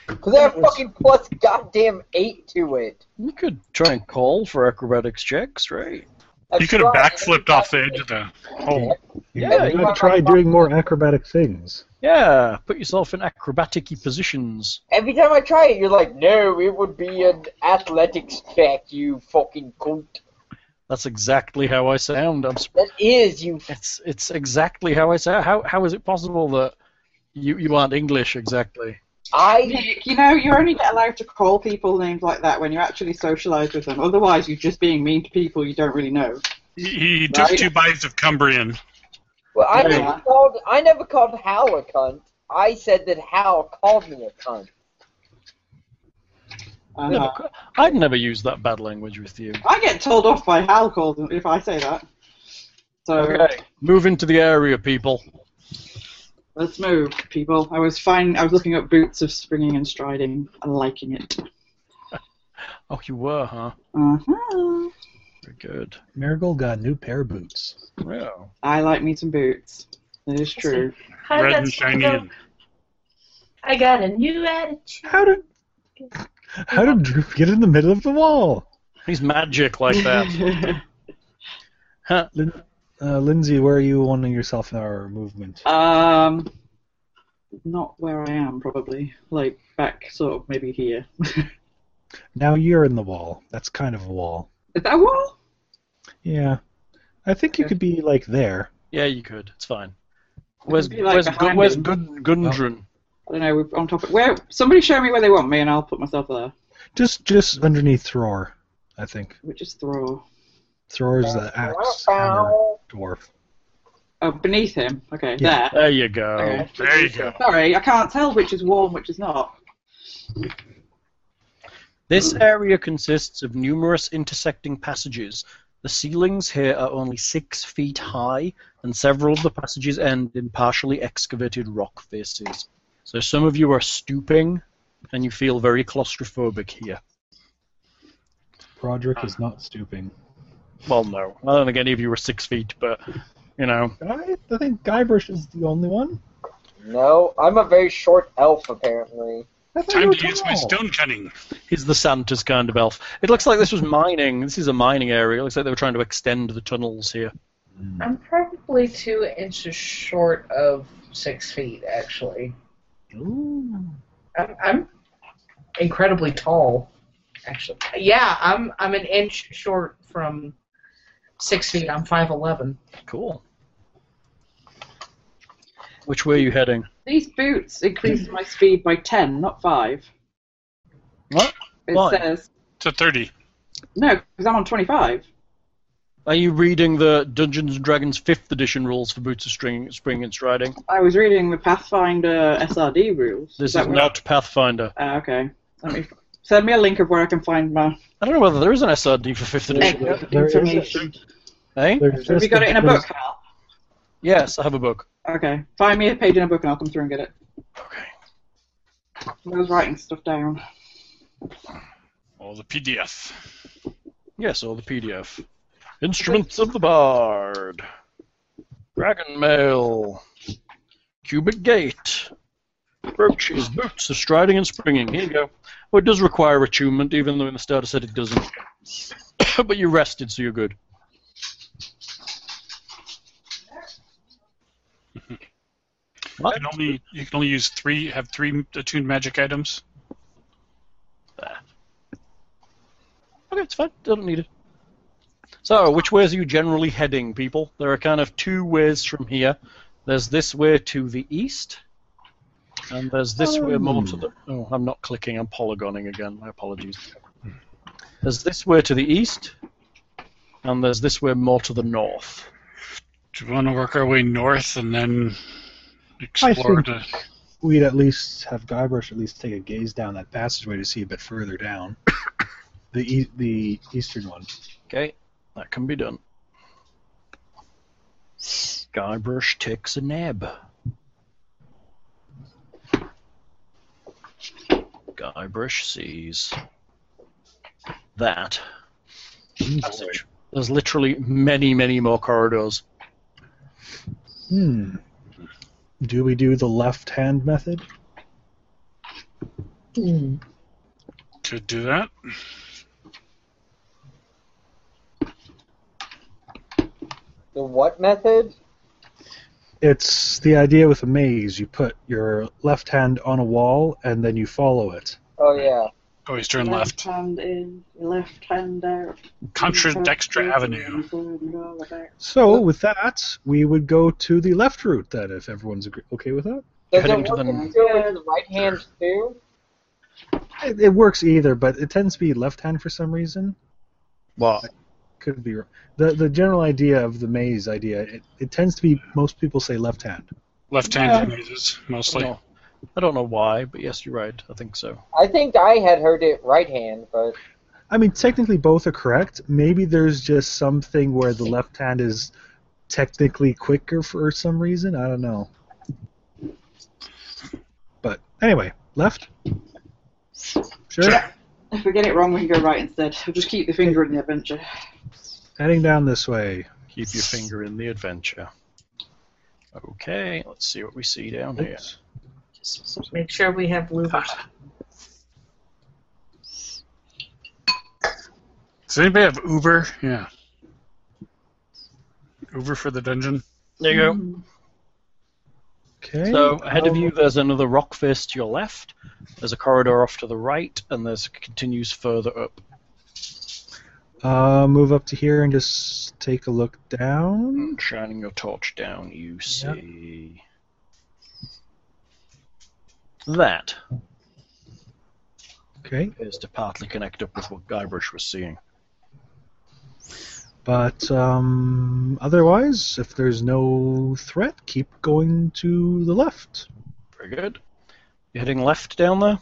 F: Cause I have fucking plus goddamn eight to it.
C: You could try and call for acrobatics checks, right?
F: I
D: You could have
F: tried.
D: backflipped off the edge of the hole.
C: Yeah,
E: You
F: you
E: gotta try doing more acrobatic things.
C: Yeah, put yourself in acrobatic positions.
F: Every time I try it, you're like, no, it would be an athletics check, you fucking coot.
C: That's exactly how I sound. I'm
F: That is, you.
C: It's it's exactly how I say. How how is it possible that you you aren't English exactly?
F: I.
B: Nick, you know, you're only allowed to call people names like that when you actually socialise with them. Otherwise, you're just being mean to people you don't really know.
D: He, he took
B: Right.
D: two bites of Cumbrian.
F: Well, I
B: Yeah.
F: never called. I never called Hal a cunt. I said that Hal called me a cunt.
B: Uh,
C: Never c- I'd never use that bad language with you.
B: I get told off by Hal called them if I say that. So
C: Okay, move into the area, people.
B: let's move, people. I was fine. I was looking up boots of springing and striding and liking it.
C: Oh, you were, huh?
B: Uh-huh.
C: Very good.
E: Marigold got a new pair of boots.
C: Well,
B: I like me some boots. That is true.
H: How did
D: red
H: that
D: and
H: song
D: shiny.
H: go?
D: And
H: I got a new attitude.
E: How did how did Droop get in the middle of the wall?
C: he's magic like
B: *laughs*
C: that. Huh.
E: Lin- uh, Lindsay, where are you wanting yourself in our movement?
B: um, not where I am probably. Like back, sort of maybe here.
E: Now you're in the wall. That's kind of a wall.
B: Is that a wall?
E: Yeah. I think you could be like there.
C: yeah, you could. It's fine. Where's
B: It'd be like
C: where's
B: behind
C: Gu- where's
B: him.
C: Gun- Gundren?
B: I don't know. We're on topic. Where somebody show me where they want me, and I'll put myself there.
E: Just just underneath Thror, I think.
B: Which is Thror.
E: Thror
B: Uh,
E: is the axe hammer dwarf.
B: Oh, beneath him. Okay,
E: Yeah.
C: There you go.
B: Okay.
D: There you go.
B: there. Sorry, I can't tell which is warm, which is not.
C: This area consists of numerous intersecting passages. The ceilings here are only six feet high, and several of the passages end in partially excavated rock faces. So some of you are stooping, and you feel very claustrophobic here.
E: Broderick
B: Uh.
E: is not stooping.
C: Well, no, I don't think any of you are six feet, but you know,
E: Guy, I think Guybrush is the only one.
F: No, I'm a very short elf apparently.
E: I thought you
D: Time
E: were
D: to use my
E: tall.
D: stone cutting.
C: he's the Santa's kind of elf. It looks like this was mining. This is a mining area. It looks like they were trying to extend the tunnels here.
G: I'm probably two inches short of six feet, actually.
E: Ooh.
G: I'm, I'm incredibly tall, actually. Yeah, I'm I'm an inch short from six feet. I'm five eleven.
C: Cool. Which way are you heading?
B: These boots increase my speed by ten, not five.
C: What?
B: It
C: Why?
B: says
D: To 30.
B: no, because I'm on twenty-five.
C: Are you reading the Dungeons and Dragons 5th edition rules for Boots of String, Spring and Striding?
B: I was reading the Pathfinder SRD rules.
C: This
B: that
C: is
B: what-
C: not Pathfinder.
B: Ah, okay. Let me send me a link of where I can find my
C: I don't know whether there is an SRD for 5th edition.
E: There- there is a-
B: information.
C: Eh?
E: there's
B: Have
E: just
B: you got it in a book? Hal?
C: Yes, I have a book.
B: Okay, find me a page in a book and I'll come through and get it.
C: Okay.
B: I was writing stuff down.
D: Oh, the PDF.
C: Yes, or the PDF. Instruments of the Bard. Dragon Mail. Cubic Gate. Brooches, Boots of Striding and Springing. Here you go. Well, it does require attunement, even though in the starter set it doesn't. *coughs* but you rested, so you're good.
D: You can only you can only use three have three attuned magic items.
C: Okay, it's fine. Doesn't need it. So, which ways are you generally heading, people? There are kind of two ways from here. There's this way to the east, and there's this way more to the. Oh, I'm not clicking. I'm polygoning again. My apologies. There's this way to the east, and there's this way more to the north.
D: Do we want to work our way north and then
E: I
D: explore
E: think-
D: to
E: We'd at least have Guybrush at least take a gaze down that passageway to see a bit
D: *coughs*
E: further down. the e- the eastern one.
C: Okay, that can be done. Guybrush takes a nab. Guybrush sees that passage. There's literally many, many more corridors.
E: Hmm. Do we do the left hand method?
D: could do that?
F: The what method?
E: It's the idea with a maze. You put your left hand on a wall and then you follow it.
F: Oh yeah.
D: Always turn
B: Left
D: left.
B: hand in, left hand out.
D: Contra Dextra Avenue.
E: So with that, we would go to the left route then, if everyone's agree- okay with that.
F: Does
C: Heading
F: it
C: to
F: work
C: the-
F: if you do it with the right hand too?
E: It, it works either, but it tends to be left hand for some reason.
C: What?
E: Could be wr- the the general idea of the maze idea. It, it tends to be most people say left hand.
D: Left-handed mazes mostly.
C: No. I don't know why, but yes, you're right. I think so.
F: I think I had heard it right hand, but
E: I mean, technically both are correct. Maybe there's just something where the left hand is technically quicker for some reason. I don't know. But anyway, left. Sure.
D: Sure.
B: If we get it wrong, we can go right instead. We'll just keep the finger in the adventure.
E: Heading down this way.
C: Keep your finger in the adventure. Okay, let's see what we see down here.
E: Oops.
G: Just make sure we have louvers.
D: Does anybody have Uber? Yeah. Uber for the dungeon.
C: There you go.
E: Okay.
C: So ahead of
E: Um,
C: you, there's another rock face to your left. There's a corridor off to the right, and there's continues further up.
E: Uh, move up to here and just take a look down.
C: Mm. Shining your torch down, you see that
E: Okay.
C: is to partly connect up with what Guybrush was seeing.
E: But um, otherwise, if there's no threat, keep going to the left.
C: Very good. You're heading left down there?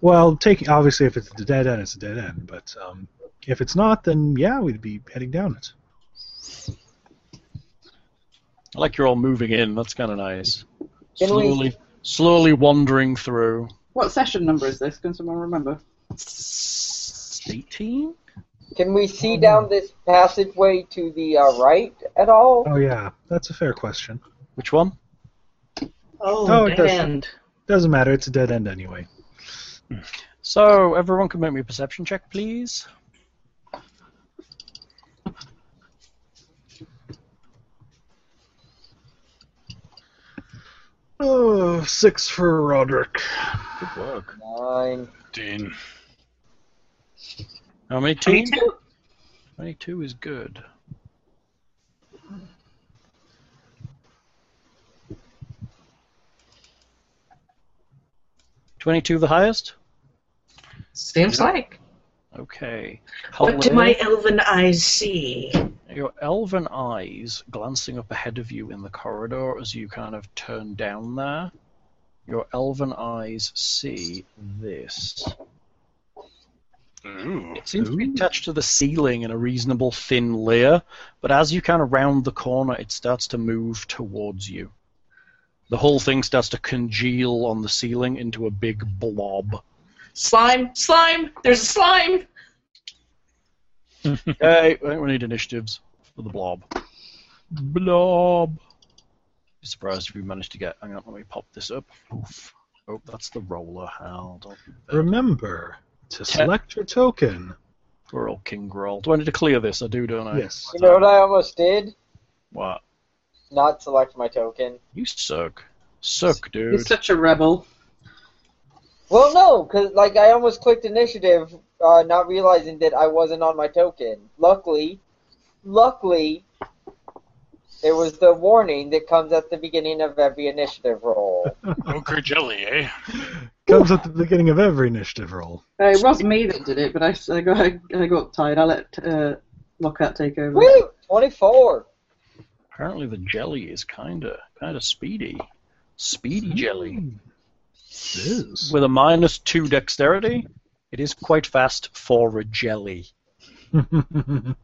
E: Well, taking obviously, if it's a dead end, it's a dead end. But um, if it's not, then yeah, we'd be heading down it.
C: I like you're all moving in. That's kind of nice.
F: Can we-
C: Slowly, slowly wandering through.
B: What session number is this? Can someone remember?
C: 18?
F: Can we see down this passageway to the uh, right at all?
E: Oh yeah, that's a fair question.
C: Which one?
G: Oh,
E: No, it
G: dead
E: doesn't.
G: end.
E: Doesn't matter. It's a dead end anyway.
C: So, everyone can make me a perception check, please.
E: Oh, six for Roderick.
C: Good work.
F: Nine.
D: Dean.
C: How many? Two? 22 is good. Twenty-two, the highest.
G: Seems like.
C: Okay.
G: What do my elven eyes see?
C: Your elven eyes glancing up ahead of you in the corridor as you kind of turn down there. Your elven eyes see this.
D: Ooh.
C: It seems to be attached to the ceiling in a reasonable thin layer, but as you kind of round the corner, it starts to move towards you. The whole thing starts to congeal on the ceiling into a big blob.
G: Slime, slime. There's a slime.
C: hey, I think we need initiatives for the blob. Blob. Be surprised if we manage to get. Hang on, let me pop this up. Oof. Oh, that's the roller. Hal. Don't be bad.
E: Remember to select your token.
C: Poor old King Grawl. Do I need to clear this? I do, don't I?
E: Yes.
F: You know what I almost did?
C: What?
F: Not select my token.
C: You suck. Suck,
B: You're
C: dude.
B: such a rebel.
F: Well, no, because like I almost clicked initiative, uh, not realizing that I wasn't on my token. Luckily, luckily, there was the warning that comes at the beginning of every initiative roll.
D: Ogre jelly, eh?
E: Comes at the beginning of every initiative roll.
B: Uh, it was me that did it, but I, I got I got tired. I let uh, Lockhart take over.
F: Woo! Twenty-four.
C: Apparently the jelly is kinda kinda speedy. Speedy jelly.
E: It is.
C: With a minus two dexterity, it is quite fast for a jelly. It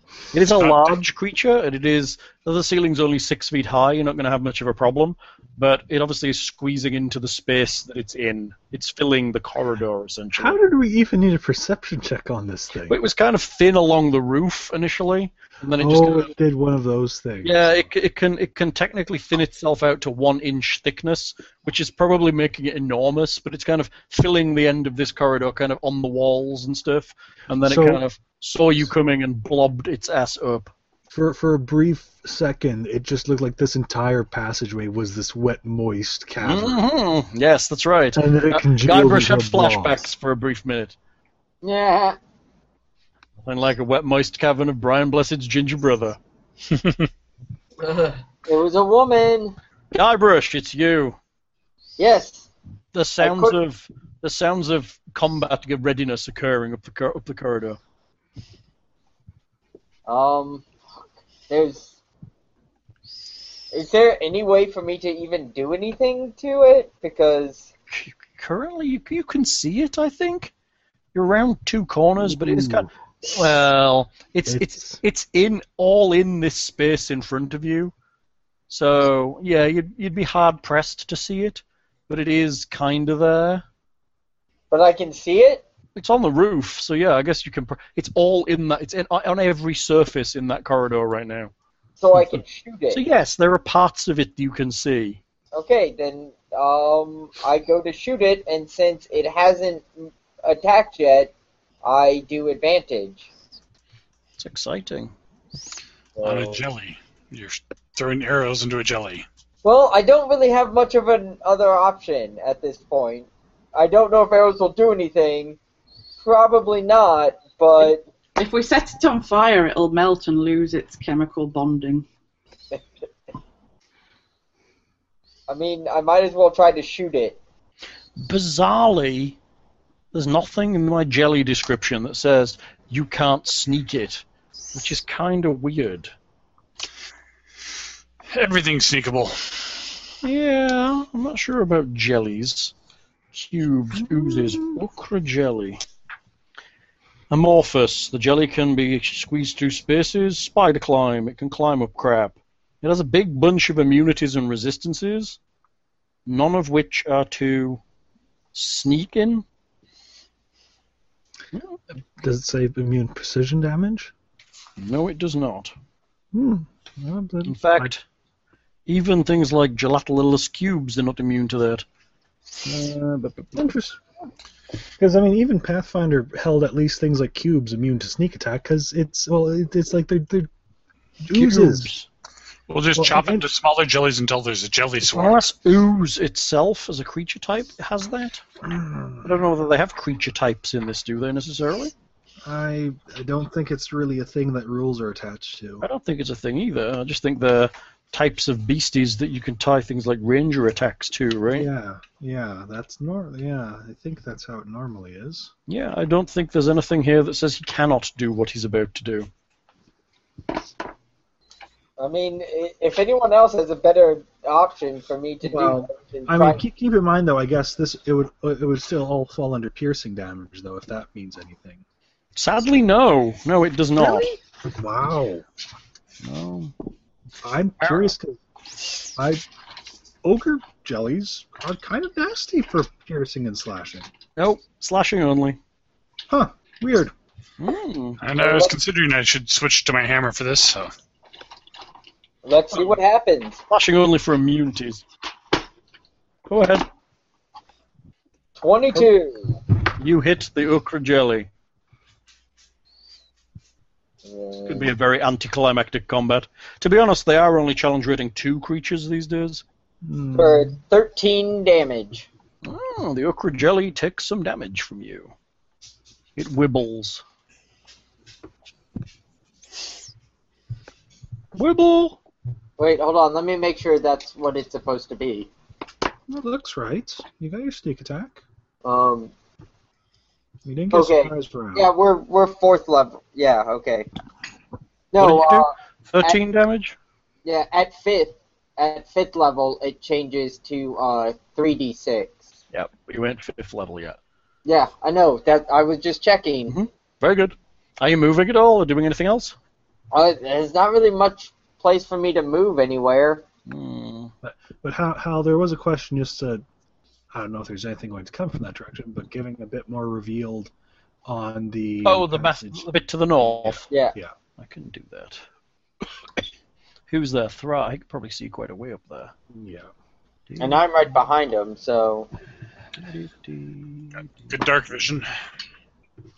C: is a large creature, and it is though the ceiling's only six feet high. You're not going to have much of a problem, but it obviously is squeezing into the space that it's in. It's filling the corridor essentially.
E: *laughs* How did we even need a perception check on this thing?
C: it was kind of thin along the roof initially, and then it just
E: oh,
C: kind of-
E: it did one of those things.
C: yeah, it, c- it can it can technically thin itself out to one inch thickness, which is probably making it enormous, but it's kind of filling the end of this corridor, kind of on the walls and stuff, and then
E: So-
C: it kind of saw you coming and blobbed its ass up.
E: For for a brief second, it just looked like this entire passageway was this wet, moist cavern,
C: Mm-hmm. Yes, that's right.
E: and then
C: Uh,
E: it congealed
C: Guybrush had
E: into a blob.
C: flashbacks for a brief minute,
F: Yeah.
C: and like a wet, moist cavern of Brian Blessed's ginger brother.
G: Ugh.
F: It was a woman.
C: Guybrush, it's you.
F: Yes.
C: The sounds
F: could-
C: of the sounds of combat readiness occurring up the cor- up the corridor.
F: Um. There's. Is there any way for me to even do anything to it? Because
C: Currently, you, you can see it. I think you're around two corners, but it is kind. Of, well, it's it's
E: It's-
C: it's in all in this space in front of you. So yeah, you'd you'd be hard pressed to see it, but it is kind of there.
F: but I can see it.
C: It's on the roof, so yeah, I guess you can. Pr- it's all in that. It's in, on every surface in that corridor right now.
F: so
E: *laughs*
F: I can shoot it.
C: So yes, there are parts of it you can see.
F: Okay, then um, I go to shoot it, and since it hasn't attacked yet, I do advantage.
C: It's exciting.
D: On a
E: Oh.
F: So-
D: jelly. You're throwing arrows into a jelly.
F: well, I don't really have much of an other option at this point. I don't know if arrows will do anything. Probably not, but
B: If we set it on fire, it'll melt and lose its chemical bonding.
F: I mean, I might as well try to shoot it.
C: bizarrely, there's nothing in my jelly description that says you can't sneak it, which is kind of weird.
D: Everything's sneakable.
C: Yeah, I'm not sure about jellies. Cubes, oozes, okra jelly. Amorphous. The jelly can be squeezed through spaces. Spider climb. It can climb up crap. It has a big bunch of immunities and resistances, none of which are to sneaking.
E: Does it say immune precision damage?
C: No, it does not.
E: Hmm. Well, then-
C: In fact, even things like gelatinous cubes, they're not immune to that.
E: Uh, but, but interest. Because I mean, even Pathfinder held at least things like cubes immune to sneak attack. Because it's well, it, it's like they're they're oozes.
C: Cubes.
D: We'll just
E: Well,
D: chop
E: I-
D: into smaller jellies until there's a jelly swarm.
C: Unless ooze itself as a creature type has that. I don't know whether they have creature types in this, do they necessarily?
E: I I don't think it's really a thing that rules are attached to.
C: I don't think it's a thing either. I just think they're types of beasties that you can tie things like ranger attacks to, right?
E: Yeah, yeah, that's nor. Yeah, I think that's how it normally is.
C: Yeah, I don't think there's anything here that says he cannot do what he's about to do.
F: I mean, i- if anyone else has a better option for me to
E: Well,
F: do, that than
E: I
F: try-
E: mean, keep, keep in mind though. I guess this it would it would still all fall under piercing damage though, if that means anything.
C: Sadly, no. No, it does not.
E: Wow.
C: No.
E: I'm curious because I ogre jellies are kind of nasty for piercing and slashing.
C: Nope. Slashing only.
E: Huh? Weird.
C: Mm.
D: And I was considering I should switch to my hammer for this, so.
F: let's see what happens.
C: Slashing only for immunities. Go ahead.
F: Twenty-two.
C: You hit the okra jelly. Could be a very anticlimactic combat. To be honest, they are only challenge rating two creatures these days.
E: Hmm.
F: for thirteen damage.
C: Oh, the okra jelly takes some damage from you. It wibbles. Wibble!
F: Wait, hold on. Let me make sure that's what it's supposed to be.
E: That looks right. You got your sneak attack.
F: Um,
E: You didn't get
F: Okay.
E: surprised round.
F: yeah, we're we're fourth level. Yeah, okay. No,
C: What did you
F: uh,
C: do? 13 damage?
F: yeah, at fifth, at fifth level, it changes to uh three d six.
C: Yep, you went fifth level yet.
F: Yeah, I know. That I was just checking.
C: Mm-hmm. Very good. Are you moving at all or doing anything else?
F: Uh, there's not really much place for me to move anywhere.
C: Hmm.
E: But how how there was a question just to I don't know if there's anything going to come from that direction, but giving a bit more revealed on the
C: Oh, the message. A bit to the north.
F: Yeah.
C: I can do that. *coughs* Who's there? Thra. I can probably see quite a way up there.
E: Yeah.
F: And I'm right behind him, so
D: Good dark vision.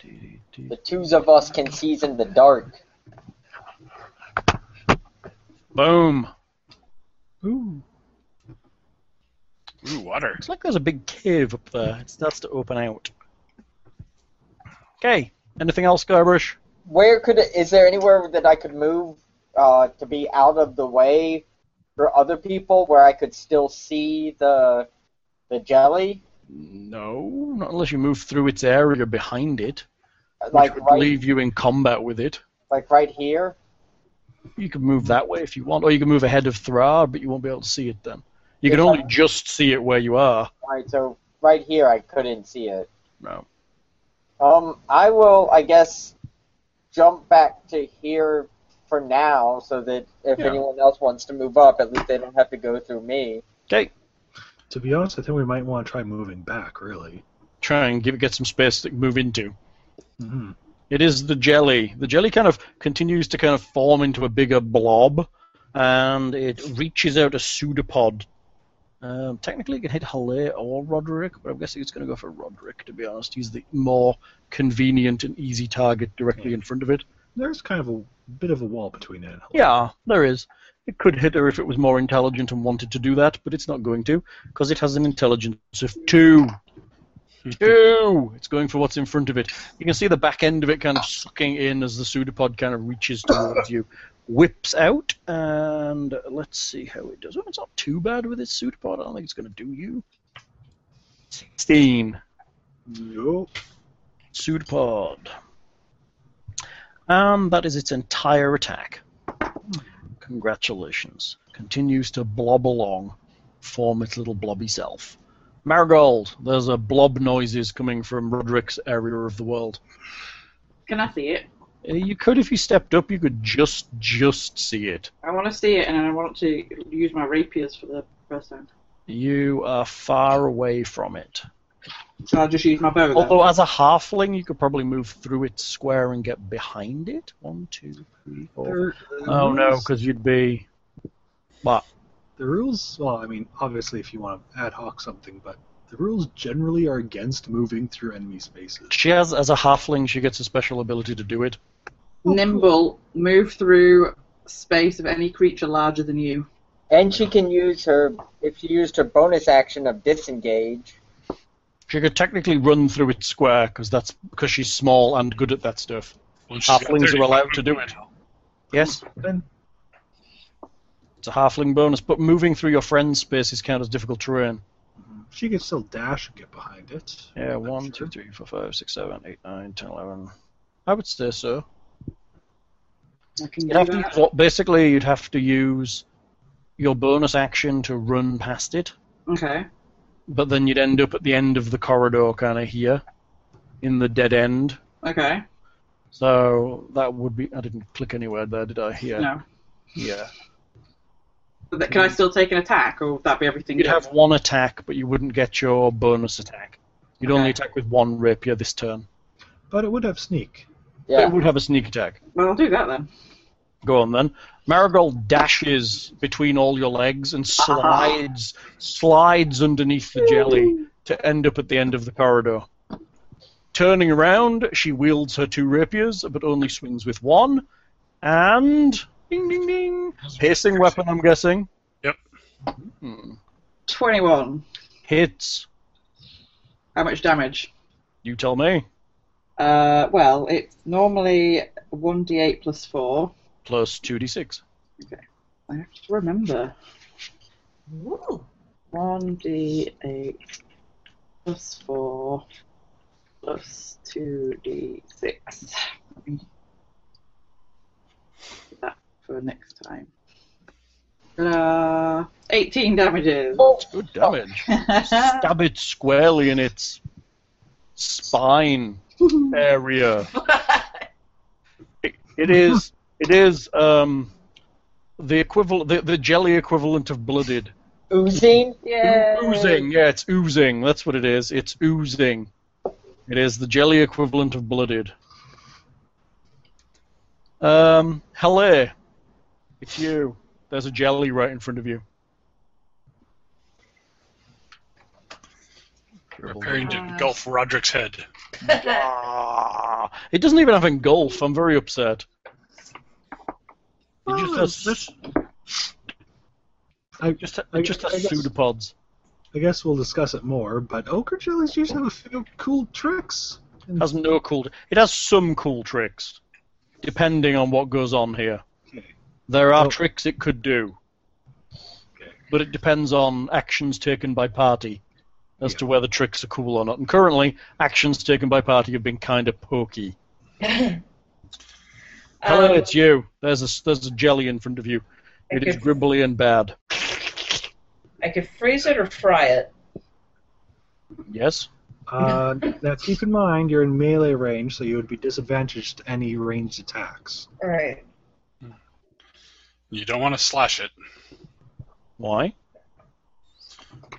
F: the twos of us can seize in the dark.
C: Boom!
E: Ooh.
D: Ooh, water.
C: Looks like there's a big cave up there. It starts to open out. Okay. Anything else, Guybrush?
F: Where could it, is there anywhere that I could move uh, to be out of the way for other people, where I could still see the the jelly,
C: No, not unless you move through its area behind it, which
F: like
C: would
F: right,
C: leave you in combat with it.
F: like right here?
C: You can move that way if you want, or you can move ahead of Thra, but you won't be able to see it then. You can
F: Yes,
C: only
F: I-
C: just see it where you are.
F: Right, so right here I couldn't see it.
C: No.
F: Um, I will, I guess, jump back to here for now, so that if
C: Yeah.
F: anyone else wants to move up, at least they don't have to go through me.
C: Okay.
E: To be honest, I think we might want to try moving back, really.
C: Try and give it get some space to move into.
E: hmm
C: It is the jelly. The jelly kind of continues to kind of form into a bigger blob, and it reaches out a pseudopod. Um, technically, it can hit Halle or Roderick, but I'm guessing it's going to go for Roderick, to be honest. He's the more convenient and easy target directly in front of it.
E: There's kind of a bit of a wall between it. and-
C: Yeah, there is. It could hit her if it was more intelligent and wanted to do that, but it's not going to, because it has an intelligence of two. Two! It's going for what's in front of it. You can see the back end of it kind of sucking in as the pseudopod kind of reaches towards you. Whips out, and let's see how it does. Oh, it's not too bad with its pseudopod. I don't think it's going to do you. Sixteen.
E: Nope.
C: Pseudopod. And Um, that is its entire attack. Congratulations. Continues to blob along, form its little blobby self. Marigold, there's a blob noises coming from Roderick's area of the world.
B: Can I see it?
C: Uh, You could, if you stepped up, you could just, just see it.
B: I want to see it, and I want to use my rapiers for the first time.
C: You are far away from it.
B: Shall I just use my bow? then?
C: Although, as a halfling, you could probably move through its square and get behind it. One, two, three, four.
E: There- the
C: Oh no,
E: rules-
C: because you'd be. But
E: the rules. Well, I mean, obviously, if you want to ad hoc something, but the rules generally are against moving through enemy spaces.
C: she has, as a halfling, she gets a special ability to do it.
B: Nimble, move through space of any creature larger than you.
F: And she can use her if she used her bonus action of disengage.
C: She could technically run through its square because that's because she's small and good at that stuff.
D: Well, she's got
C: Halflings are
D: 30
C: allowed to do it. Yes,
E: Then
C: it's a halfling bonus, but moving through your friend's space is counted as difficult terrain.
E: she can still dash and get behind it.
C: Yeah,
E: I'm
C: one, two,
E: sure.
C: three, four, five, six, seven, eight, nine, ten, eleven. I would say so.
B: I can do
C: You'd have to
B: that.
C: well, basically you'd have to use your bonus action to run past it,
B: Okay.
C: but then you'd end up at the end of the corridor, kind of here, in the dead end.
B: Okay.
C: So that would be. I didn't click anywhere there, did I? Here,
B: No.
C: yeah.
B: But th- Can I still take an attack, or would that be everything?
C: You'd
B: else?
C: have one attack, but you wouldn't get your bonus attack. You'd only
B: Okay.
C: attack with one rapier this turn.
E: But it would have sneak.
C: But
F: Yeah.
C: It would have a sneak attack.
B: Well, I'll do that then.
C: Go on then. Marigold dashes between all your legs and slides, slides underneath the jelly to end up at the end of the corridor. Turning around, she wields her two rapiers, but only swings with one. And ding, ding, ding. Piercing weapon, I'm guessing.
D: Yep.
C: Hmm.
B: Twenty-one.
C: Hits.
B: How much damage?
C: You tell me.
B: Uh, well, it's normally one d8 plus four.
C: Plus two d6.
B: I have to remember.
H: Ooh.
B: One D eight plus four plus two D six. Let me get that for next time. Ta-da! Eighteen damages.
G: Oh.
B: *laughs*
C: Good damage. Stab it Oh. squarely in its spine area. It- *laughs* it is. It is um, the equivalent, the, the jelly equivalent of blooded.
F: Oozing?
B: yeah.
C: Oozing, yeah, it's oozing. That's what it is. It's oozing. It is the jelly equivalent of blooded. Um, hello. It's you. There's a jelly right in front of you.
D: Preparing to engulf Roderick's head.
C: Ah, it doesn't even have engulf. I'm very upset. It just
E: Oh,
C: has,
E: that's- I,
C: just, ha-
E: I-
C: it just has
E: I guess-
C: pseudopods.
E: I guess we'll discuss it more, but ochre jellies just have a few cool tricks.
C: It has no cool. It has some cool tricks, depending on what goes on here.
E: Okay.
C: There are
E: Well-
C: tricks it could do,
E: Okay.
C: but it depends on actions taken by party as
E: Yeah.
C: to whether tricks are cool or not. And currently, actions taken by party have been kind of pokey. Hello,
H: Um,
C: it's you. There's a s- there's a jelly in front of you.
G: I
C: It is
G: could-
C: gribbly and bad.
G: I could freeze it or fry it.
C: Yes. *laughs*
E: Uh, now keep in mind you're in melee range, so you would be disadvantaged to any ranged attacks.
G: All right.
D: You don't want to slash it.
C: Why?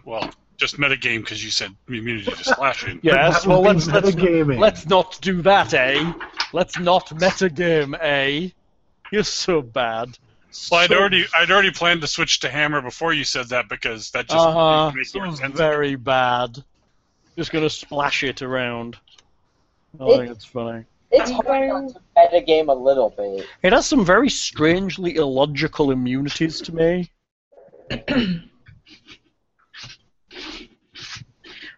D: Well, just metagame because you said immunity to
C: *laughs*
D: slashing.
C: Yes.
E: That
C: Well,
E: would be
C: let's let's
E: metagaming.
C: Let's not do that, eh? Let's not metagame, eh? You're so bad.
D: Well, I'd
C: So-
D: already I'd already planned to switch to hammer before you said that because that just
C: Uh-huh.
D: makes more sense.
C: Very bad. Just gonna splash it around. I think it's funny.
F: It's hard not to metagame a little bit.
C: It has some very strangely illogical immunities to me.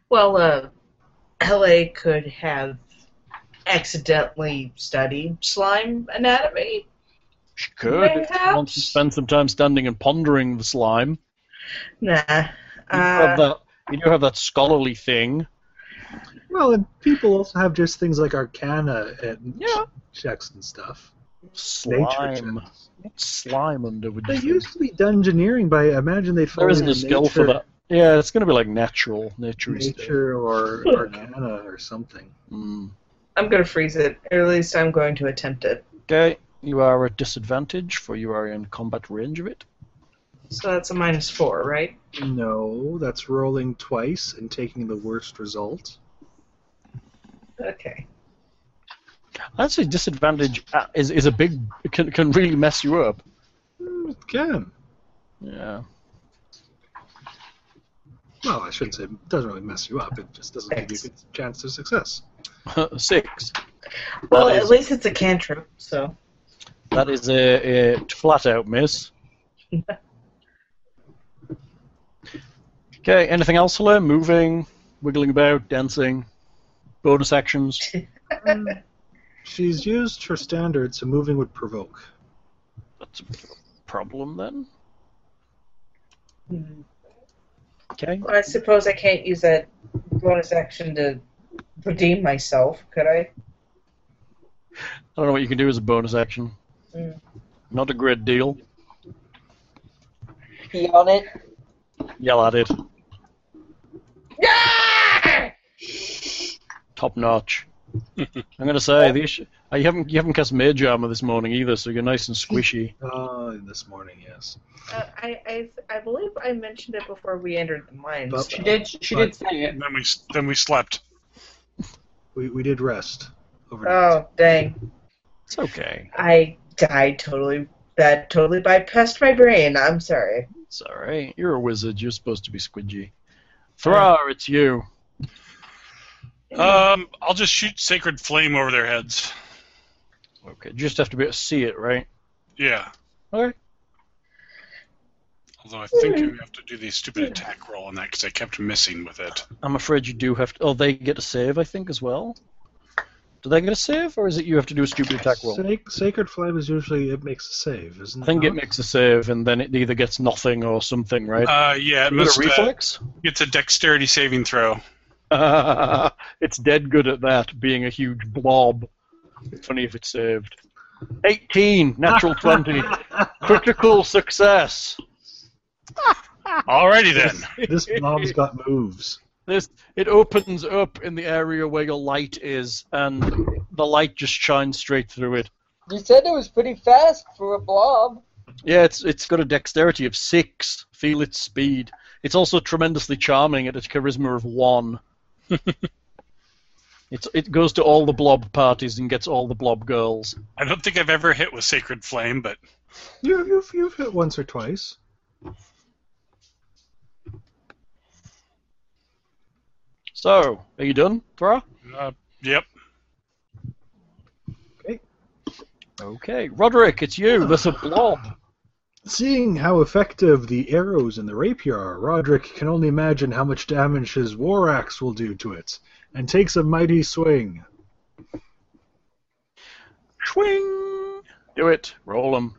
G: Well, uh, LA could have accidentally studied slime anatomy.
C: She could. if she wants to
G: Perhaps.
C: spend some time standing and pondering the slime.
G: Nah.
C: You could have
G: Uh,
C: that- You do have that scholarly thing.
E: Well, and people also have just things like Arcana and
C: Yeah.
E: checks and stuff.
C: Slime.
E: checks.
C: What's slime under? Would
E: They
C: you think?
E: used to be dungeoneering by. Imagine they
C: There
E: found
C: isn't a
E: a
C: skill
E: nature,
C: for that. Yeah, it's going to be like natural, nature *laughs*
E: nature or Arcana or something.
C: Mm.
G: I'm gonna freeze it, or at least I'm going to attempt it.
C: Okay, you are at disadvantage for you are in combat range of it.
G: So that's a minus four, right?
E: No, that's rolling twice and taking the worst result.
G: Okay.
C: I'd say disadvantage uh, is is a big can can really mess you up.
E: Mm, it can.
C: Yeah. *laughs*
E: Well, I shouldn't say it doesn't really mess you up. It just doesn't give you a good chance of success.
C: Six.
G: Well,
C: That
G: at
C: is-
G: least it's a cantrip, so.
C: That is a, a flat out *laughs* miss. Okay, anything else, Hilaire? Moving, wiggling about, dancing, bonus actions.
E: She's used her standard, so moving would provoke.
C: That's a problem then.
G: Hmm.
C: Okay.
G: Well, I suppose I can't use that bonus action to redeem myself, could I?
C: I don't know what you can do as a bonus action.
G: Mm.
C: Not a great deal.
F: Pee on it.
C: Yell at it.
G: Yeah!
C: Top *laughs* notch. I'm gonna say the issue. uh, You haven't you haven't cast mage armor this morning either, so you're nice and squishy.
E: Uh, this morning, yes.
G: Uh, I, I I believe I mentioned it before we entered the mines.
E: But-
B: She did. She
E: Right.
B: did say it.
D: Then we then we slept.
E: We, we did rest overnight.
G: Oh dang!
C: It's okay.
G: I died totally. That totally bypassed my brain. I'm sorry.
C: It's alright. You're a wizard. You're supposed to be squidgy. Thrar, it's you.
D: Um, I'll just shoot sacred flame over their heads.
C: Okay. You just have to be able to see it, right?
D: Yeah.
C: Okay.
D: Although I think you have to do the stupid attack roll on that because I kept missing with it.
C: I'm afraid you do have to. Oh, they get a save, I think, as well. Do they get a save, or is it you have to do a stupid attack roll?
E: Sac- Sacred Flame is usually, it makes a save, isn't
C: I
E: it?
C: think it
E: not?
C: makes a save, and then it either gets nothing or something, right?
D: Uh, yeah,
C: Is it
D: it must,
C: a
D: uh,
C: reflex? *laughs*
D: it's a dexterity saving throw.
C: it's dead good at that, being a huge blob. Funny if it's saved. 18, natural 20. Critical success.
D: Alrighty
C: *laughs*
D: then.
E: This blob's got moves.
C: This it opens up in the area where your light is, and the light just shines straight through it.
F: You said it was pretty fast for a blob.
C: Yeah, it's it's got a dexterity of six. Feel its speed. It's also tremendously charming at a charisma of one. it's it goes to all the blob parties and gets all the blob girls.
D: I don't think I've ever hit with sacred flame, but
E: You, you've, you've hit once or twice.
C: So, are you done, Thra?
D: uh, yep.
C: Okay, Roderick, it's you. There's a blob.
E: Seeing how effective the arrows and the rapier are, Roderick can only imagine how much damage his war axe will do to it, and takes a mighty swing.
C: Swing. Do it. Roll him.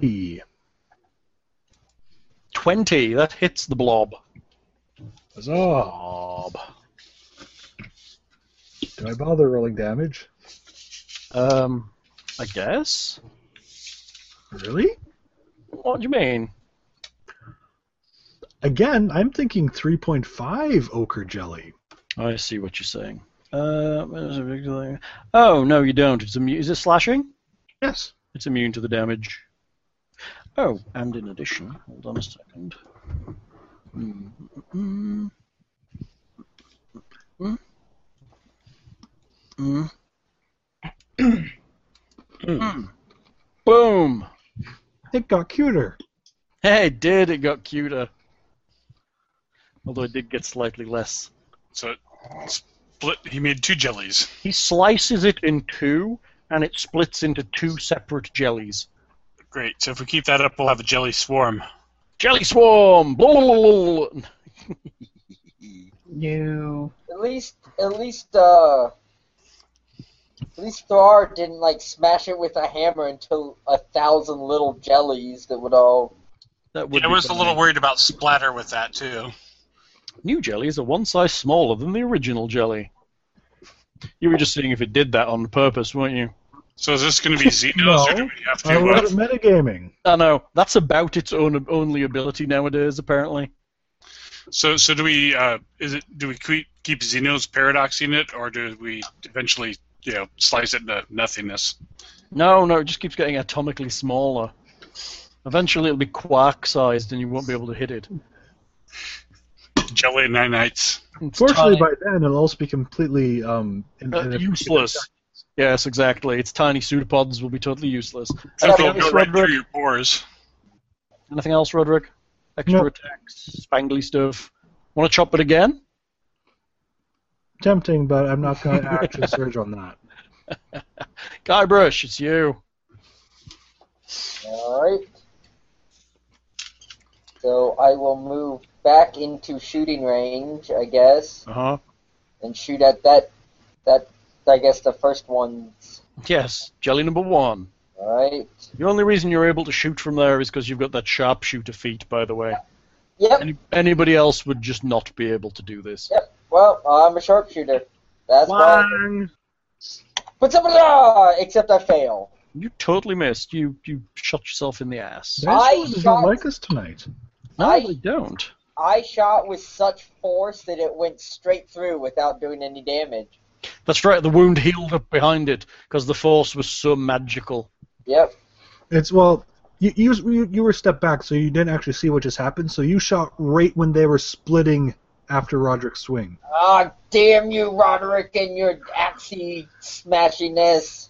E: He
C: Twenty. That hits the blob.
E: Huzzah!
C: Blob.
E: Do I bother rolling damage?
C: Um, I guess.
E: Really?
C: What do you mean?
E: Again, I'm thinking 3.5 ochre jelly.
C: I see what you're saying. Uh, what is it regularly- oh no, you don't. It's immune. Is it slashing?
E: Yes.
C: It's immune to the damage. Oh, and in addition, hold on a second. Mm, mm, mm, mm, mm, mm. Boom!
E: It got cuter.
C: Hey, it did. It got cuter. Although it did get slightly less.
D: So it split. He made two jellies.
C: He slices it in two, and it splits into two separate jellies.
D: Great. So if we keep that up, we'll have a jelly swarm.
C: Jelly swarm! Blah, blah, blah, blah.
G: No.
F: At least, at least, uh, At least Thor didn't like smash it with a hammer until a thousand little jellies that would all.
C: That would
D: I
C: be
D: was a
C: something.
D: little worried about splatter with that too.
C: New jellies are one size smaller than the original jelly. You were just seeing if it did that on purpose, weren't you?
D: So is this going
C: *laughs*
D: to be Xenos, or do
E: No.
D: we have
E: I
D: to?
E: love
D: Uh,
E: metagaming.
C: I know. That's about its own only ability nowadays, apparently.
D: so so do we? Uh, is it do we keep keep Xenos paradoxing it, or do we eventually you know slice it into nothingness?
C: No, no, it just keeps getting atomically smaller. Eventually it'll be quark sized and you won't be able to hit it.
D: Jelly nanites.
C: It's
E: Fortunately,
C: tiny.
E: by then it'll also be completely um, in-
C: Uh,
E: in a-
C: useless. Yes, exactly. Its tiny pseudopods will be totally useless.
F: Except
C: Anything
D: It'll
F: Yeah,
D: go
C: else,
F: it's
D: right through
C: Roderick?
D: your pores.
C: Anything else, Roderick? Extra
E: No.
C: attacks, spangly stuff. Want to chop it again?
E: Tempting, but I'm not going to actually surge on that.
C: Guybrush, it's you.
F: Alright. So I will move back into shooting range, I guess,
C: Uh huh.
F: and shoot at that. That I guess the first one's
C: Yes, jelly number one.
F: alright.
C: The only reason you're able to shoot from there is because you've got that sharpshooter feat, by the way.
F: Yep.
C: Any, anybody else would just not be able to do this.
F: Well, I'm a sharpshooter. *laughs* That's why. But somebody, ah, except I fail.
C: You totally missed. You you shot yourself in the ass.
F: Yeah.
E: Dinosaurs does not
F: shot-
E: like us tonight.
C: No,
F: I-
C: they don't.
F: I shot with such force that it went straight through without doing any damage.
C: That's right. The wound healed up behind it because the force was so magical.
F: Yep.
E: It's well, you, you you you were stepped back, so you didn't actually see what just happened. So you shot right when they were splitting after Roderick's swing.
F: Ah, damn you, Roderick, and your axie smashiness.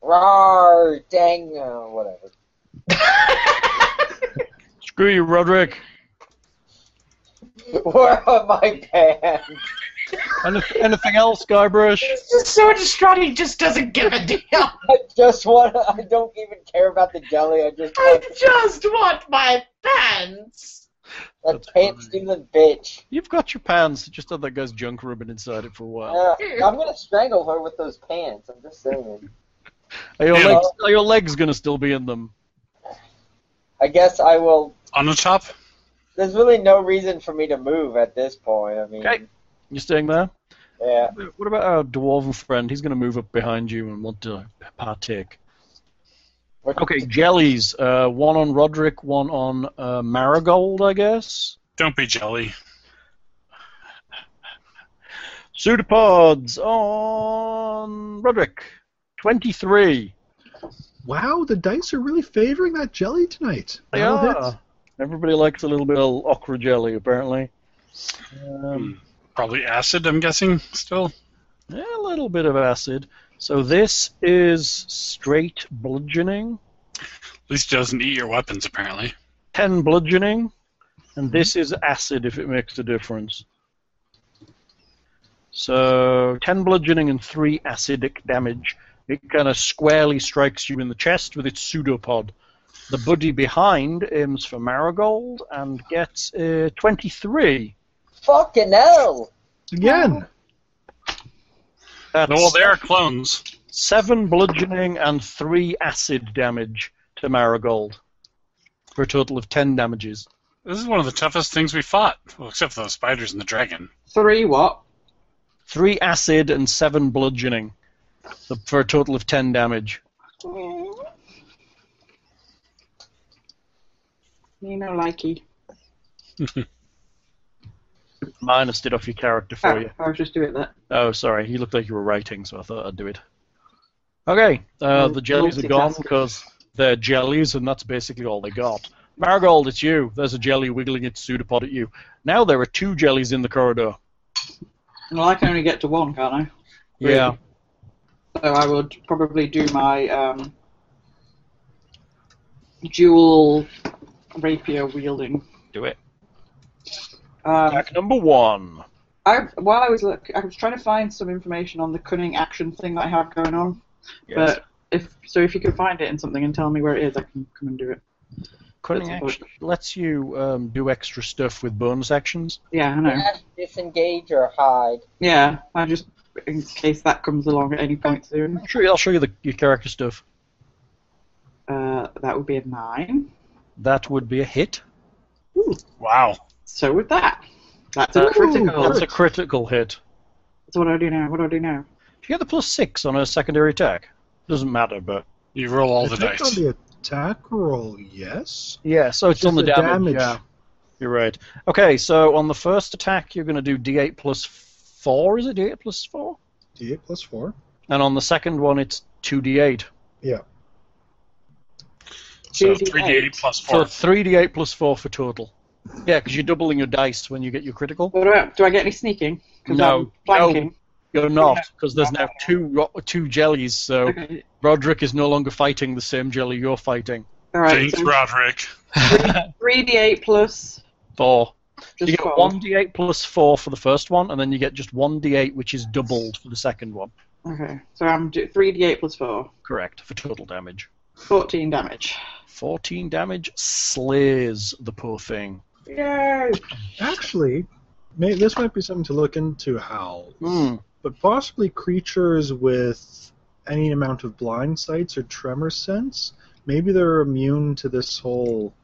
F: Rar, dang, uh, whatever. *laughs*
C: Screw you, Roderick.
F: Where are my pants?
C: Anyth- anything else, Guybrush?
G: He's just so distraught he just doesn't give a damn.
F: I just want. I don't even care about the jelly. I just
G: I
F: want
G: just want my pants.
F: a
C: That's
F: pants stealing bitch.
C: You've got your pants. It just had that guy's junk ribbon inside it for a while.
F: Uh, I'm gonna strangle her with those pants. I'm just saying.
C: Are your
D: Yeah.
C: legs? Are your legs gonna still be in them?
F: I guess I will.
D: On the top?
F: There's really no reason for me to move at this point. I mean,
C: Okay. You staying there?
F: yeah.
C: What about our dwarven friend? He's going to move up behind you and want to partake.
F: What-
C: Okay, jellies. Uh, one on Roderick, one on uh, Marigold, I guess.
D: Don't be jelly.
C: Pseudopods on Roderick. 23.
E: Wow, the dice are really favoring that jelly tonight.
C: They
E: That'll hit.
C: are. Everybody likes a little bit of okra jelly, apparently. Um,
D: Probably acid, I'm guessing, still.
C: yeah, a little bit of acid. So this is straight bludgeoning.
D: At least it doesn't eat your weapons, apparently.
C: 10 bludgeoning, and this is acid if it makes a difference. So 10 bludgeoning and 3 acidic damage. It kind of squarely strikes you in the chest with its pseudopod. The buddy behind aims for Marigold and gets a 23.
F: Fucking hell!
E: Again,
C: That's
D: Well, they are clones.
C: 7 bludgeoning and 3 acid damage to Marigold for a total of 10 damages.
D: This is one of the toughest things we fought. Well, except for those spiders and the dragon.
B: Three what?
C: 3 acid and 7 bludgeoning so- for a total of 10 damage.
B: You know, likey.
C: Minus it off your character for
B: Oh,
C: you.
B: I'll just do it then.
C: Oh, sorry. You looked like you were writing, so I thought I'd do it. Okay, uh, the jellies are gone
B: multitasking.
C: because they're jellies, and that's basically all they got. Marigold, it's you. There's a jelly wiggling its pseudopod at you. Now there are two jellies in the corridor.
B: Well, I can only get to one, can't I?
C: Yeah.
B: So I would probably do my um, dual rapier wielding.
C: Do it.
B: Um,
C: Attack number one.
B: I, while I was look, I was trying to find some information on the cunning action thing that I have going on.
C: Yes.
B: But if so, if you can find it in something and tell me where it is, I can come and do it.
C: Cunning
B: that's
C: action lets you um, do extra stuff with bonus actions.
B: Yeah, I know.
F: Disengage or hide.
B: Yeah, I just in case that comes along at any point soon.
C: I'll show you, I'll show you the, your character stuff.
B: Uh, that would be a nine.
C: That would be a hit.
D: Wow.
B: So would that. That's a
C: Ooh,
B: critical.
C: Oh, That's a critical hit.
B: So what do I do now? What do I do now?
C: She got the plus six on her secondary attack. Doesn't matter, but
D: You roll all the
E: Attack
D: dice.
E: On the attack roll, yes.
C: yeah. So it's
E: Just
C: on the
E: the
C: damage.
E: damage.
C: Yeah, you're right. Okay, so on the first attack, you're going to do D8 plus four. Is it D8 plus four?
E: D8 plus four.
C: And on the second one, it's two D8.
D: So
B: 2d8.
D: 3d8 plus
C: So
D: 4.
C: three D8 plus four for total. Yeah, because you're doubling your dice when you get your critical.
B: What do I, do I get any sneaking? 'Cause
C: No.
B: I'm flanking.
C: You're not, because there's now two ro- two jellies. So
B: Okay.
C: Roderick is no longer fighting the same jelly you're fighting.
B: All right.
D: Thanks,
B: So
D: Roderick.
B: three d8 plus.
C: Four. So
B: Just
C: you get
B: four.
C: one d8 plus four for the first one, and then you get just one d8, which is doubled for the second one.
B: Okay. So I'm do- three d8 plus four.
C: Correct for total damage.
B: 14 damage.
C: Fourteen damage slays the poor thing.
B: Yay!
E: Actually, may, this might be something to look into how,
C: Hmm.
E: but possibly creatures with any amount of blind sights or tremor sense, maybe they're immune to this whole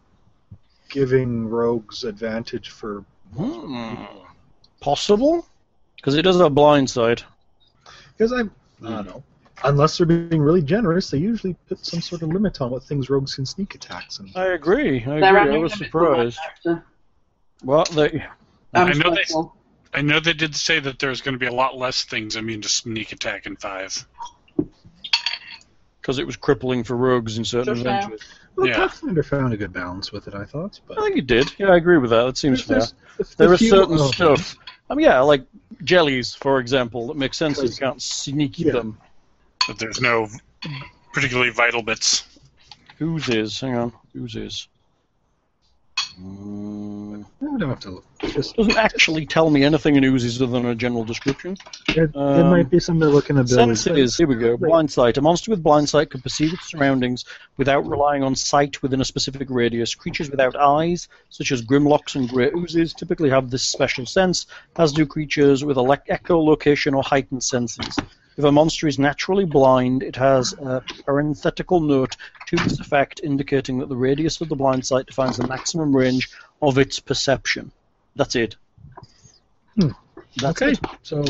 E: giving rogues advantage for.
C: Hmm. Possible? Because it does have blind side.
E: Because I, I don't know. Unless they're being really generous, they usually put some sort of limit on what things rogues can sneak attacks and
C: I agree. I
B: There are
C: agree. I
B: no
C: was
B: limits to my
C: surprised.
B: character.
C: Well, they,
B: I'm
D: I know they-
B: purple.
D: I know they did say that there's going to be a lot less things immune to sneak attack in 5.
C: because it was crippling for rogues in certain
B: Just now.
C: adventures.
E: Well,
D: Yeah.
E: Pathfinder found a good balance with it, I thought. But
C: I think it did. Yeah, I agree with that. That seems
E: There's-
C: fair.
E: there's- if
C: There
E: the
C: is
E: few-
C: certain
E: oh,
C: stuff. I mean, yeah, like jellies, for example, that makes sense if you
E: Because-
C: can't sneaky
E: yeah.
C: them.
D: But there's no particularly vital bits.
C: Whose is? Hang on. Whose is? Mm,
E: I don't have to look. Just,
C: doesn't actually tell me anything in oozes other than a general description.
E: it, it
C: Um,
E: might be something to look in the bill.
C: Senses. Here we go. Blind sight. A monster with blind sight can perceive its surroundings without relying on sight within a specific radius. Creatures without eyes, such as grimlocks and grey oozes, typically have this special sense, as do creatures with ele- echolocation or heightened senses. If a monster is naturally blind, it has a parenthetical note to this effect, indicating that the radius of the blind sight defines the maximum range of its perception. That's it.
E: Hmm.
C: That's
E: okay,
C: it.
E: so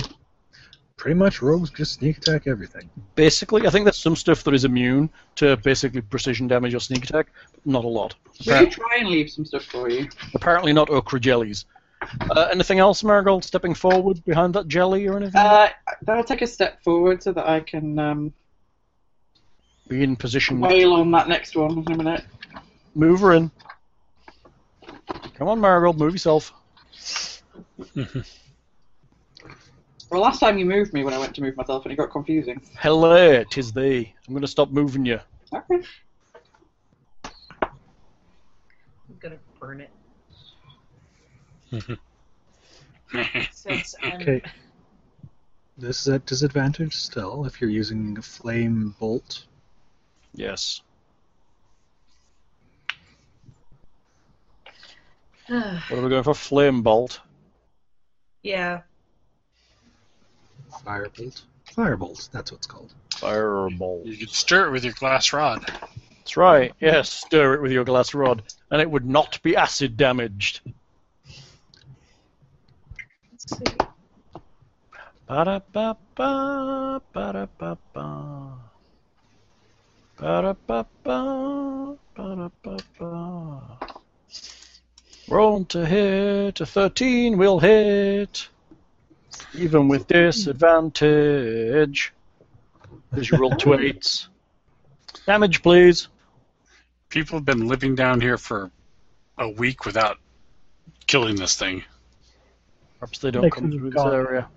E: pretty much rogues just sneak attack everything.
C: basically. I think there's some stuff that is immune to basically precision damage or sneak attack, but not a lot.
B: We could try and leave some stuff for you.
C: Apparently not okra jellies. Uh, anything else, Marigold, stepping forward behind that jelly or anything?
B: Uh, then I'll take a step forward so that I can um,
C: Be in
D: Hmm.
C: position.
B: wail on that next one in a minute.
C: Move her in. Come on, Marigold, move yourself.
B: Well, last time you moved me when I went to move myself and it got confusing.
C: Hello, tis thee. I'm going to stop moving you.
B: Okay.
H: I'm gonna
G: *sighs*
H: burn it.
D: I
H: Since I'm
E: Okay. This is at disadvantage still if you're using a flame bolt.
C: Yes. What are we going for? Flame bolt.
G: *laughs*
H: yeah.
E: Firebolt? Firebolt, that's what it's called.
C: Firebolt.
D: You could stir it with your glass rod.
C: That's right. Yes, stir it with your glass rod, and it would not be acid damaged.
H: Let's see.
C: Ba-da-ba-ba, ba-da-ba-ba. Ba-da-ba-ba, ba-da-ba-ba. Roll to hit, a 13 will hit. Even with disadvantage. Because you rolled two eights. Damage, please.
D: People have been living down here for a week without killing this thing.
C: Perhaps they don't
E: They
C: come
E: could
C: through
E: have
C: this
E: gone.
C: area.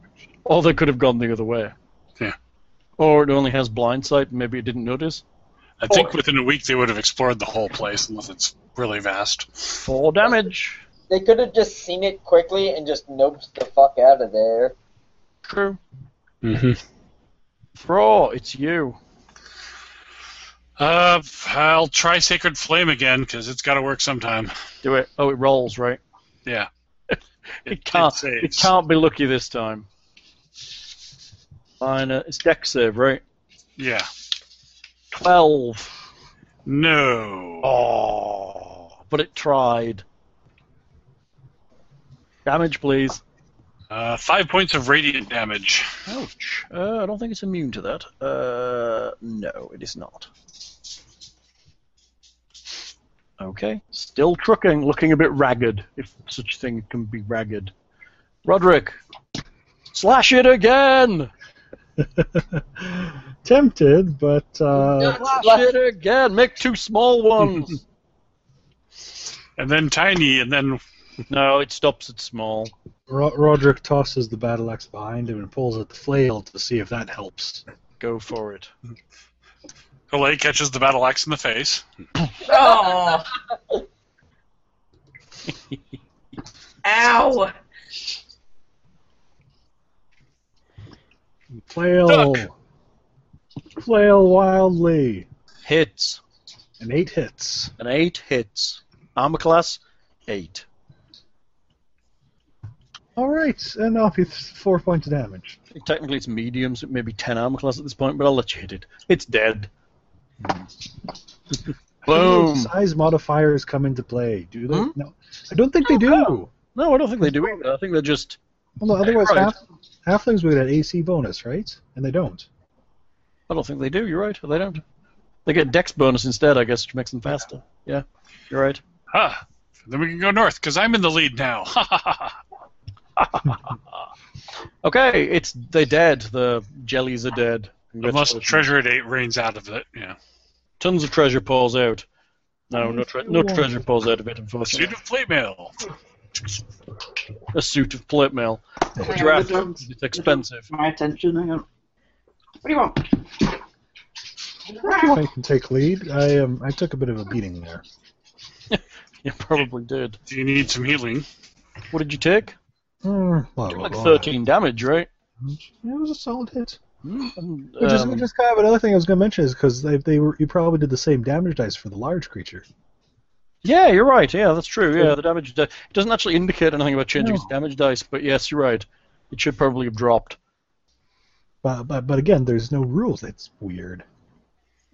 C: Or they could have gone the other way.
D: Yeah.
C: Or it only has blind sight, maybe it didn't notice.
D: I think within a week they would have explored the whole place, unless it's really vast.
C: Four damage.
F: They could have just seen it quickly and just noped the fuck out of there.
C: True.
D: Mm-hmm.
C: Thraw, it's you.
D: Uh, I'll try Sacred Flame again, because it's got to work sometime.
C: Do it. Oh, it rolls, right?
D: Yeah.
C: *laughs* It can't. It
D: saves.
C: can't be lucky this time. Minor. uh, It's deck save, right?
D: Yeah.
C: 12.
D: No.
C: Oh, but it tried. Damage, please.
D: Uh, five points of radiant damage.
C: Ouch. Uh, I don't think it's immune to that. Uh, no, it is not. Okay. Still trucking, looking a bit ragged, if such a thing can be ragged. Roderick, slash it again!
E: *gasps* Tempted, but uh,
C: Slash it again! Make two small *laughs* ones!
D: And then tiny, and then
C: no, it stops at small.
E: Ro- Roderick tosses the battle axe behind him and pulls at the flail to see if that helps.
C: Go for it.
D: Olay catches the battle axe in the face.
G: Oh. Ow.
E: Flail, flail wildly,
C: Hits.
E: and eight hits.
C: An 8 hits. Armor class, 8.
E: All right, and off with four points of damage.
C: Technically, it's medium, so it may be 10 armor class at this point, but I'll let you hit it. It's
D: *laughs*
C: dead. Boom!
E: Size modifiers come into play, do they?
C: Hmm?
E: No, I don't think they do.
C: No, I don't think they do either. I think they're just.
E: Well, otherwise,
C: Right.
E: half, halflings would get an AC bonus, right? And they don't.
C: I don't think they do. You're right. They don't. They get dex bonus instead, I guess, which makes them faster. Yeah, you're right.
D: Huh. Then we can go north, because I'm in the lead now. *laughs* Ha ha ha ha.
C: Okay, it's they're dead. The jellies are dead.
D: Unless
C: Congratulations.
D: treasure at eight rains out of it. Yeah.
C: Tons of treasure pours out. No,
E: Oh,
C: no,
E: it's
C: tre-
E: too
C: no
E: long.
C: treasure pours out of it,
D: Suit
C: unfortunately.
D: of plate mail.
C: A suit of plate mail.
B: Hang on,
C: Draft.
B: the dog's-
C: It's expensive. *laughs*
B: My attention. Hang on. What do you want?
E: I can take lead. I um, I took a bit of a beating there.
C: You probably did.
D: Do you need some healing?
C: What did you take?
E: Hmm, blah,
C: Took
E: blah,
C: like
E: blah.
C: 13 damage, right?
E: Yeah, it was a solid hit.
C: Hmm? And,
E: Which is,
C: um,
E: which is kind of another thing I was going to mention is because they, they were you probably did the same damage dice for the large creature.
C: Yeah, you're right. Yeah, that's true. Yeah, the damage di- it doesn't actually indicate anything about changing its
E: No.
C: damage dice, but yes, you're right. It should probably have dropped.
E: But but, but again, there's no rules. It's weird.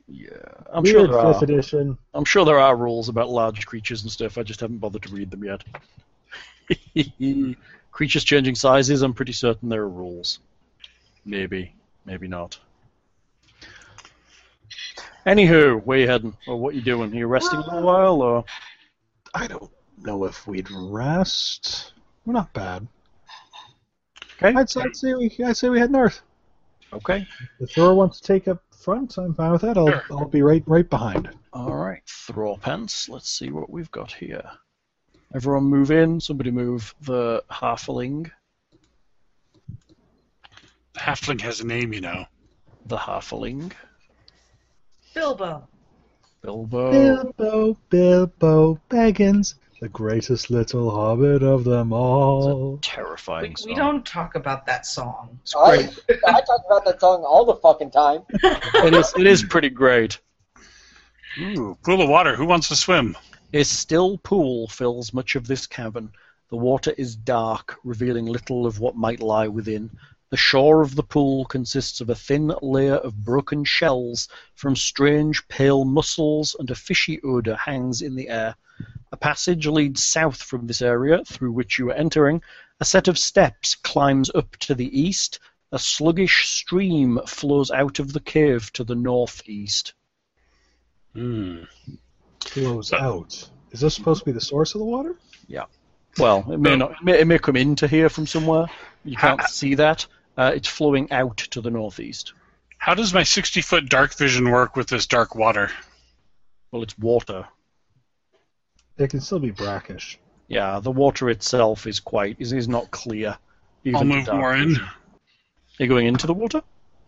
C: Yeah, I'm sure
E: weird
C: there
E: fifth
C: are.
E: edition.
C: I'm sure there are rules about large creatures and stuff. I just haven't bothered to read them yet. *laughs* creatures changing sizes. I'm pretty certain there are rules. Maybe, maybe not. Anywho, where you heading or what you doing? Are you resting for a while or?
E: I don't know if we'd rest. We're not bad.
C: Okay.
E: I'd, say- I'd say we I'd say we head north.
C: Okay.
E: If Thor wants to take up front, I'm fine with that. I'll
D: Sure.
E: I'll be right right behind.
C: All right, throw pants. Let's see what we've got here. Everyone move in. Somebody move the halfling.
D: The halfling has a name, you know.
C: The halfling.
H: Bilbo.
C: Bilbo.
E: Bilbo, Bilbo Baggins, the greatest little hobbit of them all.
C: Terrifying.
G: We,
C: song.
G: we don't talk about that song.
C: It's
F: I,
C: great.
F: I talk about that song all the fucking time.
C: it is. It is pretty great.
D: Ooh, pool of water. Who wants to swim?
C: A still pool fills much of this cavern. The water is dark, revealing little of what might lie within. The shore of the pool consists of a thin layer of broken shells from strange pale mussels, and a fishy odour hangs in the air. A passage leads south from this area through which you are entering. A set of steps climbs up to the east. A sluggish stream flows out of the cave to the northeast.
D: Hmm.
E: Flows out. Is this supposed to be the source of the water?
C: Well, it may not. It may, it may come into here from somewhere. You
D: Ha-
C: can't see that. Uh, it's flowing out to the northeast.
D: How does my 60 foot dark vision work with this dark water?
C: Well, it's water.
E: It can still be brackish.
C: Yeah, the water itself is quite is, is not clear. Even
D: I'll
C: the
D: move
C: dark
D: more in.
C: vision. You're going into the water.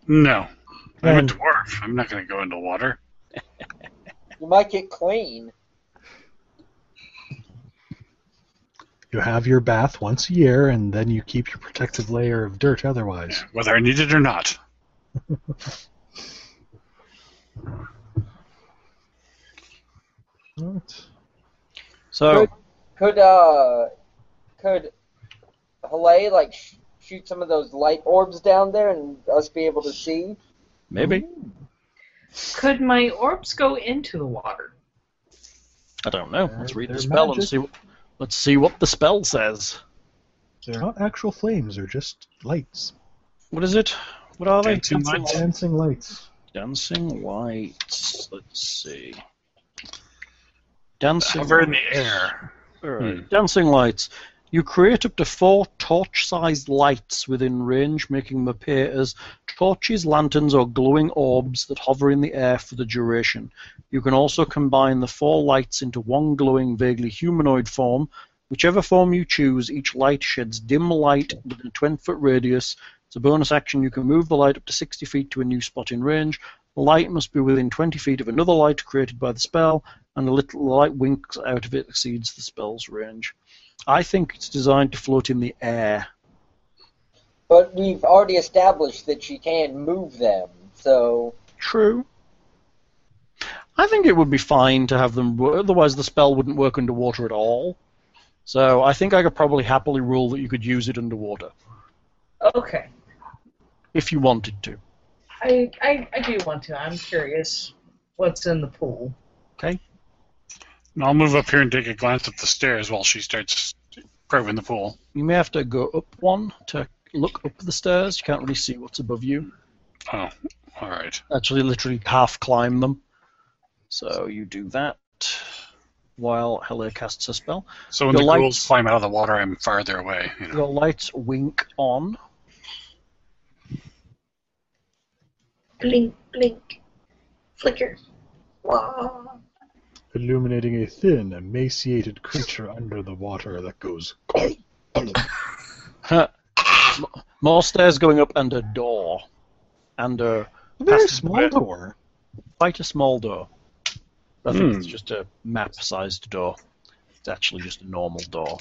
D: No. I'm
E: And-
D: a dwarf. I'm not going to go into water.
F: You might get clean.
E: You have your bath once a year, and then you keep your protective layer of dirt otherwise.
D: Whether I need it or not.
E: Alright.
C: So
F: Could uh, could Halay like sh- shoot some of those light orbs down there and us be able to see?
C: Maybe.
H: Could my orbs go into the water?
C: I don't know. Let's
E: They're-
C: read the
E: they're
C: spell and
E: magic.
C: see. What, let's see what the spell says.
E: They're not actual flames, they're just lights.
C: What is it? What are they?
D: Dancing lights.
E: Dancing lights.
C: Dancing lights. Let's see. Dancing.
D: Hover in the
C: lights.
D: air.
C: Alright, Dancing lights. You create up to four torch-sized lights within range, making them appear as torches, lanterns, or glowing orbs that hover in the air for the duration. You can also combine the four lights into one glowing, vaguely humanoid form. Whichever form you choose, each light sheds dim light within a 20-foot radius. As a bonus action, you can move the light up to 60 feet to a new spot in range. The light must be within 20 feet of another light created by the spell and a little light winks out of it exceeds the spell's range. I think it's designed to float in the air.
F: But we've already established that she can move them, so
C: True. I think it would be fine to have them, wo- otherwise the spell wouldn't work underwater at all. So I think I could probably happily rule that you could use it underwater
H: Okay.
C: if you wanted to.
G: I, I, I do want to. I'm curious what's in the pool.
C: Okay.
D: And I'll move up here and take a glance up the stairs while she starts probing the pool.
C: You may have to go up one to look up the stairs. You can't really see what's above you.
D: Oh, all right.
C: actually literally half climb them. So you do that while Hela casts her spell.
D: So when
C: The
D: the,
C: lights-
D: ghouls climb out of the water, I'm farther away. You know.
C: Your lights wink on.
H: Blink, blink, flicker. Wah.
E: Illuminating a thin, emaciated creature under the water that goes.
C: M- More stairs going up and a door. And a
E: Very
C: Past the
E: small
C: bed.
E: door.
C: quite a small door. I think it's
D: Hmm.
C: just a map sized door. It's actually just a normal door.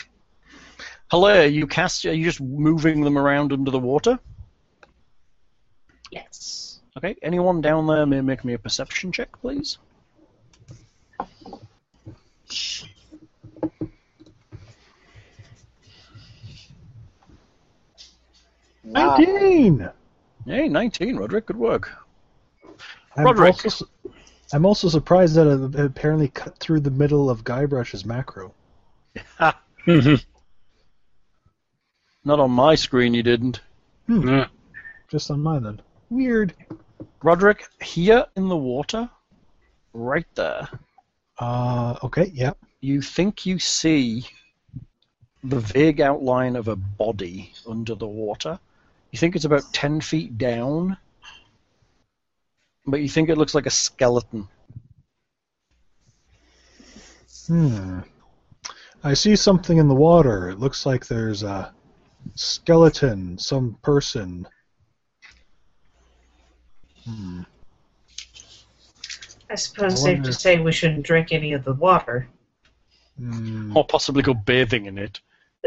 C: Hello, you cast are you just moving them around under the water?
H: Yes.
C: Okay. Anyone down there may make me a perception check, please.
F: not-
E: 19!
C: Hey, nineteen, Roderick, good work.
E: I'm
C: Roderick.
E: Also, su- I'm also surprised that it apparently cut through the middle of Guybrush's macro.
C: Not on my screen you didn't.
D: Yeah.
E: Just on mine then. Weird.
C: Roderick, here in the water, right there,
E: Uh, okay, yeah.
C: you think you see the vague outline of a body under the water. You think it's about 10 feet down, but you think it looks like a skeleton.
E: Hmm. I see something in the water. It looks like there's a skeleton, some person. Hmm.
G: I suppose
E: I
G: safe
E: wonder-
G: to say we shouldn't drink any of the water.
E: Hmm.
C: Or possibly go bathing in it.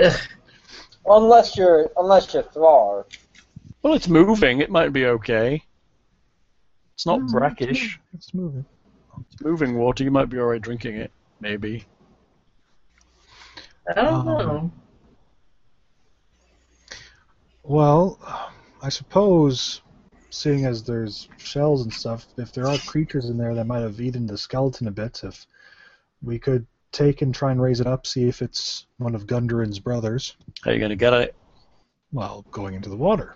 G: Ugh.
F: unless you're unless you're Thrar.
C: Well, it's moving, it might be okay. It's not
E: Hmm,
C: brackish.
E: It's moving.
C: It's moving water, you might be alright drinking it, maybe.
G: I don't
E: Um,
G: know.
E: Well, I suppose, seeing as there's shells and stuff, if there are creatures in there that might have eaten the skeleton a bit, if we could take and try and raise it up, see if it's one of Gundarin's brothers.
C: How are you going to get it?
E: Well, going into the water.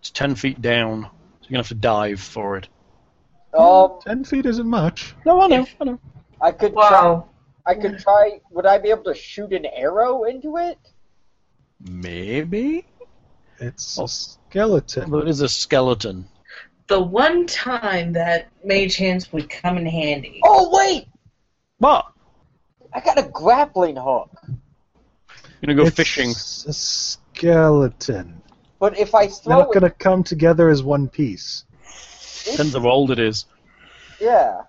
C: It's 10 feet down, so you're going to have to dive for it.
F: Um,
E: Ten feet isn't much.
C: No, I know, I know.
F: I could try.
G: Wow.
F: I could try. Would I be able to shoot an arrow into it?
C: Maybe?
E: It's
C: Oh.
E: a skeleton.
C: Although it is a skeleton.
G: The one time that mage hands would come in handy.
F: Oh wait!
C: What?
F: I got a grappling hook.
C: You're going to go
E: It's
C: fishing.
E: A skeleton.
F: But if I
E: They're
F: throw
E: not going to come together as one piece.
F: it,
C: Depends how old it is.
F: yeah,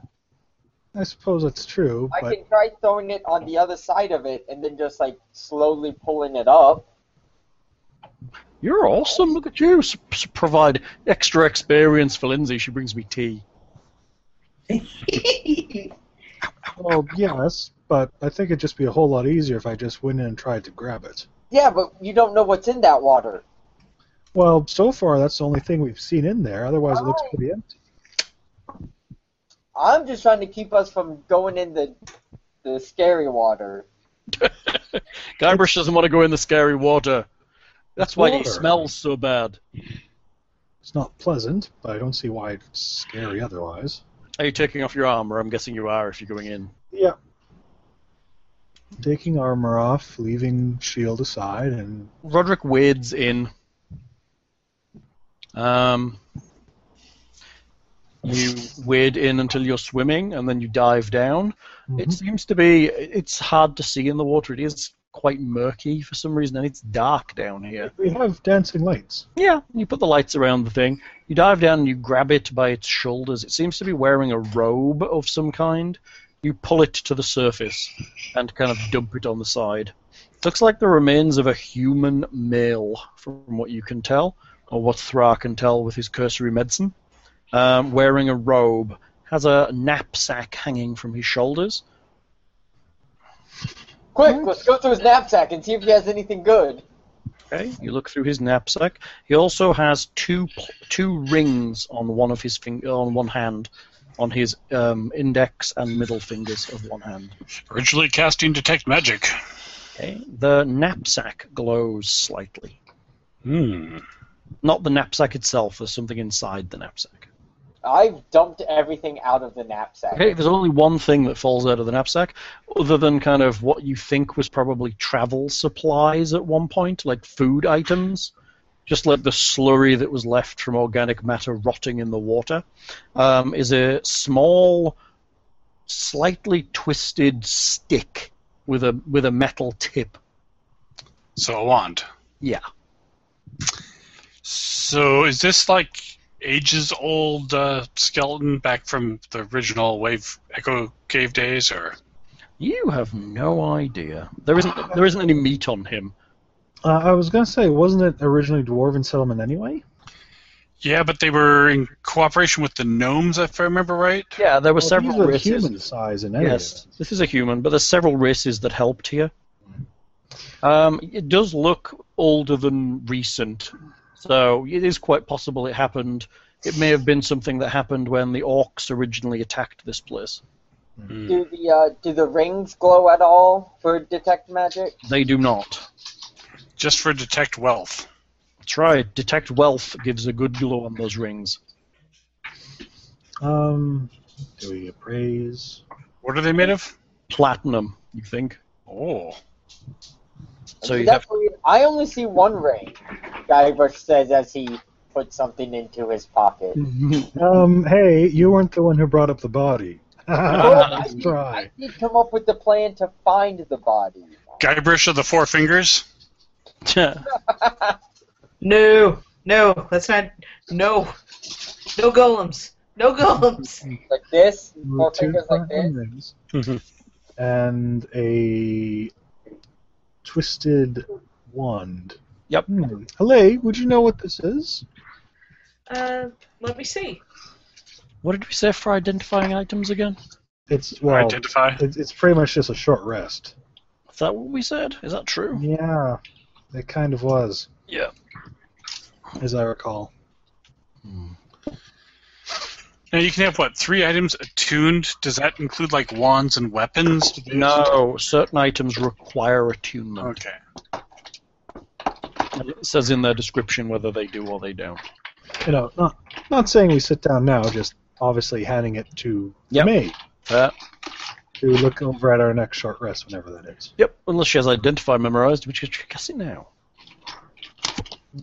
E: I suppose that's true,
F: I
E: but
F: can try throwing it on the other side of it and then just like slowly pulling it up.
C: You're awesome. Look at you. S- s- provide extra experience for Lindsay. She brings me tea.
E: well, yes. But I think it'd just be a whole lot easier if I just went in and tried to grab it.
F: Yeah, but you don't know what's in that water.
E: Well, so far that's the only thing we've seen in there. Otherwise, it looks pretty empty.
F: I'm just trying to keep us from going in the the scary water.
C: Guybrush doesn't want to go in the scary water. That's why it
E: Water.
C: smells so bad.
E: It's not pleasant, but I don't see why it's scary otherwise.
C: Are you taking off your armor? I'm guessing you are if you're going in.
E: Yeah. Taking armor off, leaving shield aside, and
C: Roderick wades in. Um, you wade in until you're swimming, and then you dive down. It seems to be. It's hard to see in the water. It is quite murky for some reason, and it's dark down here.
E: we have dancing lights.
C: Yeah, you put the lights around the thing. You dive down and you grab it by its shoulders. It seems to be wearing a robe of some kind. You pull it to the surface and kind of dump it on the side. looks like the remains of a human male, from what you can tell, or what Thra can tell with his cursory medicine. Um, wearing a robe, has a knapsack hanging from his shoulders.
F: Quick, let's go through his knapsack and see if he has anything good.
C: Okay, you look through his knapsack. He also has two pl- two rings on one of his fing- on one hand, on his um, index and middle fingers of one hand.
D: Originally casting detect magic.
C: Okay, the knapsack glows slightly.
D: Hmm.
C: Not the knapsack itself. There's something inside the knapsack.
F: I've dumped everything out of the knapsack.
C: Okay, there's only one thing that falls out of the knapsack, other than kind of what you think was probably travel supplies at one point, like food items, just like the slurry that was left from organic matter rotting in the water, um, is a small, slightly twisted stick with a with a metal tip.
D: So a wand.
C: Yeah.
D: So is this like ages old uh, skeleton back from the original Wave Echo Cave days, or
C: You have no idea. There isn't there isn't any meat on him.
E: Uh, I was gonna say, wasn't it originally dwarven settlement anyway?
D: yeah, but they were in cooperation with the gnomes, if I remember right.
C: Yeah, there were
E: Well,
C: several
E: these are
C: races.
E: human size and everything.
C: Yes, this is a human, but there's several races that helped here. Um, it does look older than recent, so it is quite possible it happened. It may have been something that happened when the orcs originally attacked this place.
D: Hmm.
F: Do the uh, do the rings glow at all for detect magic?
C: They do not.
D: Just for detect wealth.
C: Try it. detect wealth gives a good glow on those rings.
E: Um, do we appraise?
D: What are they made of?
C: Platinum, you think? *laughs*
D: Oh,
C: So
F: Is
C: you
F: that
C: have
F: weird? I only see one ring. Guybrush says as he puts something into his pocket.
E: Hmm. Um, hey, you weren't the one who brought up
C: *laughs*
E: the body. *laughs* Let's
F: I
E: try.
F: did come up with the plan to find the body.
D: Guybrush of the Four Fingers.
G: No, no, that's not. No, no golems, no golems.
F: Like this, four
E: Two
F: fingers like this.
E: platinum rings.
D: Mm-hmm.
E: and a twisted wand.
C: Yep.
E: Hmm. Hello, would you know what this is?
H: Uh, let me see.
C: what did we say for identifying items again?
E: It's
D: Or
E: well,
D: identify.
E: it's, it's pretty much just a short rest.
C: Is that what we said? Is that true?
E: Yeah, it kind of was,
C: Yeah.
E: as I recall.
D: Now you can have what three items attuned. Does that include like wands and weapons? Do they-
C: No, certain items require attunement.
D: Okay.
C: And it says in their description whether they do or they don't.
E: You know, not not saying we sit down now, just obviously handing it to
C: Yep.
E: me
C: Uh,
E: to look over at our next short rest, whenever that is.
C: yep, unless she has identify memorized, which is guess it now.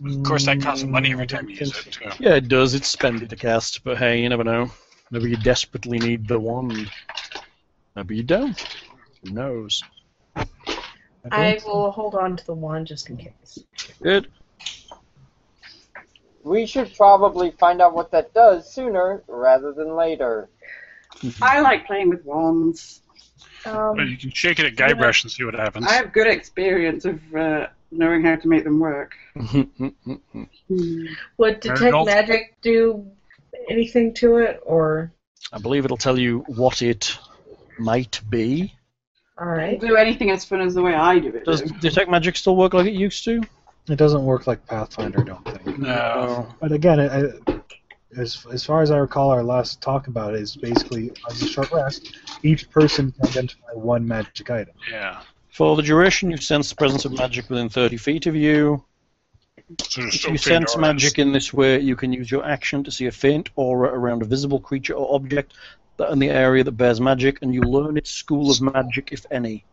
D: Of course, that costs money every time you
E: Mm,
D: use it. Too.
C: Yeah, it does. It's spendy to cast, but hey, you never know. Maybe you desperately need the wand. Maybe you don't. Who knows?
H: I will hold on to the wand just in case.
C: Good. *laughs*
F: We should probably find out what that does sooner rather than later.
D: Mm-hmm.
B: I like playing with wands.
D: Well, you
H: Um,
D: can shake it at Guybrush and see what happens.
B: I have good experience of uh, knowing how to make them work.
H: would
D: Fair
H: detect
D: enough.
H: magic do anything to it, or
C: I believe it'll tell you what it might be.
H: all right?
B: Do anything as fun as the way I do it.
C: Does
B: though.
C: detect magic still work like it used to?
E: It doesn't work like Pathfinder, I don't think.
D: No.
E: But again, I, I- as as far as I recall, our last talk about it is basically on the short rest, each person can identify one magic item.
D: Yeah.
C: For the duration, you sense the presence of magic within 30 feet of you.
D: So just
C: If you
D: open
C: sense
D: doors.
C: magic in this way, you can use your action to see a faint aura around a visible creature or object that in the area that bears magic, and you learn its school of magic, if any.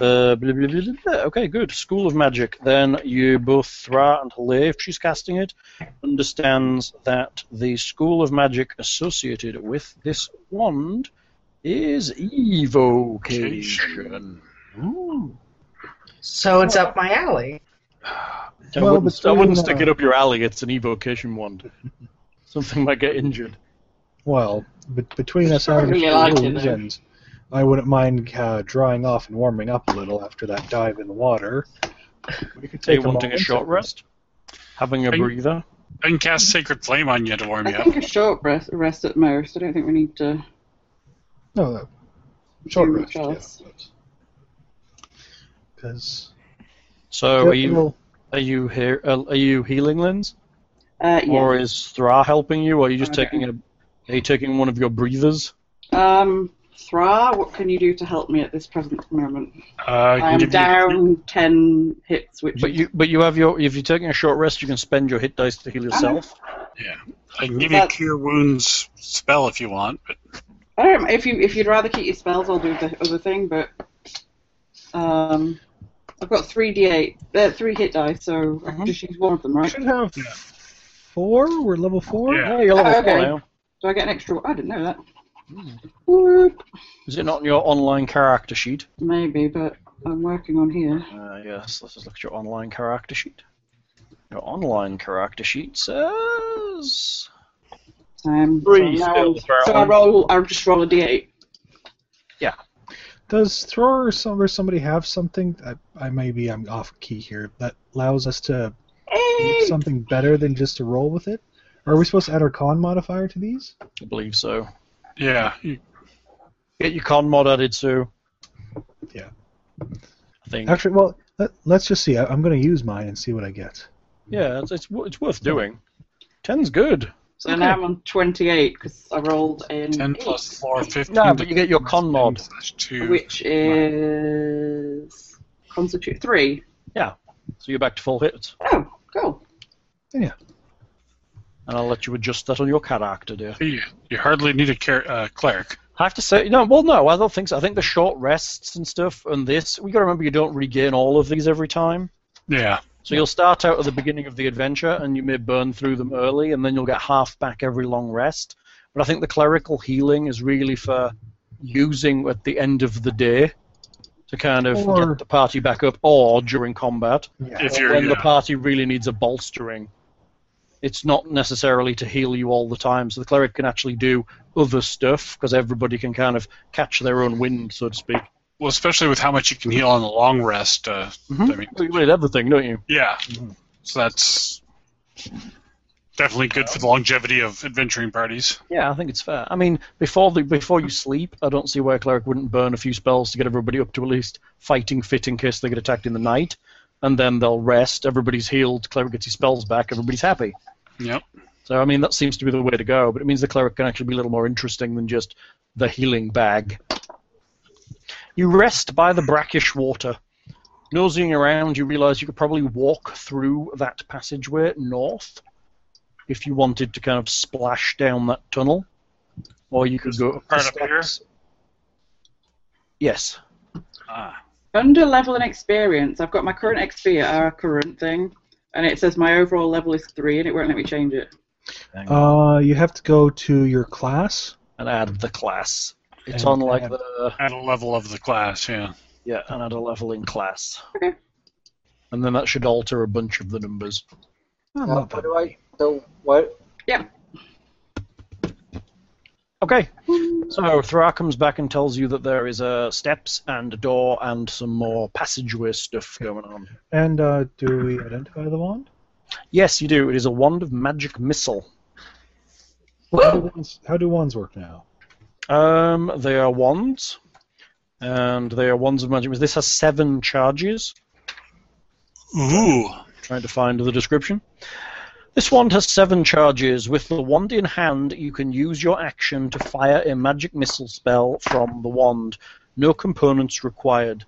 C: Uh, blah, blah, blah, blah, blah. Okay, good. School of magic. Then you both Thra and Hale, if she's casting it, understands that the school of magic associated with this wand is evocation. Ooh.
G: So it's up my alley.
C: I
E: Well,
C: wouldn't, I
E: between,
C: wouldn't
E: uh,
C: stick it up your alley. It's an evocation
E: *laughs*
C: wand. Something might get injured.
E: Well, but between us having
B: Really
E: a few
B: liked it,
E: illusions, I wouldn't mind uh, drying off and warming up a little after that dive in the water. We could
C: Say
E: a
C: wanting a
E: moment.
C: short rest, having a
D: Are you-
C: breather.
D: I can cast Sacred Flame on you to warm
B: I
D: you up.
B: think a short rest, rest at most. I don't think we need to
E: No, no, short
B: do
E: rest.
B: much else.
E: Yeah, because
C: So are you are you here? Uh, are you healing lens,
B: Uh, yes.
C: or is Thra helping you? Or are you just
B: Okay.
C: taking a? Are you taking one of your breathers?
B: Um, Thra, what can you do to help me at this present moment?
D: Uh, I can
B: I'm
D: give you-
B: down ten hits, which
C: But you but you have your. If you're taking a short rest, you can spend your hit dice to
E: Ah,
C: heal yourself.
D: I can give you a
B: That-
D: Cure Wounds spell if you want, but
B: I don't. know, If you if you'd rather keep your spells, I'll do the other thing. But um, I've got three d8, uh, three hit dice, so I
C: Mhm.
B: can just use one of them,
E: we
B: right?
E: should have four. We're level four.
D: Yeah.
C: Yeah, you're level
B: Oh,
C: four
B: okay.
C: now.
B: Do I get an extra? I didn't know that. Whoop.
C: Is it not in your online character sheet?
B: Maybe, but I'm working on here.
C: Uh, yes, let's just look at your online character sheet. Your online character sheet says.
B: Um,
C: Three
B: So, now,
C: spells per
B: so I
C: round.
B: roll. I just roll a d8.
E: Does Thrower or some- or somebody have something? I, I maybe I'm off key here. That allows us to make something better than just to roll with it. Are we supposed to add our con modifier to these?
C: I believe so.
D: yeah, you-
C: Get your con mod added, Sue.
E: Yeah.
C: I think.
E: Actually, well, let, let's just see. I, I'm going to use mine and see what I get.
C: yeah, it's, it's, wo- it's worth doing. Ten's good.
B: So now I'm on 28 because I rolled in
D: 10 plus 4, 15.
C: No, but you get your con mod.
D: 10 slash 2.
B: which is constitute three.
C: So you're back to full hits.
B: Oh, cool.
C: And I'll let you adjust that on your character, dear.
D: You, you hardly need a car- uh, cleric.
C: I have to say, no, well, no, I don't think so. I think the short rests and stuff and this, we got to remember you don't regain all of these every time.
D: Yeah.
C: So you'll start out at the beginning of the adventure, and you may burn through them early, and then you'll get half back every long rest. But I think the clerical healing is really for using at the end of the day to kind of
E: Or-
C: get the party back up, or during combat,
E: Yeah.
D: If
C: or
D: you're,
C: when
D: yeah.
C: the party really needs a bolstering. It's not necessarily to heal you all the time, so the cleric can actually do other stuff because everybody can kind of catch their own wind, so to speak.
D: well, especially with how much you can heal on the long rest. Uh, I mean,
C: You read everything, don't you?
D: yeah. So that's definitely good for the longevity of adventuring parties.
C: Yeah, I think it's fair. I mean, before the before you sleep, I don't see why a cleric wouldn't burn a few spells to get everybody up to at least fighting fit in case they get attacked in the night, and then they'll rest. Everybody's healed. Cleric gets his spells back. Everybody's happy.
D: Yep.
C: So I mean, that seems to be the way to go. But it means the cleric can actually be a little more interesting than just the healing bag. You rest by the brackish water. Nosing around, you realise you could probably walk through that passageway north if you wanted to kind of splash down that tunnel. Or you could go up the
D: Part up here?
C: steps. Yes.
D: Ah.
B: Under level and experience, I've got my current XP at our current thing, and it says my overall level is three, and it won't let me change it.
E: Uh, you have to go to your class.
C: And add the class. It's
E: And
C: on like
E: add-
C: the
D: At a level of the class, yeah.
C: yeah, and add a level in class.
B: Okay.
C: And then that should alter a bunch of the numbers.
E: Oh,
F: Now,
E: not
F: what
E: bad.
F: do I? So what?
C: Okay. So Thra comes back and tells you that there is uh, steps and a door and some more passageway stuff going on.
E: And uh, do we identify the wand?
C: Yes, you do. It is a wand of magic missile.
E: How do, wands, how do wands work now?
C: Um, they are wands, and they are wands of magic. missile. This has seven charges.
D: Ooh.
C: trying to find the description. This wand has seven charges. With the wand in hand, you can use your action to fire a magic missile spell from the wand. No components required.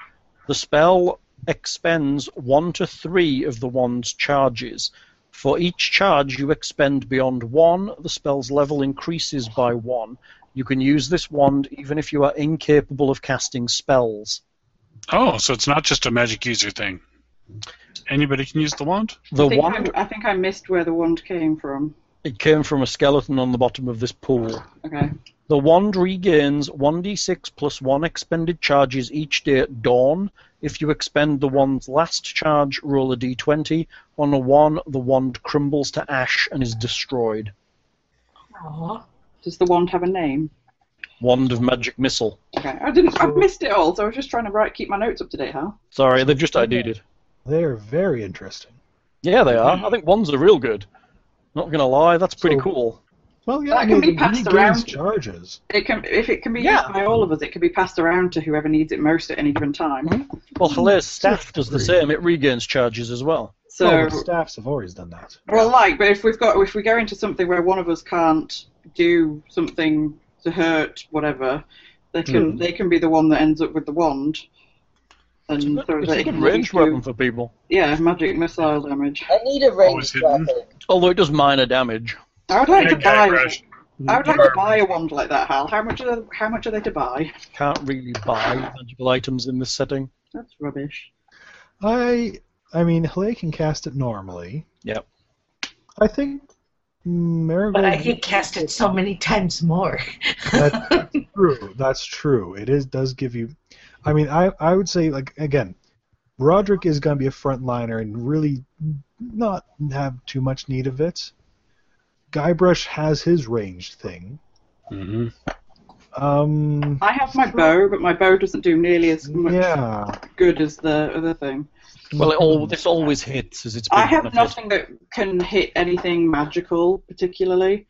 C: The spell expends one to three of the wand's charges. For each charge you expend beyond one, the spell's level increases by one. You can use this wand even if you are incapable of casting spells.
D: Oh, so it's not just a magic user thing. Anybody can use the wand?
C: The
B: I think,
C: wand
B: I, I think I missed where the wand came from.
C: it came from a skeleton on the bottom of this pool.
B: Okay.
C: The wand regains 1d6 plus 1 expended charges each day at dawn. If you expend the wand's last charge, roll a d20. On a 1, the wand crumbles to ash and is destroyed.
G: Aw.
B: Does the wand have a name?
C: Wand of Magic Missile.
B: Okay. I didn't. I missed it all, so I was just trying to write, keep my notes up to date, huh?
C: Sorry, they've just ID'd it.
E: They are very interesting.
C: Yeah, they are. I think wands are real good. Not gonna lie, that's pretty
E: So-
C: cool.
E: Well, yeah,
B: That
E: I
B: can
E: mean,
B: be
E: he
B: passed
E: gains
B: around.
E: charges.
B: It can, if it can be
C: Yeah.
B: used by all of us, it can be passed around to whoever needs it most at any given time.
C: Mm-hmm. Well, Hilair's staff does the
E: Agreed.
C: same. It regains charges as well.
B: So,
E: oh, but staffs have always done that.
B: Well, like, but if we've got, if we go into something where one of us can't do something to hurt whatever, they can, they can be the one that ends up with the wand, and
C: It's a
B: so
C: good, it's
B: they
C: a good
B: can
C: range
B: do-
C: weapon for people.
B: Yeah, magic missile damage.
F: I need a
D: Always
F: range
D: hidden.
F: weapon.
C: Although it does minor damage.
B: I would like to
D: Yeah, guy
B: buy.
D: brush.
B: I would like to buy a wand like that, Hal. How much? Are, how much are they to buy?
C: Can't really buy magical items in this setting.
B: That's rubbish.
E: I, I mean, Hale can cast it normally.
C: Yep.
E: I think Marigold.
G: But I could cast it so many times more.
E: That- True. That's true. It is does give you. I mean, I I would say like again, Roderick is going to be a frontliner and really not have too much need of it. Guybrush has his ranged thing.
D: Mhm.
E: Um.
B: I have my bow, but my bow doesn't do nearly as much
E: Yeah.
B: good as the other thing.
C: Well, it all this always hits as it's.
B: I have nothing that can hit anything magical particularly.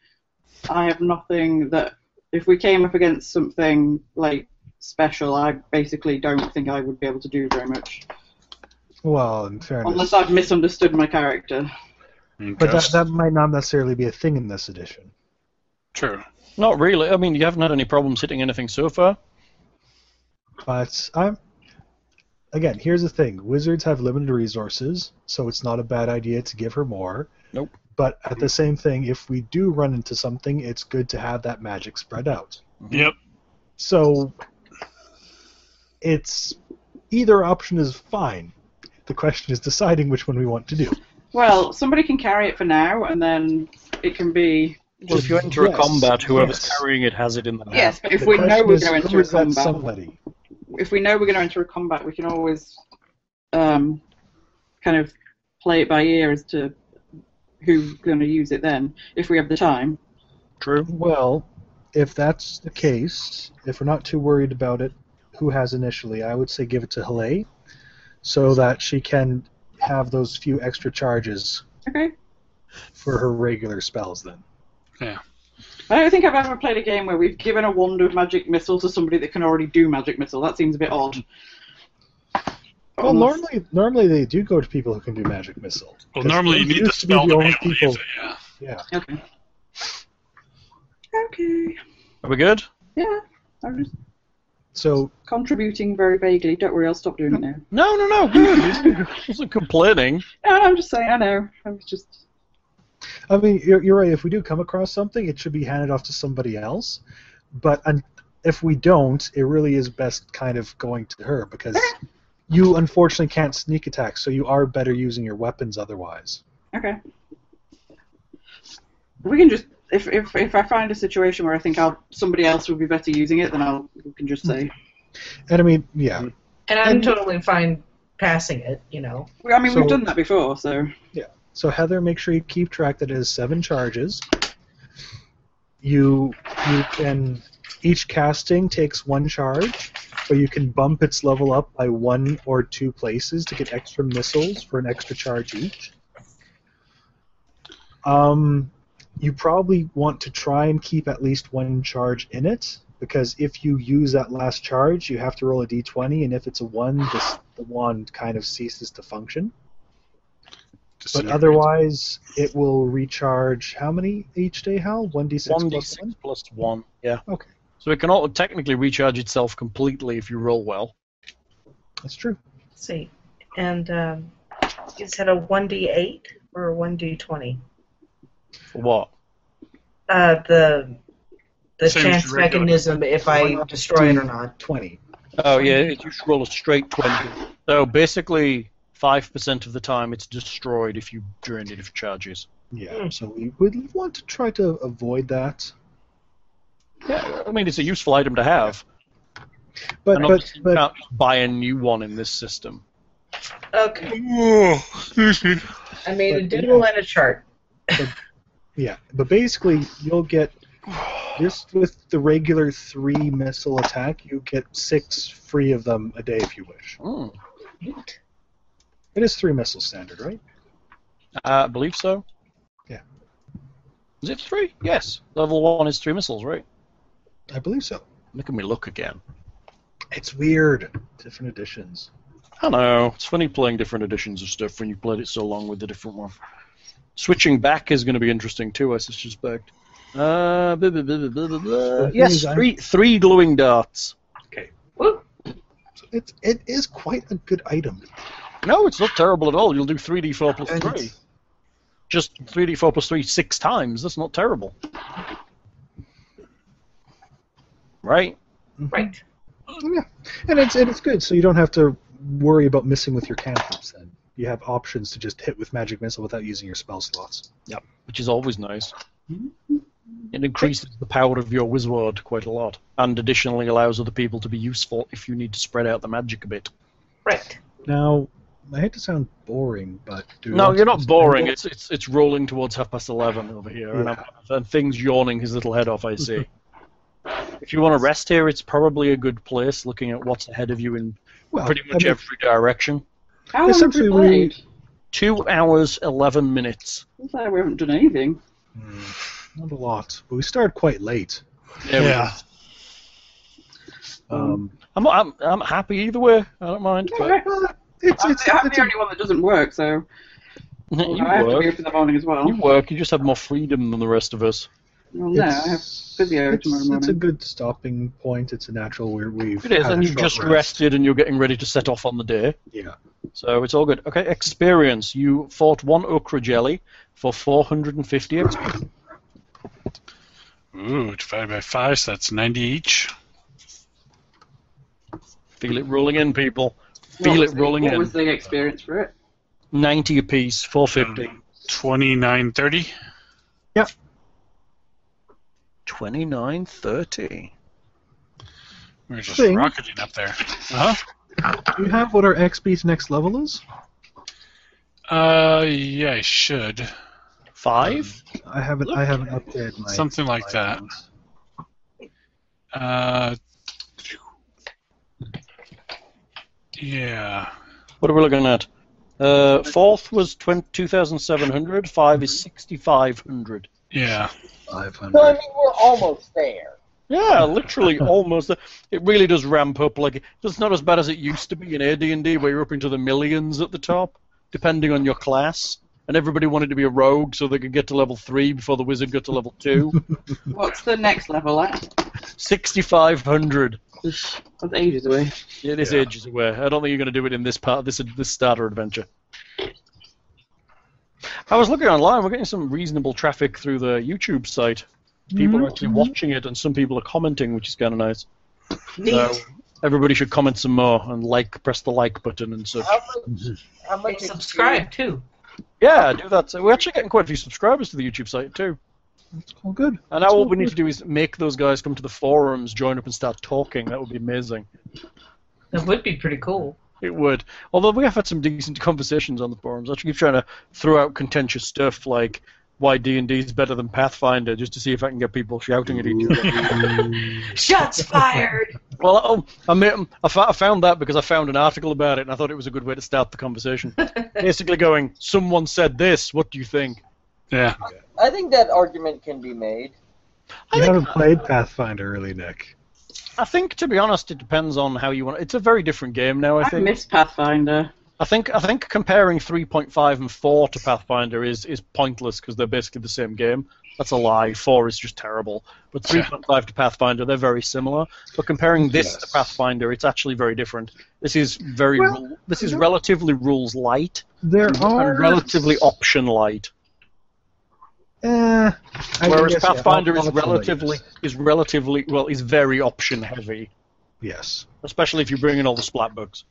B: I have nothing that if we came up against something like special, I basically don't think I would be able to do very much
E: Well, in fairness,
B: unless I've misunderstood my character.
E: but that,
D: Guess.
E: that might not necessarily be a thing in this edition.
D: True.
C: Not really. I mean, you haven't had any problems hitting anything so far.
E: But I'm again, here's the thing: wizards have limited resources, so it's not a bad idea to give her more.
C: Nope.
E: But at the same thing, if we do run into something, it's good to have that magic spread out.
D: Yep.
E: So it's either option is fine. The question is deciding which one we want to do.
B: Well, somebody can carry it for now, and then it can be.
C: Well, if you enter a
E: Yes,
C: combat, whoever's
E: yes.
C: carrying it has it in their hand.
B: Yes, but if
E: The
B: we know
E: question
B: we're
E: is,
B: going to
E: who
B: enter a
E: is that
B: combat,
E: somebody?
B: if we know we're going to enter a combat, we can always um, kind of play it by ear as to who's going to use it then, if we have the time.
C: True.
E: Well, if that's the case, if we're not too worried about it, who has initially? I would say give it to Hale, so that she can have those few extra charges
B: Okay.
E: for her regular spells. Then
B: I don't think I've ever played a game where we've given a wand of magic missile to somebody that can already do magic missile. That seems a bit odd. Oh,
E: well, normally normally they do go to people who can do magic missile.
D: Well,
E: 'Cause
D: normally you
E: those
D: need the
E: used to be
D: spell to
E: the
D: be
E: only
D: able to
E: people-
D: use it. Yeah.
E: Yeah,
B: Okay. Okay.
C: Are we good?
B: Yeah. I'm just
E: so
B: contributing very vaguely. Don't worry, I'll stop doing it now.
C: No, no, no. Good. *laughs* I wasn't complaining.
B: No, no, I'm just saying. I know. I was just.
E: I mean, you're, you're right. If we do come across something, it should be handed off to somebody else. But un- if we don't, it really is best kind of going to her because you unfortunately can't sneak attack, so you are better using your weapons otherwise.
B: Okay. We can just if if if I find a situation where I think I'll somebody else will be better using it, then I'll we can just say.
E: And I mean, yeah,
H: And I'm
E: And-
H: totally fine passing it, you know.
B: Well, I mean,
E: So-
B: we've done that before, so
E: So Heather, make sure you keep track that it is seven charges. You you can each casting takes one charge, but you can bump its level up by one or two places to get extra missiles for an extra charge each. Um, you probably want to try and keep at least one charge in it because if you use that last charge, you have to roll a d20, and if it's a one, this, the wand kind of ceases to function. But
D: disintegrates.
E: otherwise, it will recharge how many each day, Hal? 1d6
C: One d
E: plus 1?
C: six plus one. Yeah.
E: Okay.
C: So it can all technically recharge itself completely if you roll well.
E: That's true.
H: Let's see. And um, you said a 1d8 or a 1d20?
C: For what?
H: Uh, the the
D: Same as
H: chance
D: your regular.
H: mechanism if I destroy it or not.
E: 20.
C: Oh yeah, it, you should roll a straight twenty. So basically, five percent of the time it's destroyed if you drain it of charges.
E: Yeah, so we would want to try to avoid that.
C: Yeah, I mean it's a useful item to have.
E: But,
C: And
E: but,
C: obviously you
E: but
C: can't buy a new one in this system.
H: Okay.
D: Ooh, *laughs* excuse me.
H: I made a
E: But-
H: doodle and a chart.
E: Yeah, but basically, you'll get just with the regular three missile attack, you get six free of them a day if you wish.
C: Mm,
E: It is three missile standard, right?
C: Uh, I believe so.
E: Yeah.
C: Is it three? Yes. Level one is three missiles, right?
E: I believe so.
C: Look at me look again.
E: It's weird. Different editions.
C: I know. It's funny playing different editions of stuff when you've played it so long with the different one. Switching back is going to be interesting too, I suspect. Uh, blah, blah, blah, blah, blah, blah.
E: thing
C: Yes,
E: is, I-
C: three, three glowing darts.
G: Woo.
E: So it's it is quite a good item.
C: No, it's not terrible at all. You'll do 3d4 plus
E: And
C: 3. Just 3d4 plus 3 six times. That's not terrible. Right?
G: Right.
E: Oh, Yeah, and it's and it's good. So you don't have to worry about missing with your cantrips. Then you have options to just hit with magic missile without using your spell slots.
C: Which is always nice. It increases the power of your wizard quite a lot, and additionally allows other people to be useful if you need to spread out the magic a bit.
G: Right.
E: Now, I hate to sound boring, but do we
C: No,
E: want
C: you're
E: to
C: not
E: just-
C: boring. It's it's it's rolling towards half past eleven over here, and, I'm,
E: Yeah.
C: and things yawning his little head off. I see. *laughs* if you want to rest here, it's probably a good place. Looking at what's ahead of you in
E: Well,
C: pretty
E: I
C: much
E: mean,
C: every direction.
B: How long have
E: Essentially,
B: we
E: we-
B: played?
C: Two hours eleven minutes.
B: It's like we haven't done anything.
E: Hmm, Not a lot, but we started quite late.
C: There we go.
E: Um,
C: I'm, I'm I'm happy either way. I don't mind.
B: Mm.
C: But
E: well, it's,
B: I'm,
E: it's,
B: the, I'm
E: it's
B: the only one that doesn't work, so
C: *laughs* you
B: I have to be
C: work.
B: up in the morning as well.
C: You work. You just have more freedom than the rest of us.
B: Well, no, I
E: it's-
B: have physio
E: it's,
B: tomorrow
E: It's a
B: morning.
E: good stopping point. It's a natural where we've.
C: It is,
E: had a
C: and you've
E: short
C: just
E: rest.
C: rested, and you're getting ready to set off on the day.
E: Yeah.
C: So it's all good. Okay, experience. You fought one okra jelly for 450 XP.
D: Ooh, divided by five, so that's 90 each.
C: Feel it rolling in, people. Feel
B: What
C: it rolling
B: was the, What
C: in.
B: was the experience for it?
C: 90 apiece, 450.
D: 29.30.
C: 29.30.
D: We're just
E: Thing.
D: rocketing up there. Uh-huh.
E: Do you have what our XP's next level is?
D: Uh, yeah, I should.
C: Five?
E: I haven't. I haven't updated my.
D: Something like that. Uh, yeah.
C: What are we looking at? Uh, fourth was 20, 2,700. Five is 6,500.
D: Yeah.
E: Five hundred.
F: So I mean, we're almost there.
C: Yeah, literally almost. there. It really does ramp up. Like it's not as bad as it used to be in AD&D, where you're up into the millions at the top, depending on your class. And everybody wanted to be a rogue so they could get to level three before the wizard got to level two.
B: What's the next level at?
C: 6,500.
B: That's ages away.
C: It is ages away. I don't think you're going to do it in this part, this this starter adventure. I was looking online. We're getting some reasonable traffic through the YouTube site. People are actually watching it, and some people are commenting, which is kind of nice.
H: Neat.
C: So everybody should comment some more and like, press the like button and such.
F: How much? How
G: They
F: much? is-
G: subscribe too.
C: Yeah, do that. So we're actually getting quite a few subscribers to the YouTube site too.
E: It's all good.
C: And now what we need to do is make those guys come to the forums, join up, and start talking. That would be amazing.
G: That would be pretty cool.
C: It would. Although we have had some decent conversations on the forums. I keep trying to throw out contentious stuff like why D and D is better than Pathfinder, just to see if I can get people shouting at each other.
G: Shots *laughs* fired.
C: well, oh, I, made, I, fo- I found that because I found an article about it, and I thought it was a good way to start the conversation. Basically, going, someone said this. What do you think?
D: Yeah.
F: I think that argument can be made.
C: I
E: You
C: think-
E: haven't played Pathfinder, really, Nick.
C: I think, to be honest, it depends on how you want. It's a very different game now. I
B: I
C: think.
B: miss Pathfinder.
C: I think I think comparing 3.5 and 4 to Pathfinder is is pointless because they're basically the same game. That's a lie. 4 is just terrible. But 3.5 to Pathfinder, they're very similar. But comparing this to
E: Yes.
C: Pathfinder, it's actually very different. This is very
I: Well,
C: rule- this is
I: no-
C: relatively rules light
E: There are
C: and relatively option light.
E: Eh, I
C: Whereas
E: guess, yeah,
C: Pathfinder is
E: optional,
C: relatively is relatively well is very option heavy,
E: yes.
C: especially if you bring in all the splat books.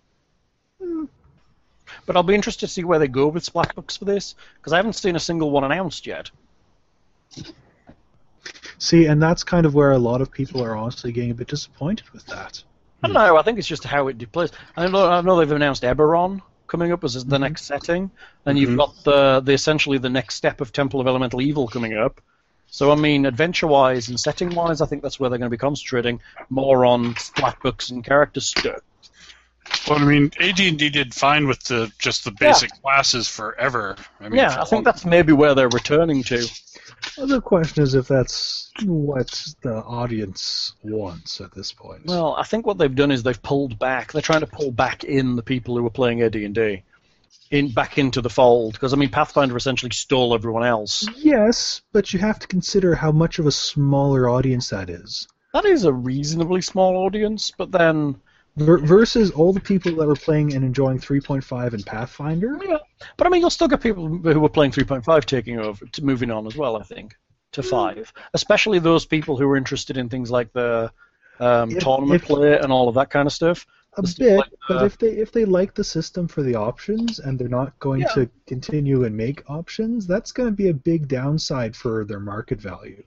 C: But I'll be interested to see where they go with splat books for this because I haven't seen a single one announced yet.
E: yes. See, and that's kind of where a lot of people are honestly getting a bit disappointed with that.
C: I don't know. I think it's just how it plays. I know, I know they've announced Eberron coming up as the next setting, and you've got the, the essentially the next step of Temple of Elemental Evil coming up. So I mean, adventure-wise and setting-wise, I think that's where they're going to be concentrating more on splat books and character stuff.
D: Well, I mean, AD&D did fine with the just the basic classes forever. I mean,
C: Yeah,
D: for
C: I
D: long-
C: think that's maybe where they're returning to.
E: Well, the question is if that's what the audience wants at this point.
C: Well, I think what they've done is they've pulled back. They're trying to pull back in the people who were playing AD&D in back into the fold because I mean, Pathfinder essentially stole everyone else.
E: yes, but you have to consider how much of a smaller audience that is
C: That is a reasonably small audience, but then
E: Ver- versus all the people that were playing and enjoying 3.5 and Pathfinder.
C: yeah. But I mean, you'll still get people who were playing 3.5 taking over, to moving on as well. I think to
E: Hmm.
C: five, especially those people who were interested in things like the um,
E: If-
C: tournament
E: if-
C: play and all of that kind of stuff.
E: a
C: Just
E: bit,
C: like,
E: but
C: uh,
E: if they if they like the system for the options and they're not going
C: Yeah.
E: to continue and make options, that's going to be a big downside for their market value.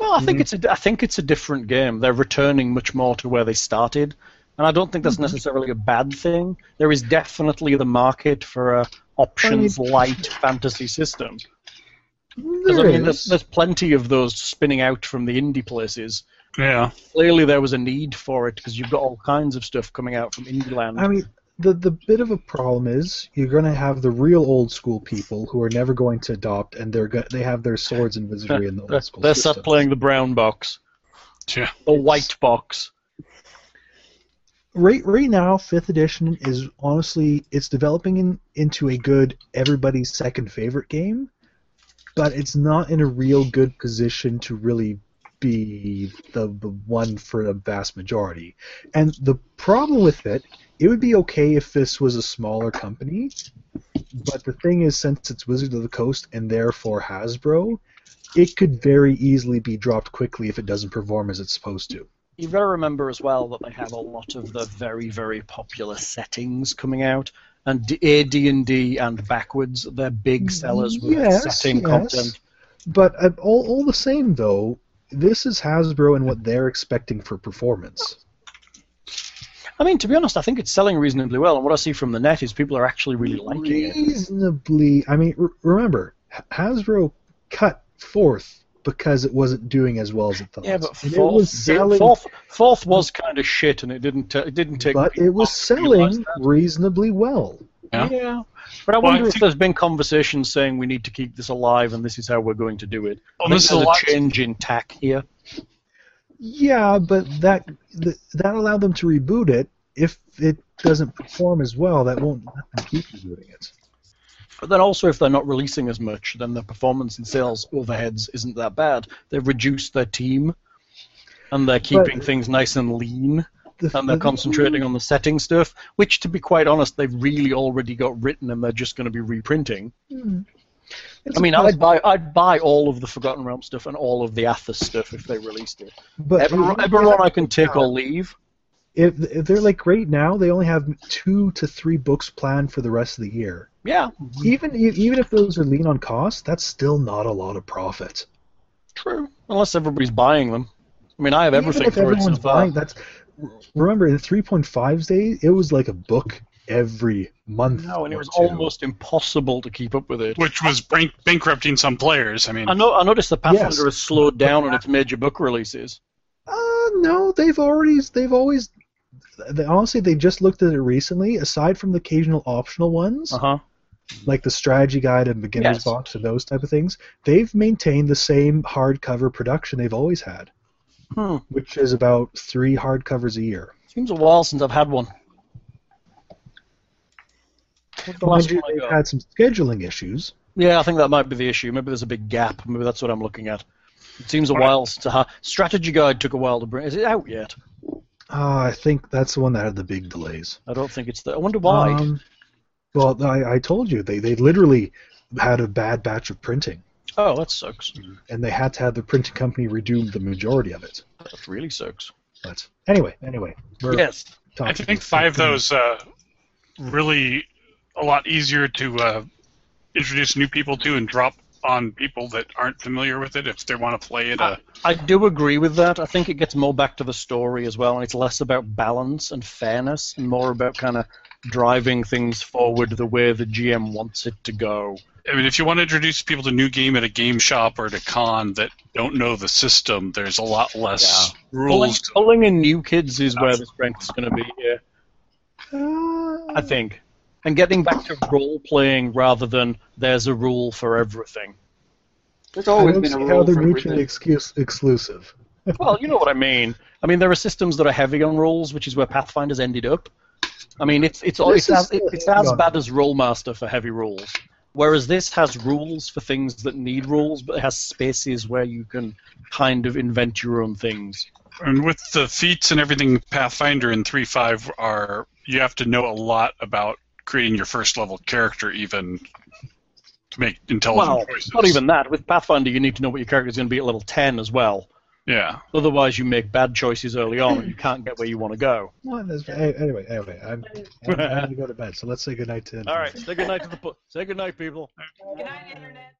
C: Well, I think it's a I think it's a different game. They're returning much more to where they started, and I don't think that's necessarily a bad thing. There is definitely the market for a options light fantasy system. 'Cause, I
E: There
C: mean, there's,
E: is.
C: there's plenty of those spinning out from the indie places.
D: yeah.
C: Clearly, there was a need for it because you've got all kinds of stuff coming out from indie land.
E: I mean, the the bit of a problem is you're going to have the real old school people who are never going to adopt, and they're go- they have their swords and wizardry in the
C: they're
E: old school
C: they're
E: system.
C: set playing the brown box,
D: Yeah.
C: the white box.
E: Right right now, fifth edition is honestly it's developing in, into a good everybody's second favorite game, but it's not in a real good position to really be the, the one for the vast majority. And the problem with it, it would be okay if this was a smaller company, but the thing is, since it's Wizards of the Coast and therefore Hasbro, it could very easily be dropped quickly if it doesn't perform as it's supposed to.
C: You've got to remember as well that they have a lot of the very, very popular settings coming out, and D- AD&D and Backwards, they're big sellers with
E: Yes,
C: setting
E: yes.
C: content.
E: But uh, all, all the same, though, this is Hasbro and what they're expecting for performance.
C: I mean, to be honest, I think it's selling reasonably well, and what I see from the net is people are actually really liking it.
E: Reasonably, I mean, re- remember, H- Hasbro cut fourth because it wasn't doing as well as it thought.
C: Yeah, but
E: And
C: fourth,
E: it was selling,
C: fourth, fourth was kind of shit, and it didn't. ta- Mm. it didn't take.
E: but
C: people
E: it was
C: off to realise
E: selling
C: that.
E: reasonably well.
D: Yeah.
C: Yeah, but I
D: Well, I
C: wonder if
D: think-
C: there's been conversations saying we need to keep this alive, and this is how we're going to do it.
D: Well,
C: Maybe
D: this is a
C: there's
D: lot-
C: change in tack here.
E: Yeah, but that th- that allowed them to reboot it. If it doesn't perform as well, that won't let them keep rebooting it.
C: But then also, if they're not releasing as much, then their performance and sales overheads isn't that bad. They've reduced their team, and they're keeping things nice and lean,
E: The-
C: and they're
E: the-
C: concentrating on the setting stuff, which, to be quite honest, they've really already got written, and they're just going to be reprinting.
E: it's
C: I mean,
E: possible,
C: I'd buy I'd buy all of the Forgotten Realm stuff and all of the Athos stuff if they released it.
E: but
C: Eberron, Eberron I can take or leave.
E: if, if they're like right now, they only have two to three books planned for the rest of the year.
C: Yeah,
E: Even e- even if those are lean on cost, that's still not a lot of profit.
C: true. Unless everybody's buying them. I mean, I have everything
E: Even if
C: for it so
E: everyone's
C: far.
E: buying, that's remember in 3.5's day, it was like a book every month.
C: No, and it
E: or
C: was
E: two.
C: almost impossible to keep up with it.
D: Which was bank- bankrupting some players. I mean,
C: I know. I noticed the
E: Yes.
C: Pathfinder has slowed down on its major book releases.
E: Uh, no, they've already they've always they, honestly they just looked at it recently. Aside from the occasional optional ones,
C: huh.
E: like the strategy guide and beginner's
C: Yes.
E: box and those type of things, they've maintained the same hardcover production they've always had,
C: Hmm.
E: which is about three hardcovers a year.
C: Seems a while since I've had one. Last
E: Mind you,
C: one I
E: they've
C: got.
E: had some scheduling issues.
C: Yeah, I think that might be the issue. Maybe there's a big gap. Maybe that's what I'm looking at. It seems a
D: Alright.
C: while to ha- strategy guide took a while to bring. Is it out yet?
E: Uh, I think that's the one that had the big delays.
C: I don't think it's there. I wonder why.
E: Um, well, I, I told you they, they literally had a bad batch of printing,
C: oh, that sucks.
E: and they had to have the printing company redo the majority of it.
C: That really sucks.
E: But anyway, anyway, we're
C: Yes.
D: I
E: talking-
D: think five of those uh, really a lot easier to uh, introduce new people to and drop on people that aren't familiar with it if they want to play it. Uh,
C: I do agree with that. I think it gets more back to the story as well, and it's less about balance and fairness, and more about kind of driving things forward the way the GM wants it to go.
D: I mean, if you want to introduce people to new game at a game shop or at a con that don't know the system, there's a lot less
C: Pulling,
D: rules.
C: pulling in new kids is where the strength is going to be here,
E: Uh,
C: I think. And getting back to role playing rather than there's a rule for everything.
F: There's
E: I
F: always
E: don't
F: been a
E: see how
F: rule
E: they're
F: for
E: mutually
F: everything.
E: excuse, exclusive.
C: Well, you know what I mean. I mean, there are systems that are heavy on rules, which is where Pathfinder's ended up. I mean, it's it's
E: This
C: it's
E: is
C: as,
E: still
C: it's
E: heavy
C: as
E: on
C: bad as Rollmaster for heavy rules, whereas this has rules for things that need rules, but it has spaces where you can kind of invent your own things.
D: And with the feats and everything, Pathfinder and 3.5 are you have to know a lot about creating your first level character even to make intelligent
C: Well,
D: choices.
C: not even that. With Pathfinder, you need to know what your character's going to be at level ten as well.
D: Yeah.
C: Otherwise, you make bad choices early on, and you can't get where you want to go.
E: One is, a- anyway, anyway, I'm, I'm, I'm going to go to bed, so let's say goodnight to.
C: All right, say goodnight to the pu- say goodnight, people.
H: Good night, Internet.